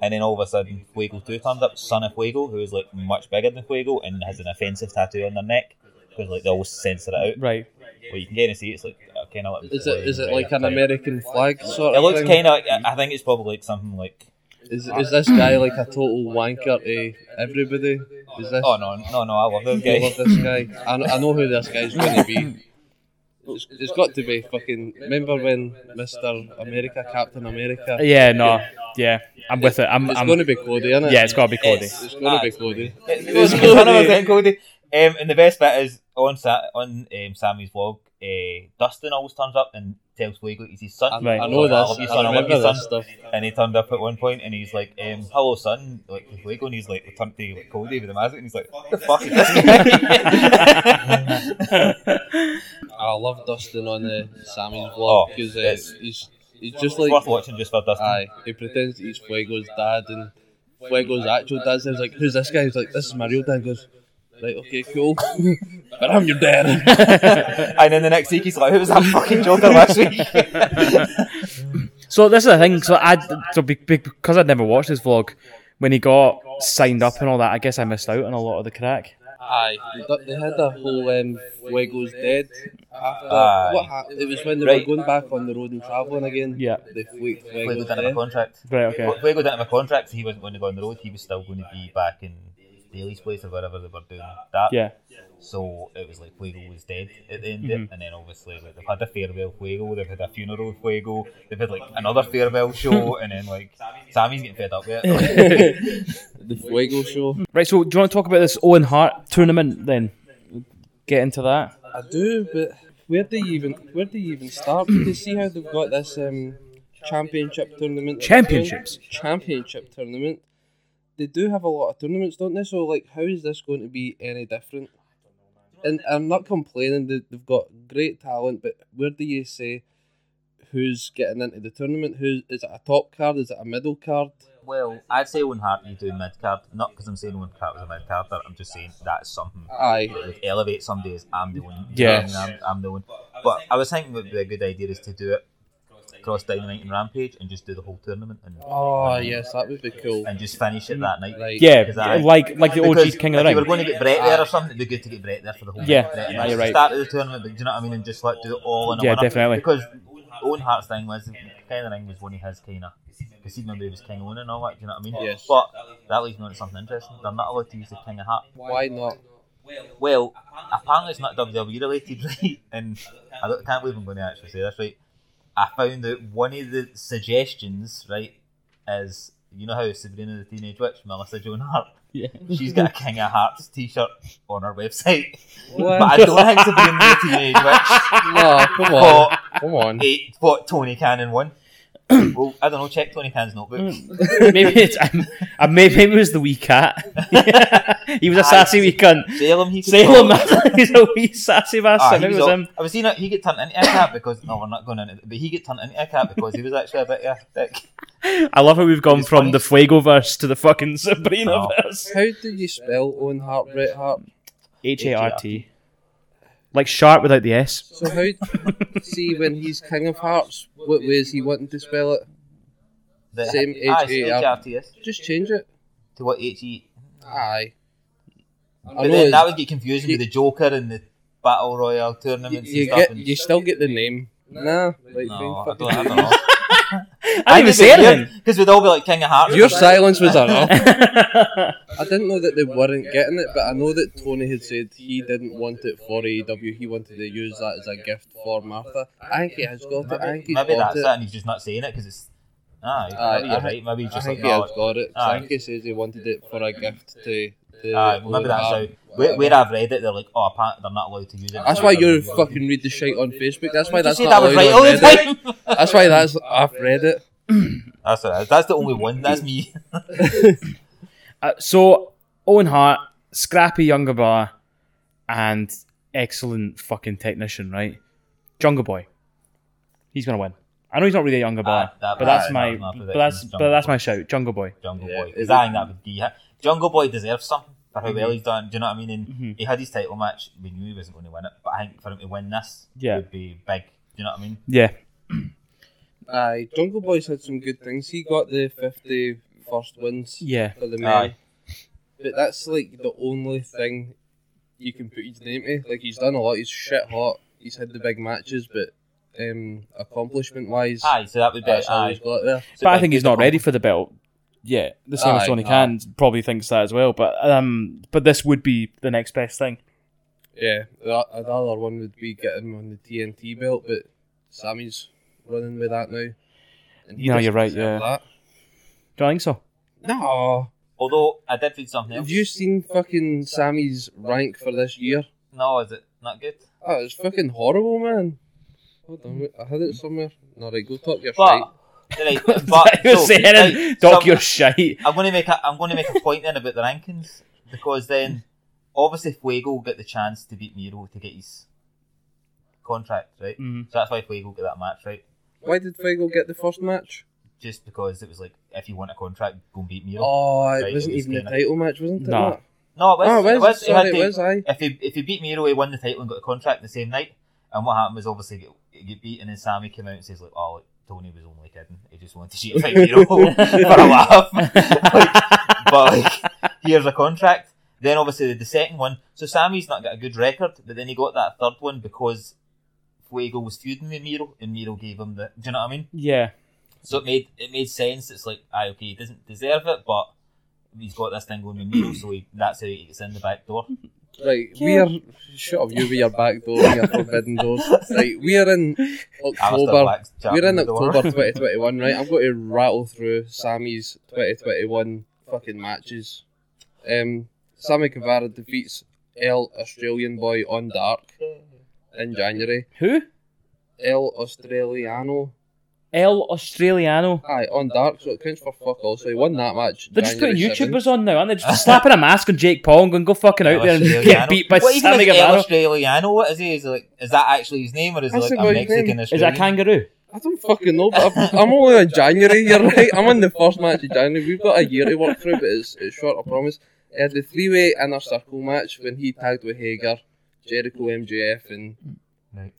Speaker 3: and then all of a sudden Fuego two turned up, son of Fuego, who is like much bigger than Fuego and has an offensive tattoo on their neck because like they always censor it out.
Speaker 2: Right.
Speaker 3: Well, you can kind of see it's like kind of like
Speaker 1: Is it is it like an American flag sort
Speaker 3: It
Speaker 1: of
Speaker 3: looks
Speaker 1: thing?
Speaker 3: kind of. I think it's probably like something like.
Speaker 1: Is, is this guy like a total wanker to everybody? Is this?
Speaker 3: Oh no, no, no! I love those
Speaker 1: I love
Speaker 3: guys.
Speaker 1: this guy. I, kn- I know who this guy's going to be. It's, it's got to be fucking. Remember when Mister America, Captain America?
Speaker 2: Yeah. No. Yeah. I'm with it. I'm.
Speaker 1: It's
Speaker 2: I'm
Speaker 1: going to be Cody, isn't it?
Speaker 2: yeah. It's got to be Cody.
Speaker 3: It's-
Speaker 1: It's going to be Cody.
Speaker 3: It's one of them, Cody. Um, and the best bit is on Sa- on um, Sammy's vlog. Uh, Dustin always turns up and tells Fuego he's his son.
Speaker 1: I,
Speaker 2: Right.
Speaker 1: I know
Speaker 3: I love you,
Speaker 1: this. I
Speaker 3: son. I love
Speaker 1: remember
Speaker 3: you, son.
Speaker 1: this stuff.
Speaker 3: And he turned up at one point and he's like, um, hello son, like to Fuego and he's like we turned to like Cody with the mask and he's like, the fuck is this guy?
Speaker 1: I love Dustin on the Sammy's
Speaker 3: Oh,
Speaker 1: vlog because
Speaker 3: it's-
Speaker 1: he's he's just
Speaker 3: it's worth
Speaker 1: like
Speaker 3: watching just for Dustin.
Speaker 1: aye. He pretends he's Fuego's dad and Fuego's actual dad. He's like, who's this guy? He's like, this is my real dad. He goes, right, okay, cool, but I'm your dad.
Speaker 3: and then the next week he's like, Who was that fucking joker last week?
Speaker 2: So this is the thing. So I. So be, be, because I'd never watched his vlog, when he got signed up and all that, I guess I missed out on a lot of the crack.
Speaker 1: Aye, they d- they had a whole um, Fuego's dead. After
Speaker 3: Aye.
Speaker 1: what hap- it was when they
Speaker 3: Right.
Speaker 1: were going back on the road and travelling again.
Speaker 2: Yeah.
Speaker 1: they fleet
Speaker 3: Fuego
Speaker 1: Fuego's
Speaker 3: didn't have a
Speaker 1: dead.
Speaker 3: contract.
Speaker 2: Right. Okay.
Speaker 3: Fuego didn't have a contract, so he wasn't going to go on the road, he was still going to be back in Daly's place or wherever they were doing that.
Speaker 2: Yeah.
Speaker 3: So it was like Fuego was dead at the end of
Speaker 2: Mm-hmm.
Speaker 3: it, and then obviously like they've had a farewell Fuego, they've had a funeral Fuego, they've had like another farewell show, and then like Sammy's getting fed up with it.
Speaker 1: The Fuego show.
Speaker 2: Right. So do you want to talk about this Owen Hart tournament then? Get into that.
Speaker 1: I do, but where do you even where do you even start? Because you see how they've got this um, championship tournament.
Speaker 2: Championships?
Speaker 1: Championship tournament. They do have a lot of tournaments, don't they? So like, how is this going to be any different? And I'm not complaining. They- They've got great talent, but where do you say who's getting into the tournament? Who is it? A top card? Is it a middle card?
Speaker 3: well, I'd say Owen Hart you do mid card, not because I'm saying Owen Hart was a mid carder. I'm just saying that's something
Speaker 1: Aye.
Speaker 3: that would elevate some days. I'm the one. you know what I mean?
Speaker 2: Yes.
Speaker 3: I'm, I'm the one. But I was thinking would be a good idea is to do it cross Dynamite and Rampage and just do the whole tournament and
Speaker 1: Oh yes, that would be cool.
Speaker 3: and just finish it that night.
Speaker 1: Right.
Speaker 2: Yeah.
Speaker 3: Because I-
Speaker 2: Like like the
Speaker 3: Because
Speaker 2: OG King of
Speaker 3: If
Speaker 2: the
Speaker 3: you
Speaker 2: Ring.
Speaker 3: were
Speaker 2: Ah.
Speaker 3: going to get Brett there or something, it'd be good to get Brett there for the whole
Speaker 2: Yeah,
Speaker 3: night, Brett and
Speaker 2: yeah,
Speaker 3: us.
Speaker 2: you're right.
Speaker 3: Start of the tournament, but do you know what I mean? And just like do it all in a
Speaker 2: Yeah,
Speaker 3: one-up.
Speaker 2: definitely.
Speaker 3: Because Owen Hart's thing was the kind of thing was one of his kind of. Because he remember he was King Owen and all that. Do you know what I mean?
Speaker 1: Yes.
Speaker 3: But that leads me on to something interesting. They're not allowed to use the King of Heart.
Speaker 1: Why not?
Speaker 3: Well, apparently it's not WWE related, right? And I don't, can't believe I'm going to actually say this, right? I found out one of the suggestions, right, is you know how Sabrina the Teenage Witch, Melissa Joan Hart,
Speaker 2: Yeah.
Speaker 3: she's got a King of Hearts T-shirt on her website, but
Speaker 1: What?
Speaker 3: I don't think Sabrina the Teenage Witch
Speaker 1: No, come on,
Speaker 3: bought,
Speaker 1: come on.
Speaker 3: eight, bought Tony Cannon one. well, I don't know. Check Tony Khan's notebook.
Speaker 2: Hmm. maybe it's I'm, uh, maybe, maybe it was the wee cat. he was a sassy wee cunt.
Speaker 3: Salem, he could
Speaker 2: Salem, he's a wee sassy
Speaker 3: Ah,
Speaker 2: bastard.
Speaker 3: he
Speaker 2: it
Speaker 3: was
Speaker 2: was
Speaker 3: all-
Speaker 2: him.
Speaker 3: I was seeing it. He get turned into a cat because no, we're not going into. it, But he get turned into a cat because he was actually a bit of a dick.
Speaker 2: I love how we've gone
Speaker 3: It's
Speaker 2: from
Speaker 3: funny.
Speaker 2: the Fuego verse to the fucking Sabrina verse.
Speaker 1: How do you spell Owen Hart, Bret Hart?
Speaker 2: H A R T. Like sharp without the S.
Speaker 1: So how see when he's King of Hearts, what way is he wanting to spell it?
Speaker 3: The,
Speaker 1: Same
Speaker 3: aye,
Speaker 1: H E
Speaker 3: same
Speaker 1: R.
Speaker 3: HRTS
Speaker 1: Just change it.
Speaker 3: to what H E.
Speaker 1: Aye. I
Speaker 3: But
Speaker 1: know
Speaker 3: then
Speaker 1: it's-
Speaker 3: that would get confusing with the Joker and the battle royale
Speaker 1: you,
Speaker 3: tournaments
Speaker 1: you
Speaker 3: and stuff.
Speaker 1: get
Speaker 3: and-
Speaker 1: you still get the name. Nah, like
Speaker 3: no, I
Speaker 1: fucking
Speaker 3: don't, I don't know.
Speaker 2: I didn't even say anything.
Speaker 3: because we'd all be like King of Hearts.
Speaker 1: Your silence was enough. I didn't know that they weren't getting it, but I know that Tony had said he didn't want it for AEW. He wanted to use that as a gift for Martha. I think he has got it. I think he's
Speaker 3: maybe
Speaker 1: got
Speaker 3: that's
Speaker 1: it.
Speaker 3: it, and he's just not saying it because it's.
Speaker 1: Aye,
Speaker 3: Ah, maybe you're
Speaker 1: I-
Speaker 3: right. Maybe he's
Speaker 1: I
Speaker 3: just
Speaker 1: think
Speaker 3: like, "Oh,
Speaker 1: he
Speaker 3: no,
Speaker 1: has got it.
Speaker 3: aye.
Speaker 1: Sankey says he wanted it for a gift to. to
Speaker 3: aye, well, maybe that's how.
Speaker 1: Owen Hart.
Speaker 3: Where, where I've read it, they're like, oh, apparently they're not allowed to use it.
Speaker 1: That's why you fucking read the shit on Facebook. That's why that's
Speaker 3: Did you say
Speaker 1: not
Speaker 3: that was
Speaker 1: allowed
Speaker 3: right
Speaker 1: on
Speaker 3: all the
Speaker 1: Reddit.
Speaker 3: time?
Speaker 1: That's why that's I've read it.
Speaker 3: That's what it is. That's the only one. That's me.
Speaker 2: Uh, so Owen Hart, scrappy younger bar, and excellent fucking technician, right? Jungle Boy, he's gonna win. I know he's not really a younger bar,
Speaker 3: Ah, that-
Speaker 2: but that's
Speaker 3: ah,
Speaker 2: my,
Speaker 3: that was my
Speaker 2: but that's
Speaker 3: prediction,
Speaker 2: but that's
Speaker 3: Jungle
Speaker 2: my shout, Jungle Boy.
Speaker 3: Jungle
Speaker 1: Yeah,
Speaker 3: Boy.
Speaker 1: is
Speaker 3: Is that that would be? Jungle Boy deserves something for how well he's done. Do you know what I mean? And he had his title match. We knew he wasn't going to win it, but I think for him to win this
Speaker 2: Yeah.
Speaker 3: would be big. Do you know what I mean?
Speaker 2: Yeah,
Speaker 1: Aye, Jungle Boy's had some good things. He got the 50 first wins
Speaker 2: yeah.
Speaker 1: for the men.
Speaker 3: Aye.
Speaker 1: But that's like the only thing you can put his name to. Like he's done a lot. He's shit hot. He's had the big matches, but um, accomplishment wise,
Speaker 3: Aye, so that would be.
Speaker 1: that's all
Speaker 3: Aye.
Speaker 1: he's got there.
Speaker 3: So
Speaker 2: But I
Speaker 3: like,
Speaker 2: think he's not ready for the belt. Yeah, the same as
Speaker 1: Aye,
Speaker 2: Tony
Speaker 1: aye.
Speaker 2: Khan probably thinks that as well. But um, but this would be the next best thing.
Speaker 1: Yeah, the, the other one would be getting on the TNT belt, but Sammy's running with that now. And
Speaker 2: No,
Speaker 1: doesn't
Speaker 2: you're right,
Speaker 1: deserve
Speaker 2: yeah. Do you think so?
Speaker 1: That. No,
Speaker 3: Although I did read something else.
Speaker 1: have you seen fucking Sammy's rank for this year?
Speaker 3: No, is it not good?
Speaker 1: Oh, it's fucking horrible, man. Hold on, wait, I had it somewhere. No, right, go talk your shit.
Speaker 3: But right, but
Speaker 2: You're
Speaker 3: so,
Speaker 2: saying,
Speaker 3: right, so
Speaker 2: talk
Speaker 3: I'm-
Speaker 2: your shite.
Speaker 3: I'm going to make a I'm going to make a point then about the rankings because then obviously Fuego will get the chance to beat Miro to get his contract right.
Speaker 2: Mhm.
Speaker 3: So that's why Fuego got that match right.
Speaker 1: Why did Fuego get the first match?
Speaker 3: Just because it was like if you want a contract, go and beat Miro.
Speaker 1: Oh, it
Speaker 3: Right,
Speaker 1: wasn't
Speaker 3: it was
Speaker 1: even a
Speaker 3: Kane.
Speaker 1: title match, wasn't it?
Speaker 2: No.
Speaker 1: Matt?
Speaker 3: No, it was.
Speaker 1: Oh, it was,
Speaker 3: it was, he
Speaker 1: sorry,
Speaker 3: had
Speaker 1: it
Speaker 3: to-
Speaker 1: was, aye.
Speaker 3: If he if he beat Miro, he won the title and got a contract the same night. And what happened was obviously he got, he got beat, and then Sammy came out and says like, "Oh, like, Tony was only kidding. He just wanted to shit fight Miro for a laugh." Like, but like, here's a contract. Then obviously the second one. So Sammy's not got a good record, but then he got that third one because Fuego was feuding with Miro, and Miro gave him the. Do you know what I mean?
Speaker 2: Yeah,
Speaker 3: So it made it made sense. It's like, aye, okay, he doesn't deserve it, but he's got this thing going with Miro, so he, that's how he gets in the back door.
Speaker 1: Right, we are. Shut up, you with your back door, and your forbidden doors. Right, we are in
Speaker 3: Alistair
Speaker 1: October.
Speaker 3: Black's chat
Speaker 1: We're in
Speaker 3: with the
Speaker 1: October
Speaker 3: world.
Speaker 1: 2021, right? I'm going to rattle through Sammy's 2021 fucking matches. Um, Sammy Guevara defeats El Australian Boy on Dark in January.
Speaker 2: who?
Speaker 1: El Australiano.
Speaker 2: El Australiano.
Speaker 1: Aye, on Dark, so it counts for fuck all. So he won that match.
Speaker 2: They're just putting
Speaker 1: January 7th.
Speaker 2: YouTubers on now, aren't they? Just slapping a mask on Jake Paul and going, go fucking out there and get beat by
Speaker 3: what
Speaker 2: Sammy
Speaker 3: even is El
Speaker 2: Guevara.
Speaker 3: Australiano? What is he? Is, he like, is that actually his name or is it
Speaker 1: That's
Speaker 3: like
Speaker 1: a
Speaker 3: a
Speaker 1: good name.
Speaker 3: Mexican
Speaker 2: Is that
Speaker 3: Australian?
Speaker 2: a kangaroo?
Speaker 1: I don't fucking know, but I've, I'm only in January. You're right. I'm in the first match of January. We've got a year to work through, but it's, it's short. I promise. He had the three-way inner circle match when he tagged with Hager, Jericho, MJF, and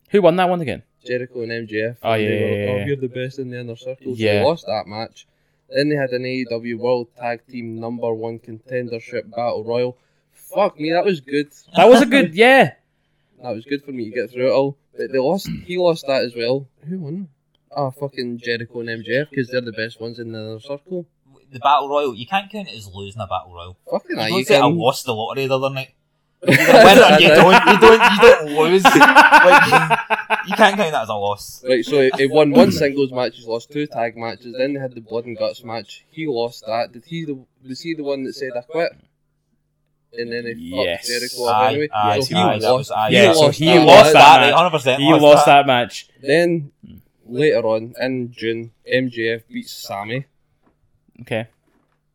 Speaker 2: Who won that one again?
Speaker 1: Jericho and MJF.
Speaker 2: Oh,
Speaker 1: and
Speaker 2: yeah,
Speaker 1: they were
Speaker 2: yeah,
Speaker 1: like,
Speaker 2: yeah.
Speaker 1: Oh, you're the best in the inner circle. So
Speaker 2: Yeah.
Speaker 1: they lost that match. Then they had an AEW World Tag Team Number One Contendership Battle Royal. Fuck me, that was good.
Speaker 2: That was a good, yeah.
Speaker 1: That was good for me to get through it all. But they lost. He lost that as well. Who won? Ah, fucking Jericho and MJF because they're the best ones in the inner circle.
Speaker 3: the battle royal? You can't count it as losing a battle royal.
Speaker 1: Fucking
Speaker 3: You
Speaker 1: aye,
Speaker 3: don't
Speaker 1: you
Speaker 3: say I
Speaker 1: can.
Speaker 3: lost the lottery the other night. You either win or you don't. You don't. You don't lose. Like, you can't count that as a loss.
Speaker 1: Right, so he- he won one singles match. He's lost two tag matches. Then they had the blood and guts match. He lost that. Did he? The, was he the one that said I quit? And then he
Speaker 2: Yes.
Speaker 1: fucked Jericho up
Speaker 3: Aye,
Speaker 1: anyway.
Speaker 3: aye,
Speaker 1: so
Speaker 2: aye,
Speaker 1: he
Speaker 2: that
Speaker 1: lost.
Speaker 3: was- aye,
Speaker 1: he
Speaker 2: yeah, so
Speaker 1: lost
Speaker 2: he
Speaker 1: that
Speaker 2: lost
Speaker 1: match.
Speaker 2: that
Speaker 3: right?
Speaker 2: match.
Speaker 3: 100%.
Speaker 2: He lost that match.
Speaker 1: Then later on in June, MJF beats Sammy.
Speaker 2: Okay.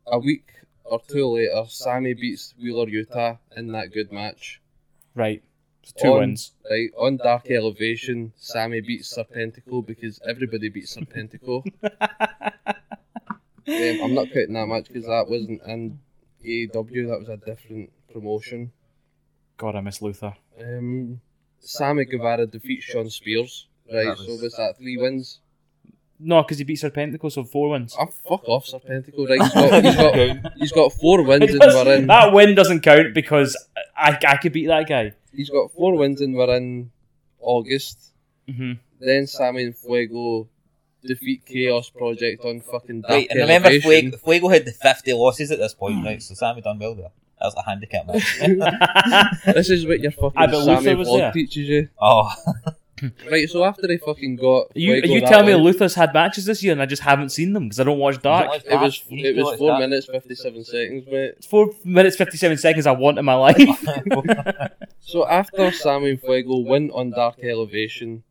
Speaker 1: A week or two later, Sammy beats Wheeler Utah in that good match.
Speaker 2: Right. So two
Speaker 1: On-
Speaker 2: wins.
Speaker 1: Right, on Dark Elevation, Sammy beats Serpentico because everybody beats Serpentico. um, I'm not counting that much because that wasn't in AEW, that was a different promotion.
Speaker 2: God, I miss Luther.
Speaker 1: Um, Sammy Guevara defeats Sean Spears. Right,
Speaker 5: That
Speaker 1: so
Speaker 5: was-
Speaker 1: was that three wins?
Speaker 2: No, because he beat Serpentico, so four wins.
Speaker 1: I'm fuck off, Serpentico. Right, he's got, he's got, he's got four wins and we're in.
Speaker 2: that win doesn't count because I, I could beat that guy.
Speaker 1: He's got four wins and we're in August.
Speaker 2: hmm
Speaker 1: Then Sammy and Fuego defeat Chaos Project on fucking Dark
Speaker 3: Wait, and remember,
Speaker 1: Elevation.
Speaker 3: Fuego, Fuego had the 50 losses at this
Speaker 1: Hmm.
Speaker 3: point, right? So Sammy done well there. That was a handicap match.
Speaker 1: This is what your
Speaker 2: I
Speaker 1: fucking
Speaker 2: bet
Speaker 1: Sammy
Speaker 2: Luther was
Speaker 1: blog
Speaker 2: there.
Speaker 1: teaches you.
Speaker 3: Oh,
Speaker 1: Right, so after they fucking got
Speaker 2: you
Speaker 1: Fuego
Speaker 2: you
Speaker 1: that
Speaker 2: tell me
Speaker 1: way,
Speaker 2: Luther's had matches this year and I just haven't seen them because I don't watch Dark.
Speaker 3: Watch
Speaker 1: it was
Speaker 3: You need
Speaker 1: it
Speaker 3: to
Speaker 1: was
Speaker 3: watch
Speaker 1: four
Speaker 3: that.
Speaker 1: minutes fifty seven seconds, mate.
Speaker 2: Four minutes fifty seven seconds I want in my life.
Speaker 1: So after Sammy and Fuego win on Dark Elevation,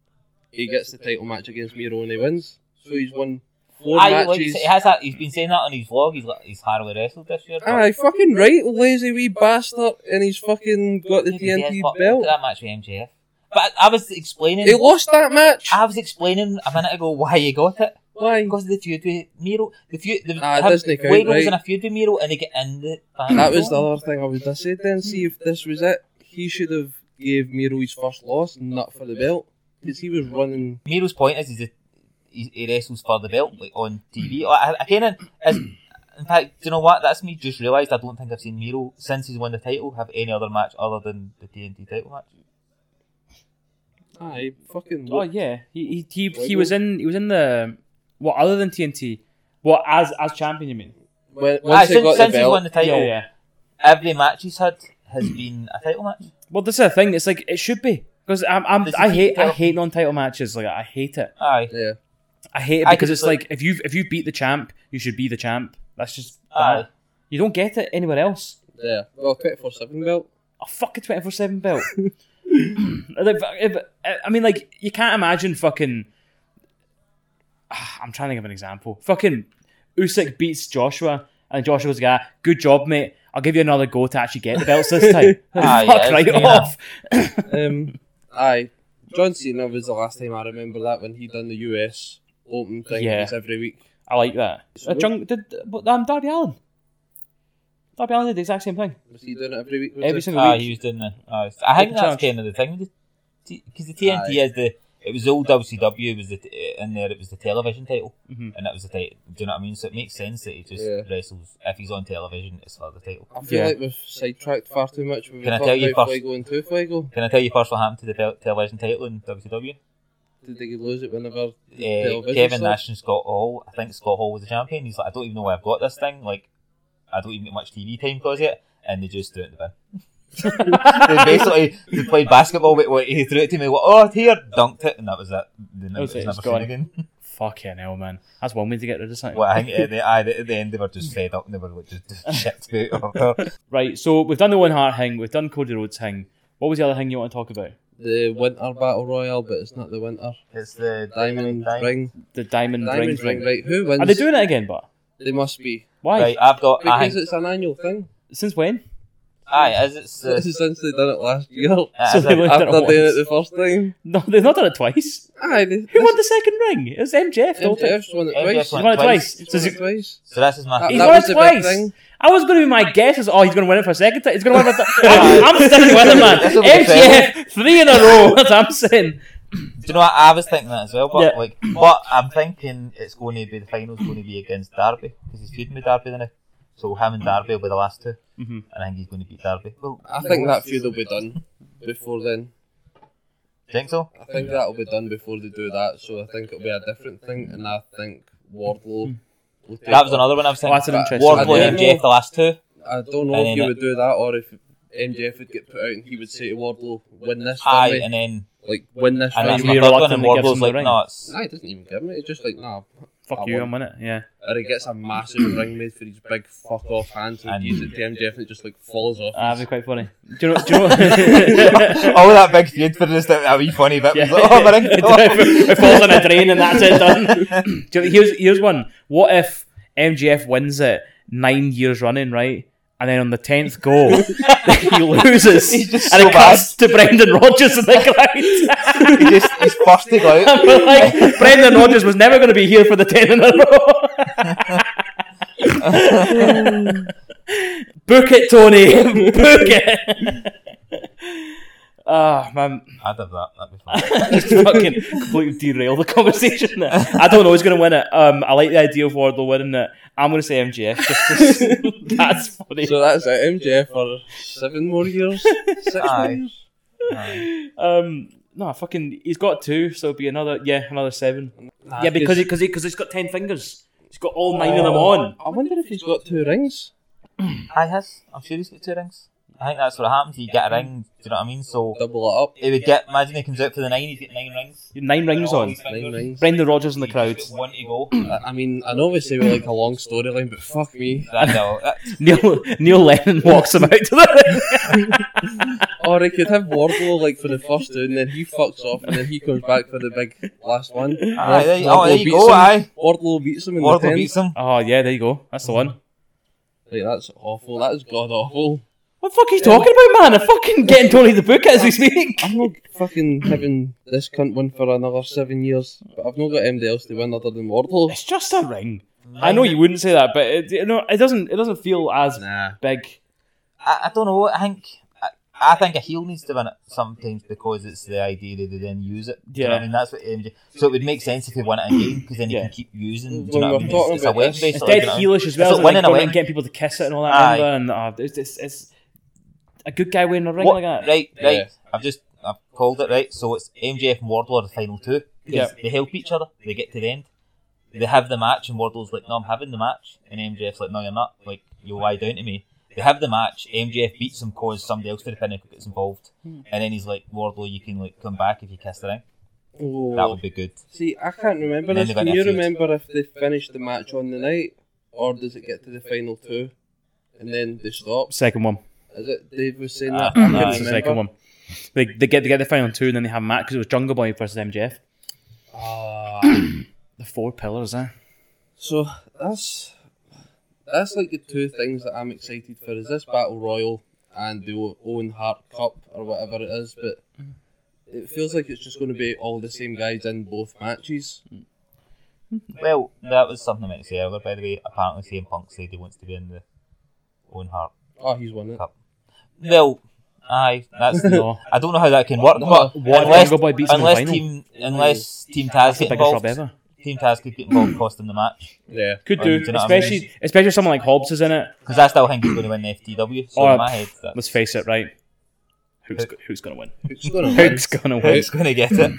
Speaker 1: he gets the title match against Miro and he wins. So he's won four
Speaker 3: Aye, like you
Speaker 1: matches.
Speaker 3: say, he has that, he's been saying that on his vlog. He's, like, he's hardly wrestled this year. but-
Speaker 1: Aye, fucking right, lazy wee bastard, and he's fucking got the
Speaker 3: Look at
Speaker 1: TNT
Speaker 3: but- look
Speaker 1: belt.
Speaker 3: at That match with MJF. But I, I was explaining.
Speaker 1: He lost that match.
Speaker 3: I was explaining a minute ago why he got it.
Speaker 1: Why?
Speaker 3: Because of the feud with Miro. The feud. The,
Speaker 1: Ah, it doesn't count,
Speaker 3: Wiggle was
Speaker 1: right?
Speaker 3: in a feud with Miro and they get in the.
Speaker 1: That was the other thing I was gonna say. Then see if this was it. He should have gave Miro his first loss, not for the belt, because he was running.
Speaker 3: Miro's point is, is that he, he wrestles for the belt like, on TV. I, I kind of. In fact, do you know what? That's me just realised I don't think I've seen Miro since he's won the title have any other match other than the TNT title match.
Speaker 1: Aye, fucking.
Speaker 2: Oh yeah, he he he, he was in he was in the what other than TNT. What as as champion you mean?
Speaker 1: When, once he
Speaker 3: Aye,
Speaker 1: got
Speaker 3: since
Speaker 1: the
Speaker 3: since he's
Speaker 1: belt,
Speaker 3: won the title,
Speaker 2: Yeah, yeah.
Speaker 3: every match he's had has been a title match.
Speaker 2: Well, this is the thing. It's like it should be because I'm, I'm
Speaker 3: This is
Speaker 2: I hate I
Speaker 3: title-
Speaker 2: hate non-title matches. Like I hate it.
Speaker 3: Aye.
Speaker 1: yeah.
Speaker 2: I hate it
Speaker 3: I
Speaker 2: because
Speaker 3: could
Speaker 2: it's
Speaker 3: put-
Speaker 2: like, if you if you beat the champ, you should be the champ. That's just
Speaker 3: Aye.
Speaker 2: you don't get it anywhere else.
Speaker 1: Yeah, well, twenty four seven belt.
Speaker 2: A fucking twenty four seven belt. Like, if- I mean, like you can't imagine fucking. Ah, I'm trying to think of an example. Fucking Usyk beats Joshua, and Joshua's like, "Ah, "Good job, mate. I'll give you another go to actually get the belts this time."
Speaker 3: Aye,
Speaker 2: Fuck
Speaker 3: Ah, yeah,
Speaker 2: right
Speaker 3: yeah.
Speaker 2: off.
Speaker 1: Um, aye, John Cena was the last time I remember that when he done the US Open thing.
Speaker 2: Yeah.
Speaker 1: Yeah. every week.
Speaker 2: I like that.
Speaker 1: So-
Speaker 2: Uh, Jung, did but um, Darby Allen. Darby Allen did the exact same thing
Speaker 1: Was he doing it every week? was
Speaker 2: every
Speaker 1: it?
Speaker 2: single
Speaker 3: Ah,
Speaker 2: week.
Speaker 3: he was doing the. Aye. I think
Speaker 2: Big
Speaker 3: that's
Speaker 2: chance.
Speaker 3: kind of the thing because the TNT is the. It was the old WCW was the t- in there. It was the television title,
Speaker 2: Mhm.
Speaker 3: and that was the title. Do you know what I mean? So it makes sense that he just
Speaker 1: Mm-hmm. Yeah.
Speaker 3: wrestles if he's on television. It's for the title.
Speaker 1: I feel
Speaker 2: Yeah.
Speaker 1: like we've sidetracked far too much when we
Speaker 3: Can I
Speaker 1: talked
Speaker 3: tell you
Speaker 1: about
Speaker 3: first-
Speaker 1: Fuego and Two Fuego.
Speaker 3: Can I tell you first what happened to the tel- television title in WCW?
Speaker 1: Did they lose it whenever?
Speaker 3: Uh,
Speaker 1: television
Speaker 3: Kevin
Speaker 1: stuff?
Speaker 3: Nash and Scott Hall. I think Scott Hall was the champion. He's like, I don't even know why I've got this thing. Like, I don't even get much TV time because of it. And they just threw it in the bin. they basically they played basketball with what he threw it to me. Like, oh, here, dunked it, and that was it. They never,
Speaker 2: was
Speaker 3: it
Speaker 2: it, it's
Speaker 3: was never seen
Speaker 2: gone.
Speaker 3: again.
Speaker 2: Fucking hell, man. That's one way to get rid of something.
Speaker 3: well, I think at the, aye, at the end they were just fed up and they were like, just, just shit about it.
Speaker 2: Right, so we've done the one heart thing, we've done Cody Rhodes thing. What was the other thing you want to talk about?
Speaker 1: The Winter Battle Royal, but it's not the Winter.
Speaker 3: It's the
Speaker 1: Diamond, Ring.
Speaker 2: The diamond,
Speaker 1: Diamond
Speaker 2: ring.
Speaker 1: Ring, right? Who wins?
Speaker 2: Are they doing it again, but
Speaker 1: They must be.
Speaker 2: why?
Speaker 3: Right, I've got. I
Speaker 1: Because
Speaker 3: think,
Speaker 1: it's an annual thing.
Speaker 2: Since when?
Speaker 3: aye, as it's the.
Speaker 1: Since they done it last year.
Speaker 3: aye,
Speaker 2: so
Speaker 3: as
Speaker 2: they
Speaker 3: it-
Speaker 2: were-
Speaker 1: After
Speaker 2: done it
Speaker 1: doing
Speaker 2: once.
Speaker 1: it the first time.
Speaker 2: No, they've not done it twice.
Speaker 1: Aye, they,
Speaker 2: Who won the second ring? It was MJF. don't it?
Speaker 1: MJF's won it twice.
Speaker 3: MJF's
Speaker 2: He won it twice.
Speaker 1: He's
Speaker 2: So
Speaker 1: won
Speaker 2: is
Speaker 1: it
Speaker 2: he-
Speaker 1: twice.
Speaker 3: so that's as my.
Speaker 1: That-
Speaker 2: He's
Speaker 1: that
Speaker 2: won
Speaker 1: was the
Speaker 2: it
Speaker 1: big
Speaker 2: twice.
Speaker 1: thing.
Speaker 2: I was going to be my guess is, oh, he's going to win it for a second time. He's going to win it for. a th- I'm, I'm sticking with him, man.
Speaker 3: This will be fair.
Speaker 2: MJF three in a row. That's what I'm saying.
Speaker 3: Do you know what? I was thinking that as well, but
Speaker 2: Yeah.
Speaker 3: like, but I'm thinking it's going to be the finals going to be against Derby because he's feuding with Derby now. So him and Derby will be the last 2
Speaker 2: Mhm.
Speaker 3: and I think he's going to beat Derby. Well,
Speaker 1: I think that feud will be done before then.
Speaker 3: do you think so?
Speaker 1: I think that'll be done before they do that, so I think it'll be a different thing, and I think Wardlow. Will take
Speaker 3: That was
Speaker 1: it.
Speaker 3: another one I was
Speaker 2: Oh,
Speaker 3: thinking.
Speaker 2: that's an interesting.
Speaker 1: Wardlow
Speaker 3: Wardlow
Speaker 2: one.
Speaker 1: idea.
Speaker 3: and MJF the last two.
Speaker 1: I don't know if
Speaker 3: And then
Speaker 1: you
Speaker 3: it-
Speaker 1: would do that or if MJF would get put out and he would say to Wardlow, "Win this for
Speaker 3: Aye,
Speaker 1: me."
Speaker 3: and then
Speaker 1: like win this
Speaker 3: and
Speaker 1: for
Speaker 3: that's
Speaker 1: me.
Speaker 3: my
Speaker 2: you're
Speaker 3: third one,
Speaker 2: reluctant
Speaker 3: and
Speaker 2: to give
Speaker 3: Wardlow's
Speaker 2: him the
Speaker 3: like,
Speaker 2: ring.
Speaker 3: no, it's
Speaker 1: Nah, he doesn't even give me. It's just like, nah,
Speaker 2: fuck
Speaker 1: I
Speaker 2: you,
Speaker 1: won.
Speaker 2: I'm in it. Yeah.
Speaker 1: Or he gets a massive ring made for his big fuck off hand and
Speaker 3: And- Uh,
Speaker 1: he gives it to MJF and it just like falls off.
Speaker 2: Ah, that'd be quite funny. Do you know? Do you know?
Speaker 5: All that big feud for just a, a wee funny bit. Was
Speaker 2: Yeah.
Speaker 5: like, oh, my ring.
Speaker 2: it, falls in a drain and that's it done. Do you know, here's here's one. What if MGF wins it nine years running, right? And then on the tenth go, he loses,
Speaker 5: He's just
Speaker 2: and
Speaker 5: so
Speaker 2: it cuts to Brendan Rodgers in the crowd.
Speaker 5: He just, he's bursting out.
Speaker 2: And we're like Brendan Rodgers was never going to be here for the ten in a row. Book it, Tony. Book it. Ah, man,
Speaker 3: I'd have that. That'd be fun.
Speaker 2: just fucking completely derail the conversation. there. I don't know who's going to win it. Um, I like the idea of Wardlow winning it. I'm going to say MJF. Just 'cause that's funny.
Speaker 1: So that's it, MJF for seven more years? Six more
Speaker 3: Aye.
Speaker 1: years?
Speaker 2: Um, no, fucking, he's got two, so it'll be another, yeah, another seven. yeah, because because he, cause he's got ten fingers. He's got all nine of them
Speaker 1: Oh.
Speaker 2: on.
Speaker 1: I wonder if he's got two rings.
Speaker 3: I has. I'm sure he's got two rings. I think that's what happens. You get a ring. Do you know what I mean? So
Speaker 1: Double it up.
Speaker 3: he would get. Imagine he comes out for the nine. He's got nine rings.
Speaker 2: Nine rings
Speaker 3: All
Speaker 2: on.
Speaker 3: these
Speaker 1: Nine
Speaker 3: fingers.
Speaker 1: rings.
Speaker 2: Brendan Rodgers in the crowd.
Speaker 3: He's got One to go.
Speaker 1: I I mean, I know we say we like a long storyline, but fuck me.
Speaker 3: I know.
Speaker 2: Neil Neil Lennon walks him out to the ring.
Speaker 1: Or I could have Wardlow like for the first two, and then he fucks off, and then he comes back for the big last one.
Speaker 3: Aye, there you- oh,
Speaker 1: Wardlow
Speaker 3: there you
Speaker 1: beats
Speaker 3: go.
Speaker 1: him.
Speaker 3: Aye.
Speaker 1: Wardlow beats him in the
Speaker 3: Wardlow
Speaker 1: tenth.
Speaker 3: beats him.
Speaker 2: oh yeah, there you go. That's the one.
Speaker 1: Like, that's awful. That is god awful.
Speaker 2: What the fuck are you talking about, man? I'm fucking getting Tony the book as we speak.
Speaker 1: I'm not fucking having this cunt win for another seven years, but I've not got anybody else to win other than Wardlow.
Speaker 2: It's just a ring. I know you wouldn't say that, but it, you know it doesn't. It doesn't feel as
Speaker 1: Nah.
Speaker 2: big.
Speaker 3: I, I don't know. I think I, I think a heel needs to win it sometimes because it's the idea that they then use it. Do you know what
Speaker 2: Yeah.
Speaker 3: I mean that's what MJ. So it would make sense if he won it again because then he
Speaker 2: Yeah.
Speaker 3: can keep using. Do
Speaker 1: When
Speaker 3: you know
Speaker 1: we're
Speaker 3: what I mean? It's,
Speaker 1: talking
Speaker 3: it's a
Speaker 1: about
Speaker 3: web
Speaker 1: this,
Speaker 3: based.
Speaker 2: It's
Speaker 1: Oh,
Speaker 2: dead
Speaker 1: you know,
Speaker 2: heelish as
Speaker 3: it's
Speaker 2: well.
Speaker 3: a
Speaker 2: It's
Speaker 3: win
Speaker 2: like
Speaker 3: and a
Speaker 2: going out
Speaker 3: win.
Speaker 2: and getting people to kiss it and all that.
Speaker 3: Aye.
Speaker 2: remember? And uh, it's, it's, it's a good guy wearing a ring
Speaker 3: What-
Speaker 2: like that.
Speaker 3: Right, right.
Speaker 1: Yeah.
Speaker 3: I've just I've called it right. So it's MJF and Wardlow are the final two. 'Cause
Speaker 2: Yeah.
Speaker 3: They help each other. They get to the end. They have the match, and Wardlow's like, "No, I'm having the match," and MJF's like, "No, you're not. Like, you lie down to me." They have the match. MJF beats him because somebody else to the pinnacle gets involved,
Speaker 2: Hmm.
Speaker 3: and then he's like, "Wardlow, you can like come back if you kiss the ring. That
Speaker 1: Oh.
Speaker 3: would be good."
Speaker 1: See, I can't remember
Speaker 3: And
Speaker 1: this.
Speaker 3: then they got
Speaker 1: Can you
Speaker 3: their feud.
Speaker 1: remember if they finished the match on the night, or does it get to the final two, and then they stop?
Speaker 2: Second one.
Speaker 1: Is it Dave was saying
Speaker 3: Ah,
Speaker 1: that? I can't
Speaker 2: Yeah, it's the
Speaker 1: remember.
Speaker 2: second one. They, they get they get the final two and then they have a match because it was Jungle Boy versus MJF. the four pillars, eh?
Speaker 1: So that's that's like the two things that I'm excited for is this battle royal and the O- Owen Hart Cup or whatever it is, but it feels like it's just going to be all the same guys in both matches.
Speaker 3: Well, that was something I meant to say earlier. By the way, apparently CM Punk said he wants to be in the Owen Hart.
Speaker 1: Oh, he's won it.
Speaker 3: Well, aye, that's the
Speaker 2: No.
Speaker 3: I don't know how that can work,
Speaker 2: What
Speaker 3: but
Speaker 2: if
Speaker 3: unless,
Speaker 2: Jungle Boy beats him in the
Speaker 3: unless
Speaker 2: final?
Speaker 3: team unless team Taz get
Speaker 2: Biggest rub
Speaker 3: involved,
Speaker 2: ever.
Speaker 3: team Taz could get involved, cost them the match.
Speaker 1: Yeah.
Speaker 2: Could
Speaker 3: Um, do
Speaker 2: do,
Speaker 3: you know what I
Speaker 2: especially especially if someone like Hobbs is in it.
Speaker 3: Because I still think he's going to win the FTW. So
Speaker 2: Or-
Speaker 3: in my head, that's
Speaker 2: Let's face it, right? Who's go- who's gonna win?
Speaker 1: Hook's gonna win.
Speaker 2: Hook's gonna win?
Speaker 3: who's going to get it.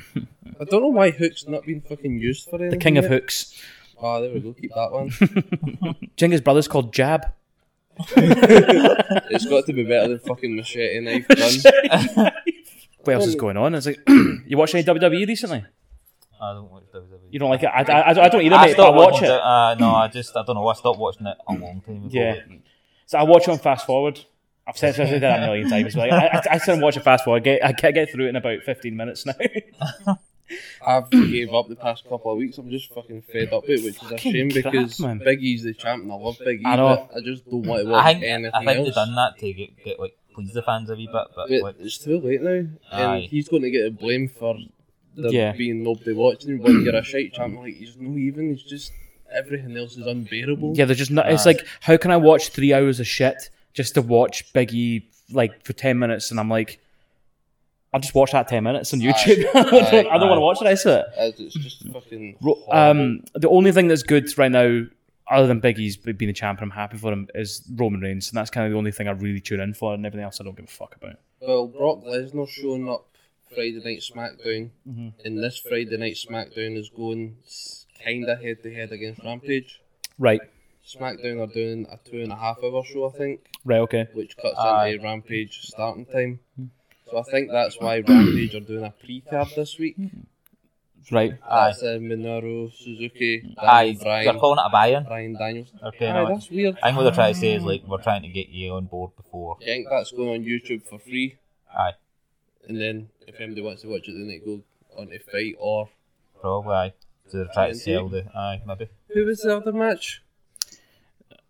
Speaker 1: I don't know why Hook's not been fucking used for anything.
Speaker 2: The king of
Speaker 1: yet.
Speaker 2: hooks.
Speaker 1: Oh, there we go. Keep that one.
Speaker 2: Jenga's brother's called Jab.
Speaker 1: it's got to be better than fucking machete knife gun.
Speaker 2: What else is going on? It's like you watched any WWE recently?
Speaker 3: I don't watch WWE.
Speaker 2: You don't like it? I, I, I don't- I don't either,
Speaker 3: I
Speaker 2: mate. But I
Speaker 3: stopped
Speaker 2: watch
Speaker 3: watching
Speaker 2: it.
Speaker 3: Uh, no, I just I don't know. I stopped watching it a long time ago.
Speaker 2: Yeah. So I watch it on fast forward. I've said, I've said that a million times. Like, I, I, I sit and watch it fast forward. I get, I get get through it in about fifteen minutes now.
Speaker 1: I've gave up the past couple of weeks. I'm just fucking fed up with it, which is a
Speaker 2: Fucking
Speaker 1: shame
Speaker 2: crap,
Speaker 1: because
Speaker 2: man.
Speaker 1: Big E's the champ and I love Big E.
Speaker 2: I know.
Speaker 1: but I just don't want to watch
Speaker 3: I think
Speaker 1: anything
Speaker 3: I think
Speaker 1: else.
Speaker 3: they've done that to get, get like please the fans a wee bit, but
Speaker 1: But
Speaker 3: like,
Speaker 1: it's too late now. And
Speaker 3: Aye.
Speaker 1: he's going to get the blame for there
Speaker 2: Yeah.
Speaker 1: being nobody watching him when you're a shite champ. Like, he's no even. He's just. Everything else is unbearable.
Speaker 2: yeah, they're just not. It's like, how can I watch three hours of shit just to watch Biggie like for ten minutes? And I'm like, I'll just watch that ten minutes on YouTube. I don't, I don't want to watch the rest of it.
Speaker 1: As it's just fucking.
Speaker 2: Ro- Um, the only thing that's good right now, other than Biggie's being a champ, and I'm happy for him, is Roman Reigns, and that's kind of the only thing I really tune in for, and everything else I don't give a fuck about.
Speaker 1: Well, Brock Lesnar showing up Friday Night SmackDown, Mm-hmm. and this Friday Night SmackDown is going kind of head to head against Rampage.
Speaker 2: Right,
Speaker 1: SmackDown are doing a two and a half hour show, I think,
Speaker 2: right, okay.
Speaker 1: which cuts
Speaker 3: Aye.
Speaker 1: into Rampage Hmm. Hmm. starting time. So I think that's why Rampage are doing a pre card this week.
Speaker 4: Right.
Speaker 3: Aye.
Speaker 1: That's uh, Minoru Suzuki, Dan
Speaker 3: Aye, they're
Speaker 1: Brian,
Speaker 3: calling it a buy-in.
Speaker 1: Brian Daniels.
Speaker 3: They're
Speaker 1: Aye,
Speaker 3: paying all-
Speaker 1: that's weird.
Speaker 3: I think what they're trying to say is like we're trying to get you on board before.
Speaker 1: I think that's going on YouTube for free,
Speaker 3: Aye,
Speaker 1: and then if anybody wants to watch it, then they go on to fight or
Speaker 3: probably. Aye. So they're trying to sell the. Aye, maybe.
Speaker 1: who was the other match?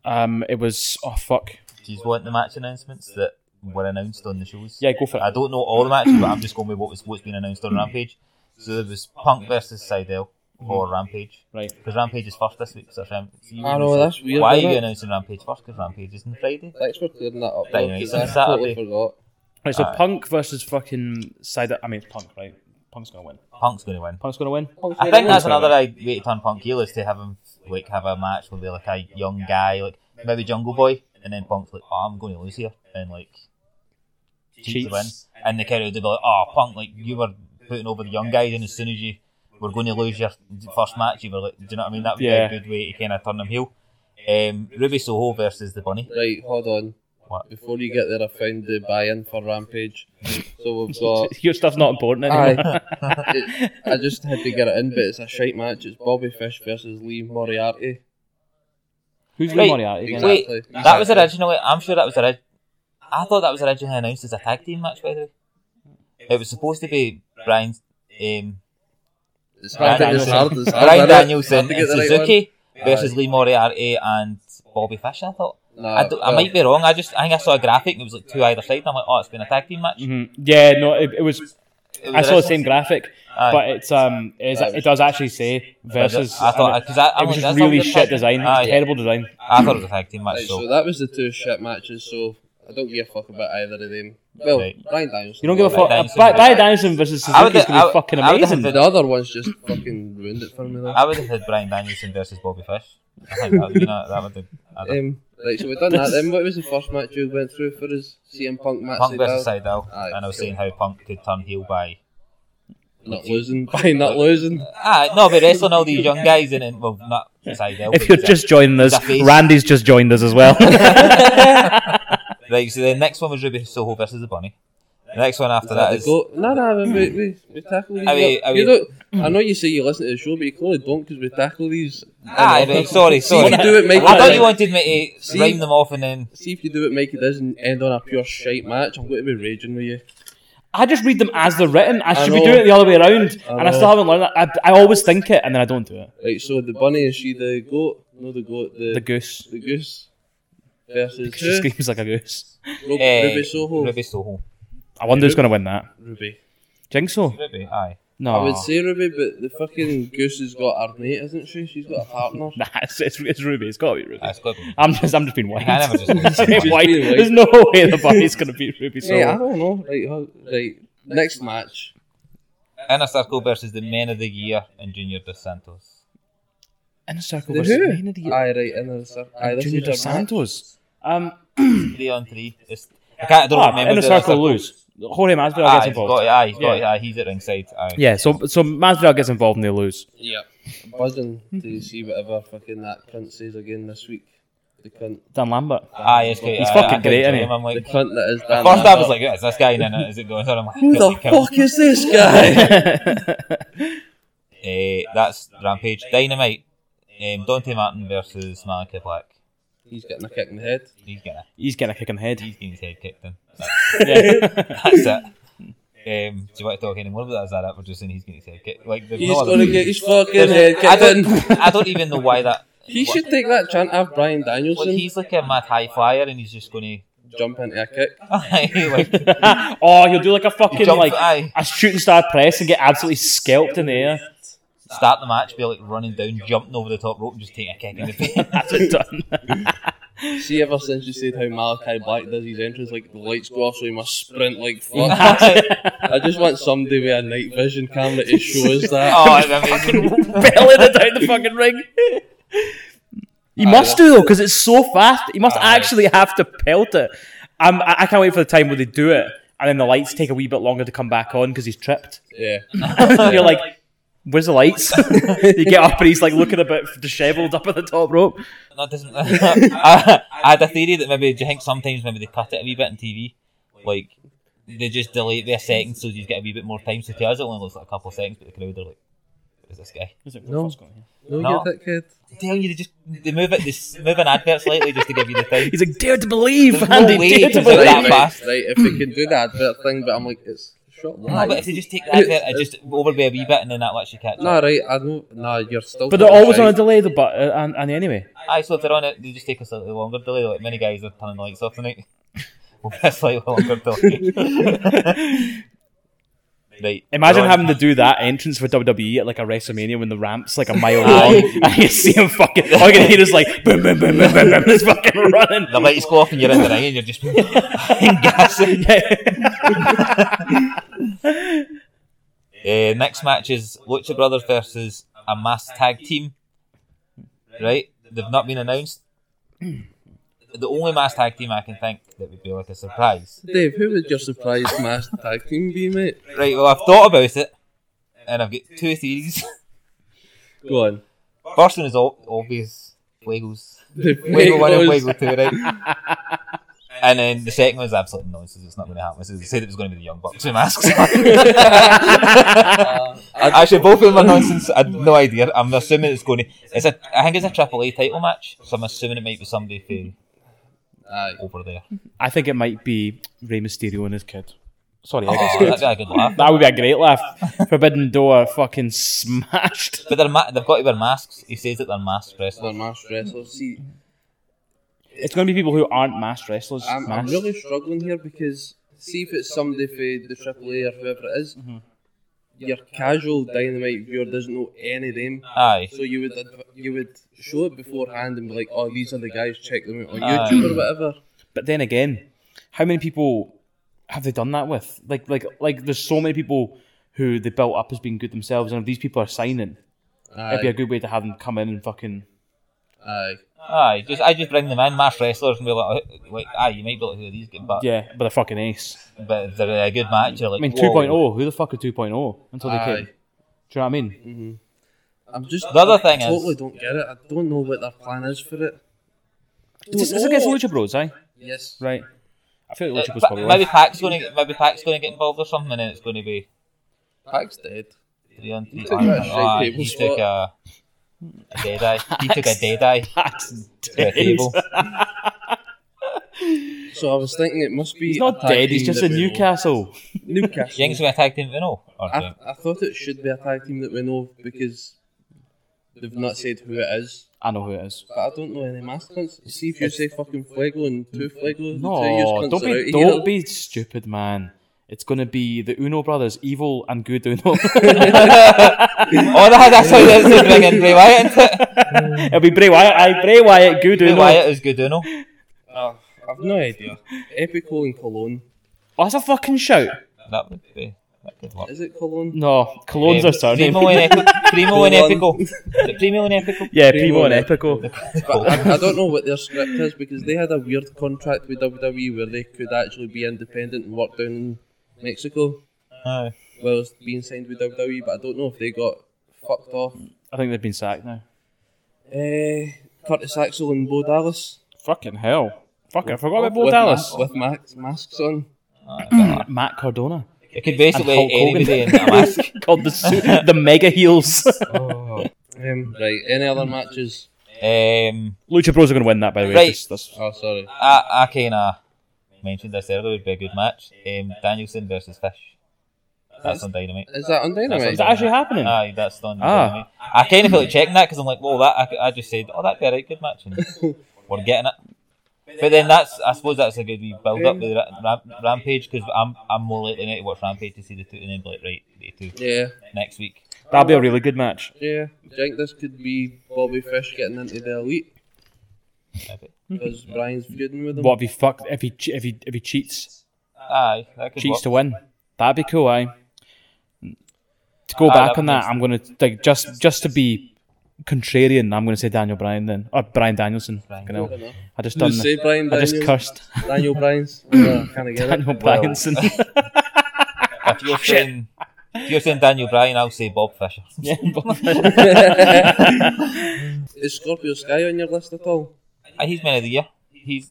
Speaker 2: Um, it was oh fuck.
Speaker 3: Do you want the match announcements that were announced on the shows?
Speaker 2: Yeah, go for it.
Speaker 3: I don't know all the matches, but I'm just going with what was what's been announced on Rampage. So there was Punk versus Seidel for Rampage.
Speaker 2: Mm-hmm. Right.
Speaker 3: Because Rampage is first this week. So Ram- so you
Speaker 1: I know, that's weird,
Speaker 3: Why are
Speaker 1: isn't
Speaker 3: you
Speaker 1: it?
Speaker 3: announcing Rampage first? Because Rampage isn't Friday.
Speaker 1: Thanks for clearing that up.
Speaker 3: Right,
Speaker 1: because
Speaker 3: right,
Speaker 1: I
Speaker 3: so
Speaker 1: totally
Speaker 3: Saturday.
Speaker 1: forgot.
Speaker 2: Right, so
Speaker 3: Aye.
Speaker 2: Punk versus fucking Cider. I mean, it's Punk, right? Punk's gonna win.
Speaker 3: Punk's going to win.
Speaker 2: Punk's gonna win.
Speaker 3: I think that's another i- way to turn Punk heel is to have him like have a match with like a young guy, like maybe Jungle Boy, and then Punk's like, oh, I'm going to lose here, and like cheats the win,
Speaker 2: Cheats.
Speaker 3: and the crowd would be like, oh, Punk, like you were putting over the young guys, and as soon as you were going to lose your first match, you were like, do you know what I mean? That would
Speaker 2: Yeah.
Speaker 3: be a good way to kind of turn him heel. Um, Ruby Soho versus the Bunny.
Speaker 1: Right, hold on.
Speaker 3: What?
Speaker 1: Before you get there, I found the buy-in for Rampage. so we've got.
Speaker 2: Your stuff's not important anymore.
Speaker 1: Aye. It- I just had to get it in, but it's a shite match. It's Bobby Fish versus Lee Moriarty.
Speaker 2: Who's
Speaker 3: Wait,
Speaker 2: Lee Moriarty again?
Speaker 3: Wait,
Speaker 1: Exactly.
Speaker 3: that was
Speaker 1: Exactly.
Speaker 3: originally. I'm sure that was originally. I thought that was originally announced as a tag team match. By the way, it was supposed to be Brian, um,
Speaker 1: It's
Speaker 3: Brian
Speaker 1: hard. It's hard. It's hard.
Speaker 3: Brian
Speaker 1: isn't it?
Speaker 3: Danielson
Speaker 1: Hard to
Speaker 3: and
Speaker 1: get the right
Speaker 3: Suzuki versus
Speaker 1: Aye.
Speaker 3: Lee Moriarty and Bobby Fish. I thought.
Speaker 1: one. Nah,
Speaker 3: I, don't- I
Speaker 1: well,
Speaker 3: might be wrong. I just I think I saw a graphic and it was like two either side. And I'm like, oh, it's been a tag team match.
Speaker 2: Mhm. Yeah, no, it, it was.
Speaker 3: It was
Speaker 2: I saw the
Speaker 3: original-
Speaker 2: same graphic,
Speaker 3: Aye.
Speaker 2: but it's um, it, is, it does actually say versus.
Speaker 3: I thought because I, I
Speaker 2: it was just
Speaker 3: like, that's a
Speaker 2: really
Speaker 3: weird
Speaker 2: shit
Speaker 3: tag-
Speaker 2: design.
Speaker 3: Aye.
Speaker 2: Terrible design.
Speaker 3: I thought it was a tag team match.
Speaker 1: Right,
Speaker 3: so
Speaker 1: so that was the two shit matches. So I don't give a fuck about either of them. Well,
Speaker 3: Right.
Speaker 1: Brian Danielson.
Speaker 2: You don't give a
Speaker 1: Right.
Speaker 2: fuck.
Speaker 3: Danielson.
Speaker 2: Brian Brian Danielson versus
Speaker 3: I would-
Speaker 2: Suzuki is
Speaker 3: I
Speaker 2: gonna be
Speaker 3: would-
Speaker 2: fucking
Speaker 3: I would have
Speaker 2: amazing.
Speaker 3: said-
Speaker 1: The other one's just fucking ruined it for me. Though.
Speaker 3: I would have had Brian Danielson versus Bobby Fish. I think that, you know, that would have. I don't-
Speaker 1: Um, right, so we've done that. Then what was the first match you went through for us? CM Punk match.
Speaker 3: Punk
Speaker 1: Vidal?
Speaker 3: versus Seidel,
Speaker 1: Aye.
Speaker 3: and I was saying how Punk could turn heel by.
Speaker 1: Not losing by not losing.
Speaker 3: Ah, no, but wrestling all these young guys in and well, not Seidel.
Speaker 2: If
Speaker 3: but
Speaker 2: you're
Speaker 3: he's a-
Speaker 2: just joining us,
Speaker 3: he's a face.
Speaker 2: Randy's just joined us as well.
Speaker 3: right, so the next one was Ruby Soho versus the Bunny. The next one after
Speaker 1: Had
Speaker 3: that
Speaker 1: to
Speaker 3: is
Speaker 1: go. No, no, we, we, we, we tackle these.
Speaker 3: Are we-
Speaker 1: up.
Speaker 3: are
Speaker 1: you
Speaker 3: we-
Speaker 1: don't, I know you say you listen to the show, but you clearly don't because we tackle these.
Speaker 3: ah, right, sorry,
Speaker 1: See if
Speaker 3: sorry.
Speaker 1: you do it, Mikey.
Speaker 3: I thought
Speaker 1: doesn't-
Speaker 3: you wanted me to
Speaker 1: See-
Speaker 3: rhyme them off and then
Speaker 1: See if you do it, Mikey doesn't end on a pure shite match. I'm going to be raging with you.
Speaker 2: I just read them as they're written. I should be
Speaker 1: know.
Speaker 2: doing it the other way around,
Speaker 1: I
Speaker 2: and I
Speaker 1: know.
Speaker 2: still haven't learned that. I, I always think it, and then I don't do it.
Speaker 1: Right, so the bunny is she the goat? No, the goat. The
Speaker 2: The goose.
Speaker 1: the goose versus
Speaker 2: She
Speaker 1: who?
Speaker 2: screams like a goose.
Speaker 1: Ru-
Speaker 3: eh,
Speaker 1: Ruby Soho.
Speaker 3: Ruby Soho.
Speaker 2: I wonder who's going to win that.
Speaker 1: Ruby.
Speaker 2: Think so?
Speaker 3: Ruby, aye.
Speaker 1: I
Speaker 2: No.
Speaker 1: would say Ruby, but the fucking goose has got her mate, isn't she? She's got a partner.
Speaker 2: Nah, it's, it's, it's Ruby. It's got to be Ruby.
Speaker 3: That's good.
Speaker 2: I'm just, I'm just being white.
Speaker 3: I never just wanted to say
Speaker 2: Being
Speaker 3: white.
Speaker 2: white.
Speaker 1: Being white.
Speaker 2: There's no way the bunny's going to beat Ruby. So
Speaker 1: Hey, I don't know. Right, how, right. Next match.
Speaker 3: Inner Circle versus the Men of the Year and Junior Dos Santos.
Speaker 2: in a circle
Speaker 1: The
Speaker 2: versus
Speaker 1: who?
Speaker 2: Man of the Year.
Speaker 1: Aye, right. And there's a, aye, this
Speaker 2: Junior
Speaker 1: is
Speaker 2: Dos
Speaker 1: a match.
Speaker 2: Santos. Um,
Speaker 3: Three on three. It's, I can't. I don't
Speaker 2: ah,
Speaker 3: remember.
Speaker 2: in a
Speaker 3: the
Speaker 2: circle lose. Jorge Masvidal gets
Speaker 3: Aye, he's got
Speaker 2: involved.
Speaker 3: it. Aye, he's got it.
Speaker 2: Yeah.
Speaker 3: Aye, he's at ringside. Aye.
Speaker 2: Yeah, so so Masvidal gets involved and they lose.
Speaker 1: Yeah. Buzzing to see whatever fucking that cunt says again this week. The cunt.
Speaker 2: Dan Lambert.
Speaker 3: Aye, it's great.
Speaker 2: He's
Speaker 3: aye,
Speaker 2: fucking
Speaker 3: I couldn't
Speaker 2: great, isn't
Speaker 3: tell
Speaker 2: he?
Speaker 3: him, I'm
Speaker 1: The
Speaker 3: like,
Speaker 1: cunt that is Dan.
Speaker 3: First, I was
Speaker 1: Lambert.
Speaker 3: like, is this guy in it? Is it going on? I'm like,
Speaker 1: Who the fuck is this guy?
Speaker 3: Uh, that's Rampage. Dynamite. Um, Dante Martin versus Malachi Black.
Speaker 1: He's getting a kick in the head.
Speaker 3: He's getting, a,
Speaker 2: He's getting a kick in the head.
Speaker 3: he's getting his head kicked in.
Speaker 2: Yeah.
Speaker 3: That's it. Um, do you want to talk anymore about that? Is that it? We're just saying he's getting his head kicked. Like, there's
Speaker 1: He's
Speaker 3: no other
Speaker 1: gonna
Speaker 3: reason.
Speaker 1: get his fucking head
Speaker 3: I
Speaker 1: kicked in.
Speaker 3: don't, I don't even know why that.
Speaker 1: He should take that chant of Brian
Speaker 3: Like,
Speaker 1: Danielson.
Speaker 3: he's like a mad high flyer and he's just going
Speaker 1: Jump into a kick.
Speaker 3: to. like,
Speaker 2: oh, he'll do like a fucking
Speaker 3: jump,
Speaker 2: like
Speaker 3: aye.
Speaker 2: a shooting star press and get absolutely scalped in the air.
Speaker 3: start the match, be like running down, jumping over the top rope, and just taking a kick in the face.
Speaker 2: That's it done.
Speaker 1: See, ever since you said how Malachi Black does his entrance, like the lights go off, so he must sprint like fuck. I just want somebody with a night vision camera to show us that.
Speaker 3: oh, it's amazing.
Speaker 2: Belling it down the fucking ring. He must do though, because it's so fast. He must actually have to pelt it. Um, I, I can't wait for the time where they do it, and then the lights take a wee bit longer to come back on because he's tripped.
Speaker 1: Yeah.
Speaker 2: And you're like, "Where's the lights?" you get up and he's like looking a bit dishevelled up at the
Speaker 1: Oh,
Speaker 2: top rope.
Speaker 3: That doesn't. I, I had a theory that maybe do you think sometimes maybe they cut it a wee bit in TV, like they just delay it by a second so you get a wee bit more time. So to us it only looks like a couple of seconds, but the crowd are like, is this guy?
Speaker 2: Is it
Speaker 1: No.
Speaker 2: what's going on here?
Speaker 1: No,
Speaker 3: No.
Speaker 1: you dickhead.
Speaker 3: Tell you, they just they move it, they s- move an advert slightly just to give you the time.
Speaker 2: He's like, dare to believe,
Speaker 3: There's no
Speaker 2: Andy,
Speaker 3: way
Speaker 2: dare
Speaker 3: he's
Speaker 2: to
Speaker 3: like
Speaker 2: believe.
Speaker 3: that fast.
Speaker 1: Right, if they can do the advert thing, but I'm like, it's shot
Speaker 3: No,
Speaker 1: live.
Speaker 3: but if they just take the advert and just over by a wee bit and then that lets you catch
Speaker 1: Nah,
Speaker 3: up.
Speaker 1: right, I know. Nah, you're still.
Speaker 2: But they're always on a
Speaker 1: right.
Speaker 2: delay, the but uh, and, and anyway.
Speaker 3: Aye, so if they're on it, they just take a slightly longer delay. Like many guys are turning the lights off tonight. we'll be a slightly longer delay. right.
Speaker 2: Imagine
Speaker 3: we're on.
Speaker 2: having to do that entrance for WWE at like a WrestleMania when the ramp's like a mile
Speaker 3: Aye.
Speaker 2: long and you see him fucking. All you can hear is like boom, boom, boom, boom, boom, boom. It's fucking running.
Speaker 3: the lights go off and you're in the ring and you're just gassing. Uh, next match is Lucha Brothers versus a mass tag team. Right? They've not been announced. The only mass tag team I can think that would be like a surprise.
Speaker 1: Dave, who would your surprise mass tag team be, mate?
Speaker 3: Right, well, I've thought about it and I've got two theories.
Speaker 1: Go on.
Speaker 3: First one is all obvious Fuegos.
Speaker 1: The
Speaker 3: Fuego 1 and
Speaker 1: Fuegos.
Speaker 3: Fuego 2, right? And then the second one is absolute nonsense. It's not going to happen. So they said it was going to be the Young Um, Bucks with masks. Actually, both of them are nonsense. I had no idea. I'm assuming it's going to. It's a. I think it's a Triple A title match, so I'm assuming it might be somebody for
Speaker 1: Aye.
Speaker 3: over there.
Speaker 2: I think it might be Rey Mysterio and his kid. Sorry, Eddie.
Speaker 3: Oh, that'd be a good laugh.
Speaker 2: that would be a great laugh. Forbidden Door fucking smashed.
Speaker 3: But they're ma- they've got to wear masks. He says that they're masked wrestlers.
Speaker 1: They're masked wrestlers. See,
Speaker 2: It's going to be people who aren't masked wrestlers.
Speaker 1: I'm, I'm
Speaker 2: masked.
Speaker 1: really struggling here because see if it's somebody for the AAA or whoever it is,
Speaker 3: Mm-hmm.
Speaker 1: your casual dynamite viewer doesn't know any of them.
Speaker 3: Aye.
Speaker 1: So you would adv- you would show it beforehand and be like, oh, these are the guys. Check them out on
Speaker 3: Aye.
Speaker 1: YouTube or whatever.
Speaker 2: But then again, how many people have they done that with? Like, like, like. There's so many people who they built up as being good themselves, and if these people are signing, it'd be a
Speaker 1: Aye,
Speaker 2: good way to have them come in and fucking.
Speaker 1: aye.
Speaker 3: Aye. Just I just bring them in, masked wrestlers, and be like, "Oh, like, aye, you might be like, who are these? Good, but
Speaker 2: Yeah, but they're fucking ace.
Speaker 3: but if they're a good match. You're like,
Speaker 2: I mean,
Speaker 3: whoa.
Speaker 2: 2.0. Who the fuck are 2.0 until they
Speaker 1: Aye.
Speaker 2: came? Do you know what I mean?
Speaker 1: I'm just
Speaker 3: The other thing is-
Speaker 1: totally don't get it. I don't know what their plan is for it.
Speaker 2: It's, it's against Lucha Bros, aye?
Speaker 1: Yes.
Speaker 2: Right. I feel like Lucha Bros
Speaker 1: Uh,
Speaker 3: Pa-
Speaker 2: probably.
Speaker 3: Uh, maybe
Speaker 2: won.
Speaker 3: Pac's going to maybe Pac's going to get involved or something, and it's going to be
Speaker 1: Pack's dead.
Speaker 3: three on three.
Speaker 1: took a
Speaker 3: Oh,
Speaker 1: straight
Speaker 3: he
Speaker 1: table
Speaker 3: took a, a dead eye. He took a dead eye
Speaker 2: That's
Speaker 3: to a table.
Speaker 1: So I was thinking it must be.
Speaker 2: He's not
Speaker 1: a tag
Speaker 2: dead. He's
Speaker 1: team
Speaker 2: just
Speaker 1: that
Speaker 2: in
Speaker 1: we know.
Speaker 2: Newcastle.
Speaker 1: Newcastle.
Speaker 3: Ying's going to tag team with no. Or
Speaker 1: I, I thought it should be a tag team that we know because they've not said who it is.
Speaker 2: I know who it is.
Speaker 1: But I don't know any mask cunts. See if you say fucking Fuego and two Fuego. the two yous
Speaker 2: No,
Speaker 1: cunts
Speaker 2: don't
Speaker 1: are out here.
Speaker 2: be, don't be stupid, man. It's going to be the Uno brothers, evil and good Uno.
Speaker 3: oh, that, that's how that's the bring in Bray Wyatt into it.
Speaker 2: It'll be Bray Wyatt. Aye, Bray Wyatt, good
Speaker 3: Bray
Speaker 2: Uno.
Speaker 3: Wyatt is good, Uno.
Speaker 1: Oh, I've no idea. Epico and Cologne.
Speaker 2: Oh, that's a fucking shout.
Speaker 3: That would be. That could work.
Speaker 1: Is it Cologne?
Speaker 2: No, Cologne's
Speaker 3: Um,
Speaker 2: our surname.
Speaker 3: Primo and Epico. Primo and
Speaker 1: Cologne.
Speaker 3: Epico. Is it Primo and Epico.
Speaker 2: Yeah,
Speaker 1: Primo
Speaker 2: Primo and
Speaker 1: and
Speaker 2: Epico.
Speaker 1: But I, I don't know what their script is because they had a weird contract with WWE where they could actually be independent and work down in Mexico
Speaker 3: Aye.
Speaker 1: whilst being signed with WWE. But I don't know if they got fucked off.
Speaker 2: I think they've been sacked now.
Speaker 1: Uh, Curtis Axel and Bo Dallas.
Speaker 2: Fucking hell. Fuck, I forgot about Bo
Speaker 1: with
Speaker 2: Dallas.
Speaker 1: ma- with max, masks on.
Speaker 2: Matt Cardona.
Speaker 3: It could basically
Speaker 2: Hulk Hogan.
Speaker 3: anybody in that mask.
Speaker 2: Called the, su- the Mega Heels.
Speaker 1: Um, right, any other matches?
Speaker 3: Um,
Speaker 2: Lucha Bros are going to win that, by the way.
Speaker 3: Right.
Speaker 2: Just- that's-
Speaker 1: Oh, sorry.
Speaker 3: I, I kind of mentioned this earlier. Would be a good match. Um, Danielson versus Fish. That's on Dynamite.
Speaker 1: Is that on Dynamite?
Speaker 2: Is that actually happening?
Speaker 3: Aye, that's done.
Speaker 2: Ah.
Speaker 3: Ah. I kind of feel like checking that because I'm like, well, that I, I just said, oh, that'd be a right good match, and we're getting it. But then that's, I suppose that's a good wee build up with Ra- Ram- Rampage because I'm, I'm more likely now to watch Rampage to see the two and then be like, right, the two
Speaker 1: yeah,
Speaker 3: next week.
Speaker 2: That'll be a really good match.
Speaker 1: yeah. Do you think this could be Bobby Fish getting into the elite? Because Brian's feuding with him.
Speaker 2: Hmm. What if he fuck if he che- if he if he cheats
Speaker 3: Aye, that could
Speaker 2: cheats
Speaker 3: work.
Speaker 2: to win? That'd be cool, aye. To go
Speaker 3: Ah,
Speaker 2: back
Speaker 3: that
Speaker 2: on that,
Speaker 3: makes-
Speaker 2: I'm gonna like just just to be contrarian, I'm gonna say Daniel Bryan then or Brian Danielson. Fucking hell.
Speaker 1: Fair enough.
Speaker 2: I just done.
Speaker 1: Just say Brian
Speaker 2: I
Speaker 1: Daniel,
Speaker 2: just cursed
Speaker 1: Daniel Bryan's. No, I can't get it.
Speaker 2: Daniel Bryanson.
Speaker 3: If you're saying, if you're saying Daniel Bryan, I'll say Bob Fisher.
Speaker 1: Is Scorpio Sky on your list at all?
Speaker 3: Ah, He's man of the year. He's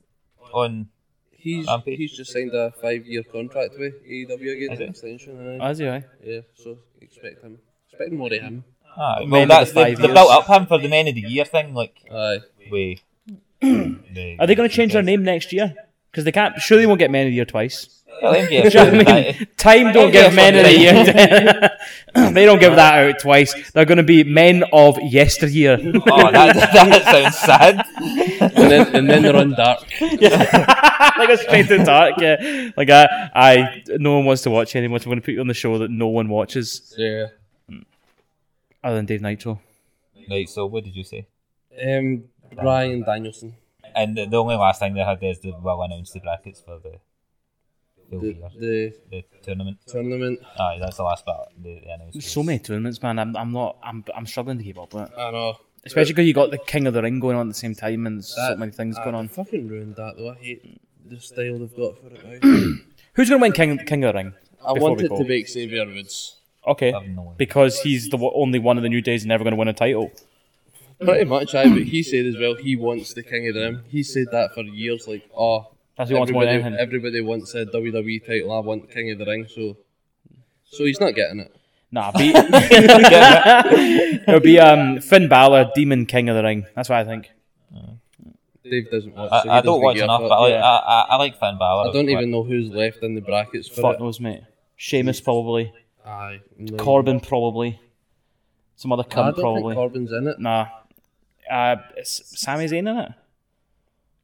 Speaker 3: on.
Speaker 1: He's
Speaker 3: Rampage.
Speaker 1: he's just signed a five year contract with AEW
Speaker 3: Is
Speaker 1: again
Speaker 3: it?
Speaker 1: extension. aye.
Speaker 2: As you, aye.
Speaker 1: Yeah, so expect him. Expect more of him.
Speaker 3: Ah,
Speaker 2: Men
Speaker 3: well,
Speaker 2: of
Speaker 3: that's
Speaker 2: the
Speaker 3: they,
Speaker 2: five
Speaker 3: they
Speaker 2: years.
Speaker 3: built up him for the men of the year thing. Like,
Speaker 1: Aye.
Speaker 3: we.
Speaker 2: Are they going to change their name next year? Because they can't. Sure, they won't get Men of the Year twice.
Speaker 3: Yeah, let him get
Speaker 2: Do you know what I
Speaker 3: that.
Speaker 2: mean? Time don't give Men of the Year. they don't give that out twice. They're going to be Men of Yesteryear.
Speaker 3: Oh, that, that sounds sad.
Speaker 1: And then and then they're on dark.
Speaker 2: like a straight to dark. Yeah. Like I, I, no one wants to watch anymore. So I'm going to put you on the show that no one watches
Speaker 1: Yeah.
Speaker 2: other than Dave Nitro.
Speaker 3: Right, so what did you say?
Speaker 1: Um, Brian Danielson,
Speaker 3: And the, the only last thing they had is the well announced the brackets for the the,
Speaker 1: the,
Speaker 3: year,
Speaker 1: the
Speaker 3: the tournament.
Speaker 1: tournament.
Speaker 3: Aye, that's the last part they, they announced.
Speaker 2: So many tournaments, man. I'm, I'm not. I'm, I'm struggling to keep up with it.
Speaker 1: I know.
Speaker 2: Especially because you got the King of the Ring going on at the same time, and there's so
Speaker 1: That-
Speaker 2: many things
Speaker 1: I
Speaker 2: going on.
Speaker 1: fucking ruined that though. I hate the style they've got for it now.
Speaker 2: Who's going to win King, King of the Ring?
Speaker 1: I
Speaker 2: Before
Speaker 1: want
Speaker 2: we
Speaker 1: it
Speaker 2: go.
Speaker 1: to be Xavier Woods.
Speaker 2: Okay,
Speaker 3: I have no idea.
Speaker 2: because he's the w- only one of the New Days never going to win a title.
Speaker 1: Pretty much, I. But he said as well, he wants the king of the ring. He said that for years. Like, oh,
Speaker 2: That's who wants more
Speaker 1: everybody,
Speaker 2: than him.
Speaker 1: everybody wants a WWE E title. I want king of the ring. So, so he's not getting it.
Speaker 2: Nah, be- it'll be um, Finn Balor, Demon King of the Ring. That's what I think.
Speaker 1: Dave doesn't watch. so he
Speaker 3: I, I
Speaker 1: doesn't
Speaker 3: don't watch
Speaker 1: get
Speaker 3: enough,
Speaker 1: it.
Speaker 3: but I, like,
Speaker 2: yeah.
Speaker 3: I, I, I like Finn Balor.
Speaker 1: I don't even know who's left in the brackets for
Speaker 2: Fuck
Speaker 1: it.
Speaker 2: knows, mate. Sheamus probably,
Speaker 1: Aye, no.
Speaker 2: Corbin probably, some other
Speaker 1: I
Speaker 2: cunt
Speaker 1: don't
Speaker 2: probably.
Speaker 1: think Corbin's in it.
Speaker 2: nah, uh, is Sami Zayn in it.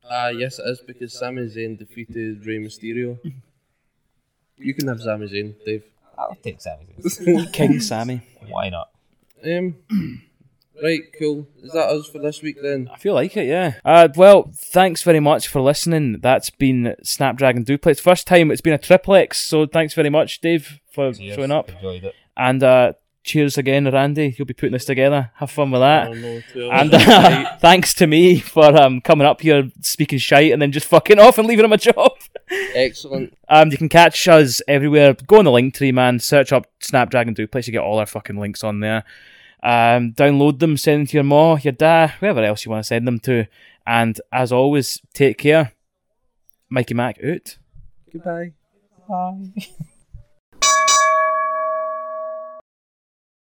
Speaker 1: Ah, yes, it is because Sami Zayn defeated Rey Mysterio. You can have Sami Zayn, Dave.
Speaker 3: I'll take Sami Zayn.
Speaker 2: King Sammy.
Speaker 3: Why not?
Speaker 1: Um, right, cool. Is that us for this week then?
Speaker 2: I feel like it, yeah. Uh, well, thanks very much for listening. That's been Snapdragon Duplex. First time it's been a triplex, so thanks very much, Dave, for
Speaker 3: Yes,
Speaker 2: showing up.
Speaker 3: Enjoyed it.
Speaker 2: And uh, cheers again, Randy. You'll be putting this together. Have fun with that.
Speaker 1: Oh, no, two hours.
Speaker 2: And uh, thanks to me for um, coming up here, speaking shite, and then just fucking off and leaving him a job.
Speaker 1: Excellent.
Speaker 2: Um, you can catch us everywhere. Go on the link tree, man. Search up Snapdragon Duplex. You get all our fucking links on there. Um, download them, send them to your ma, your dad, whoever else you want to send them to. And as always, take care. Mikey Mac out.
Speaker 1: Goodbye.
Speaker 3: Bye.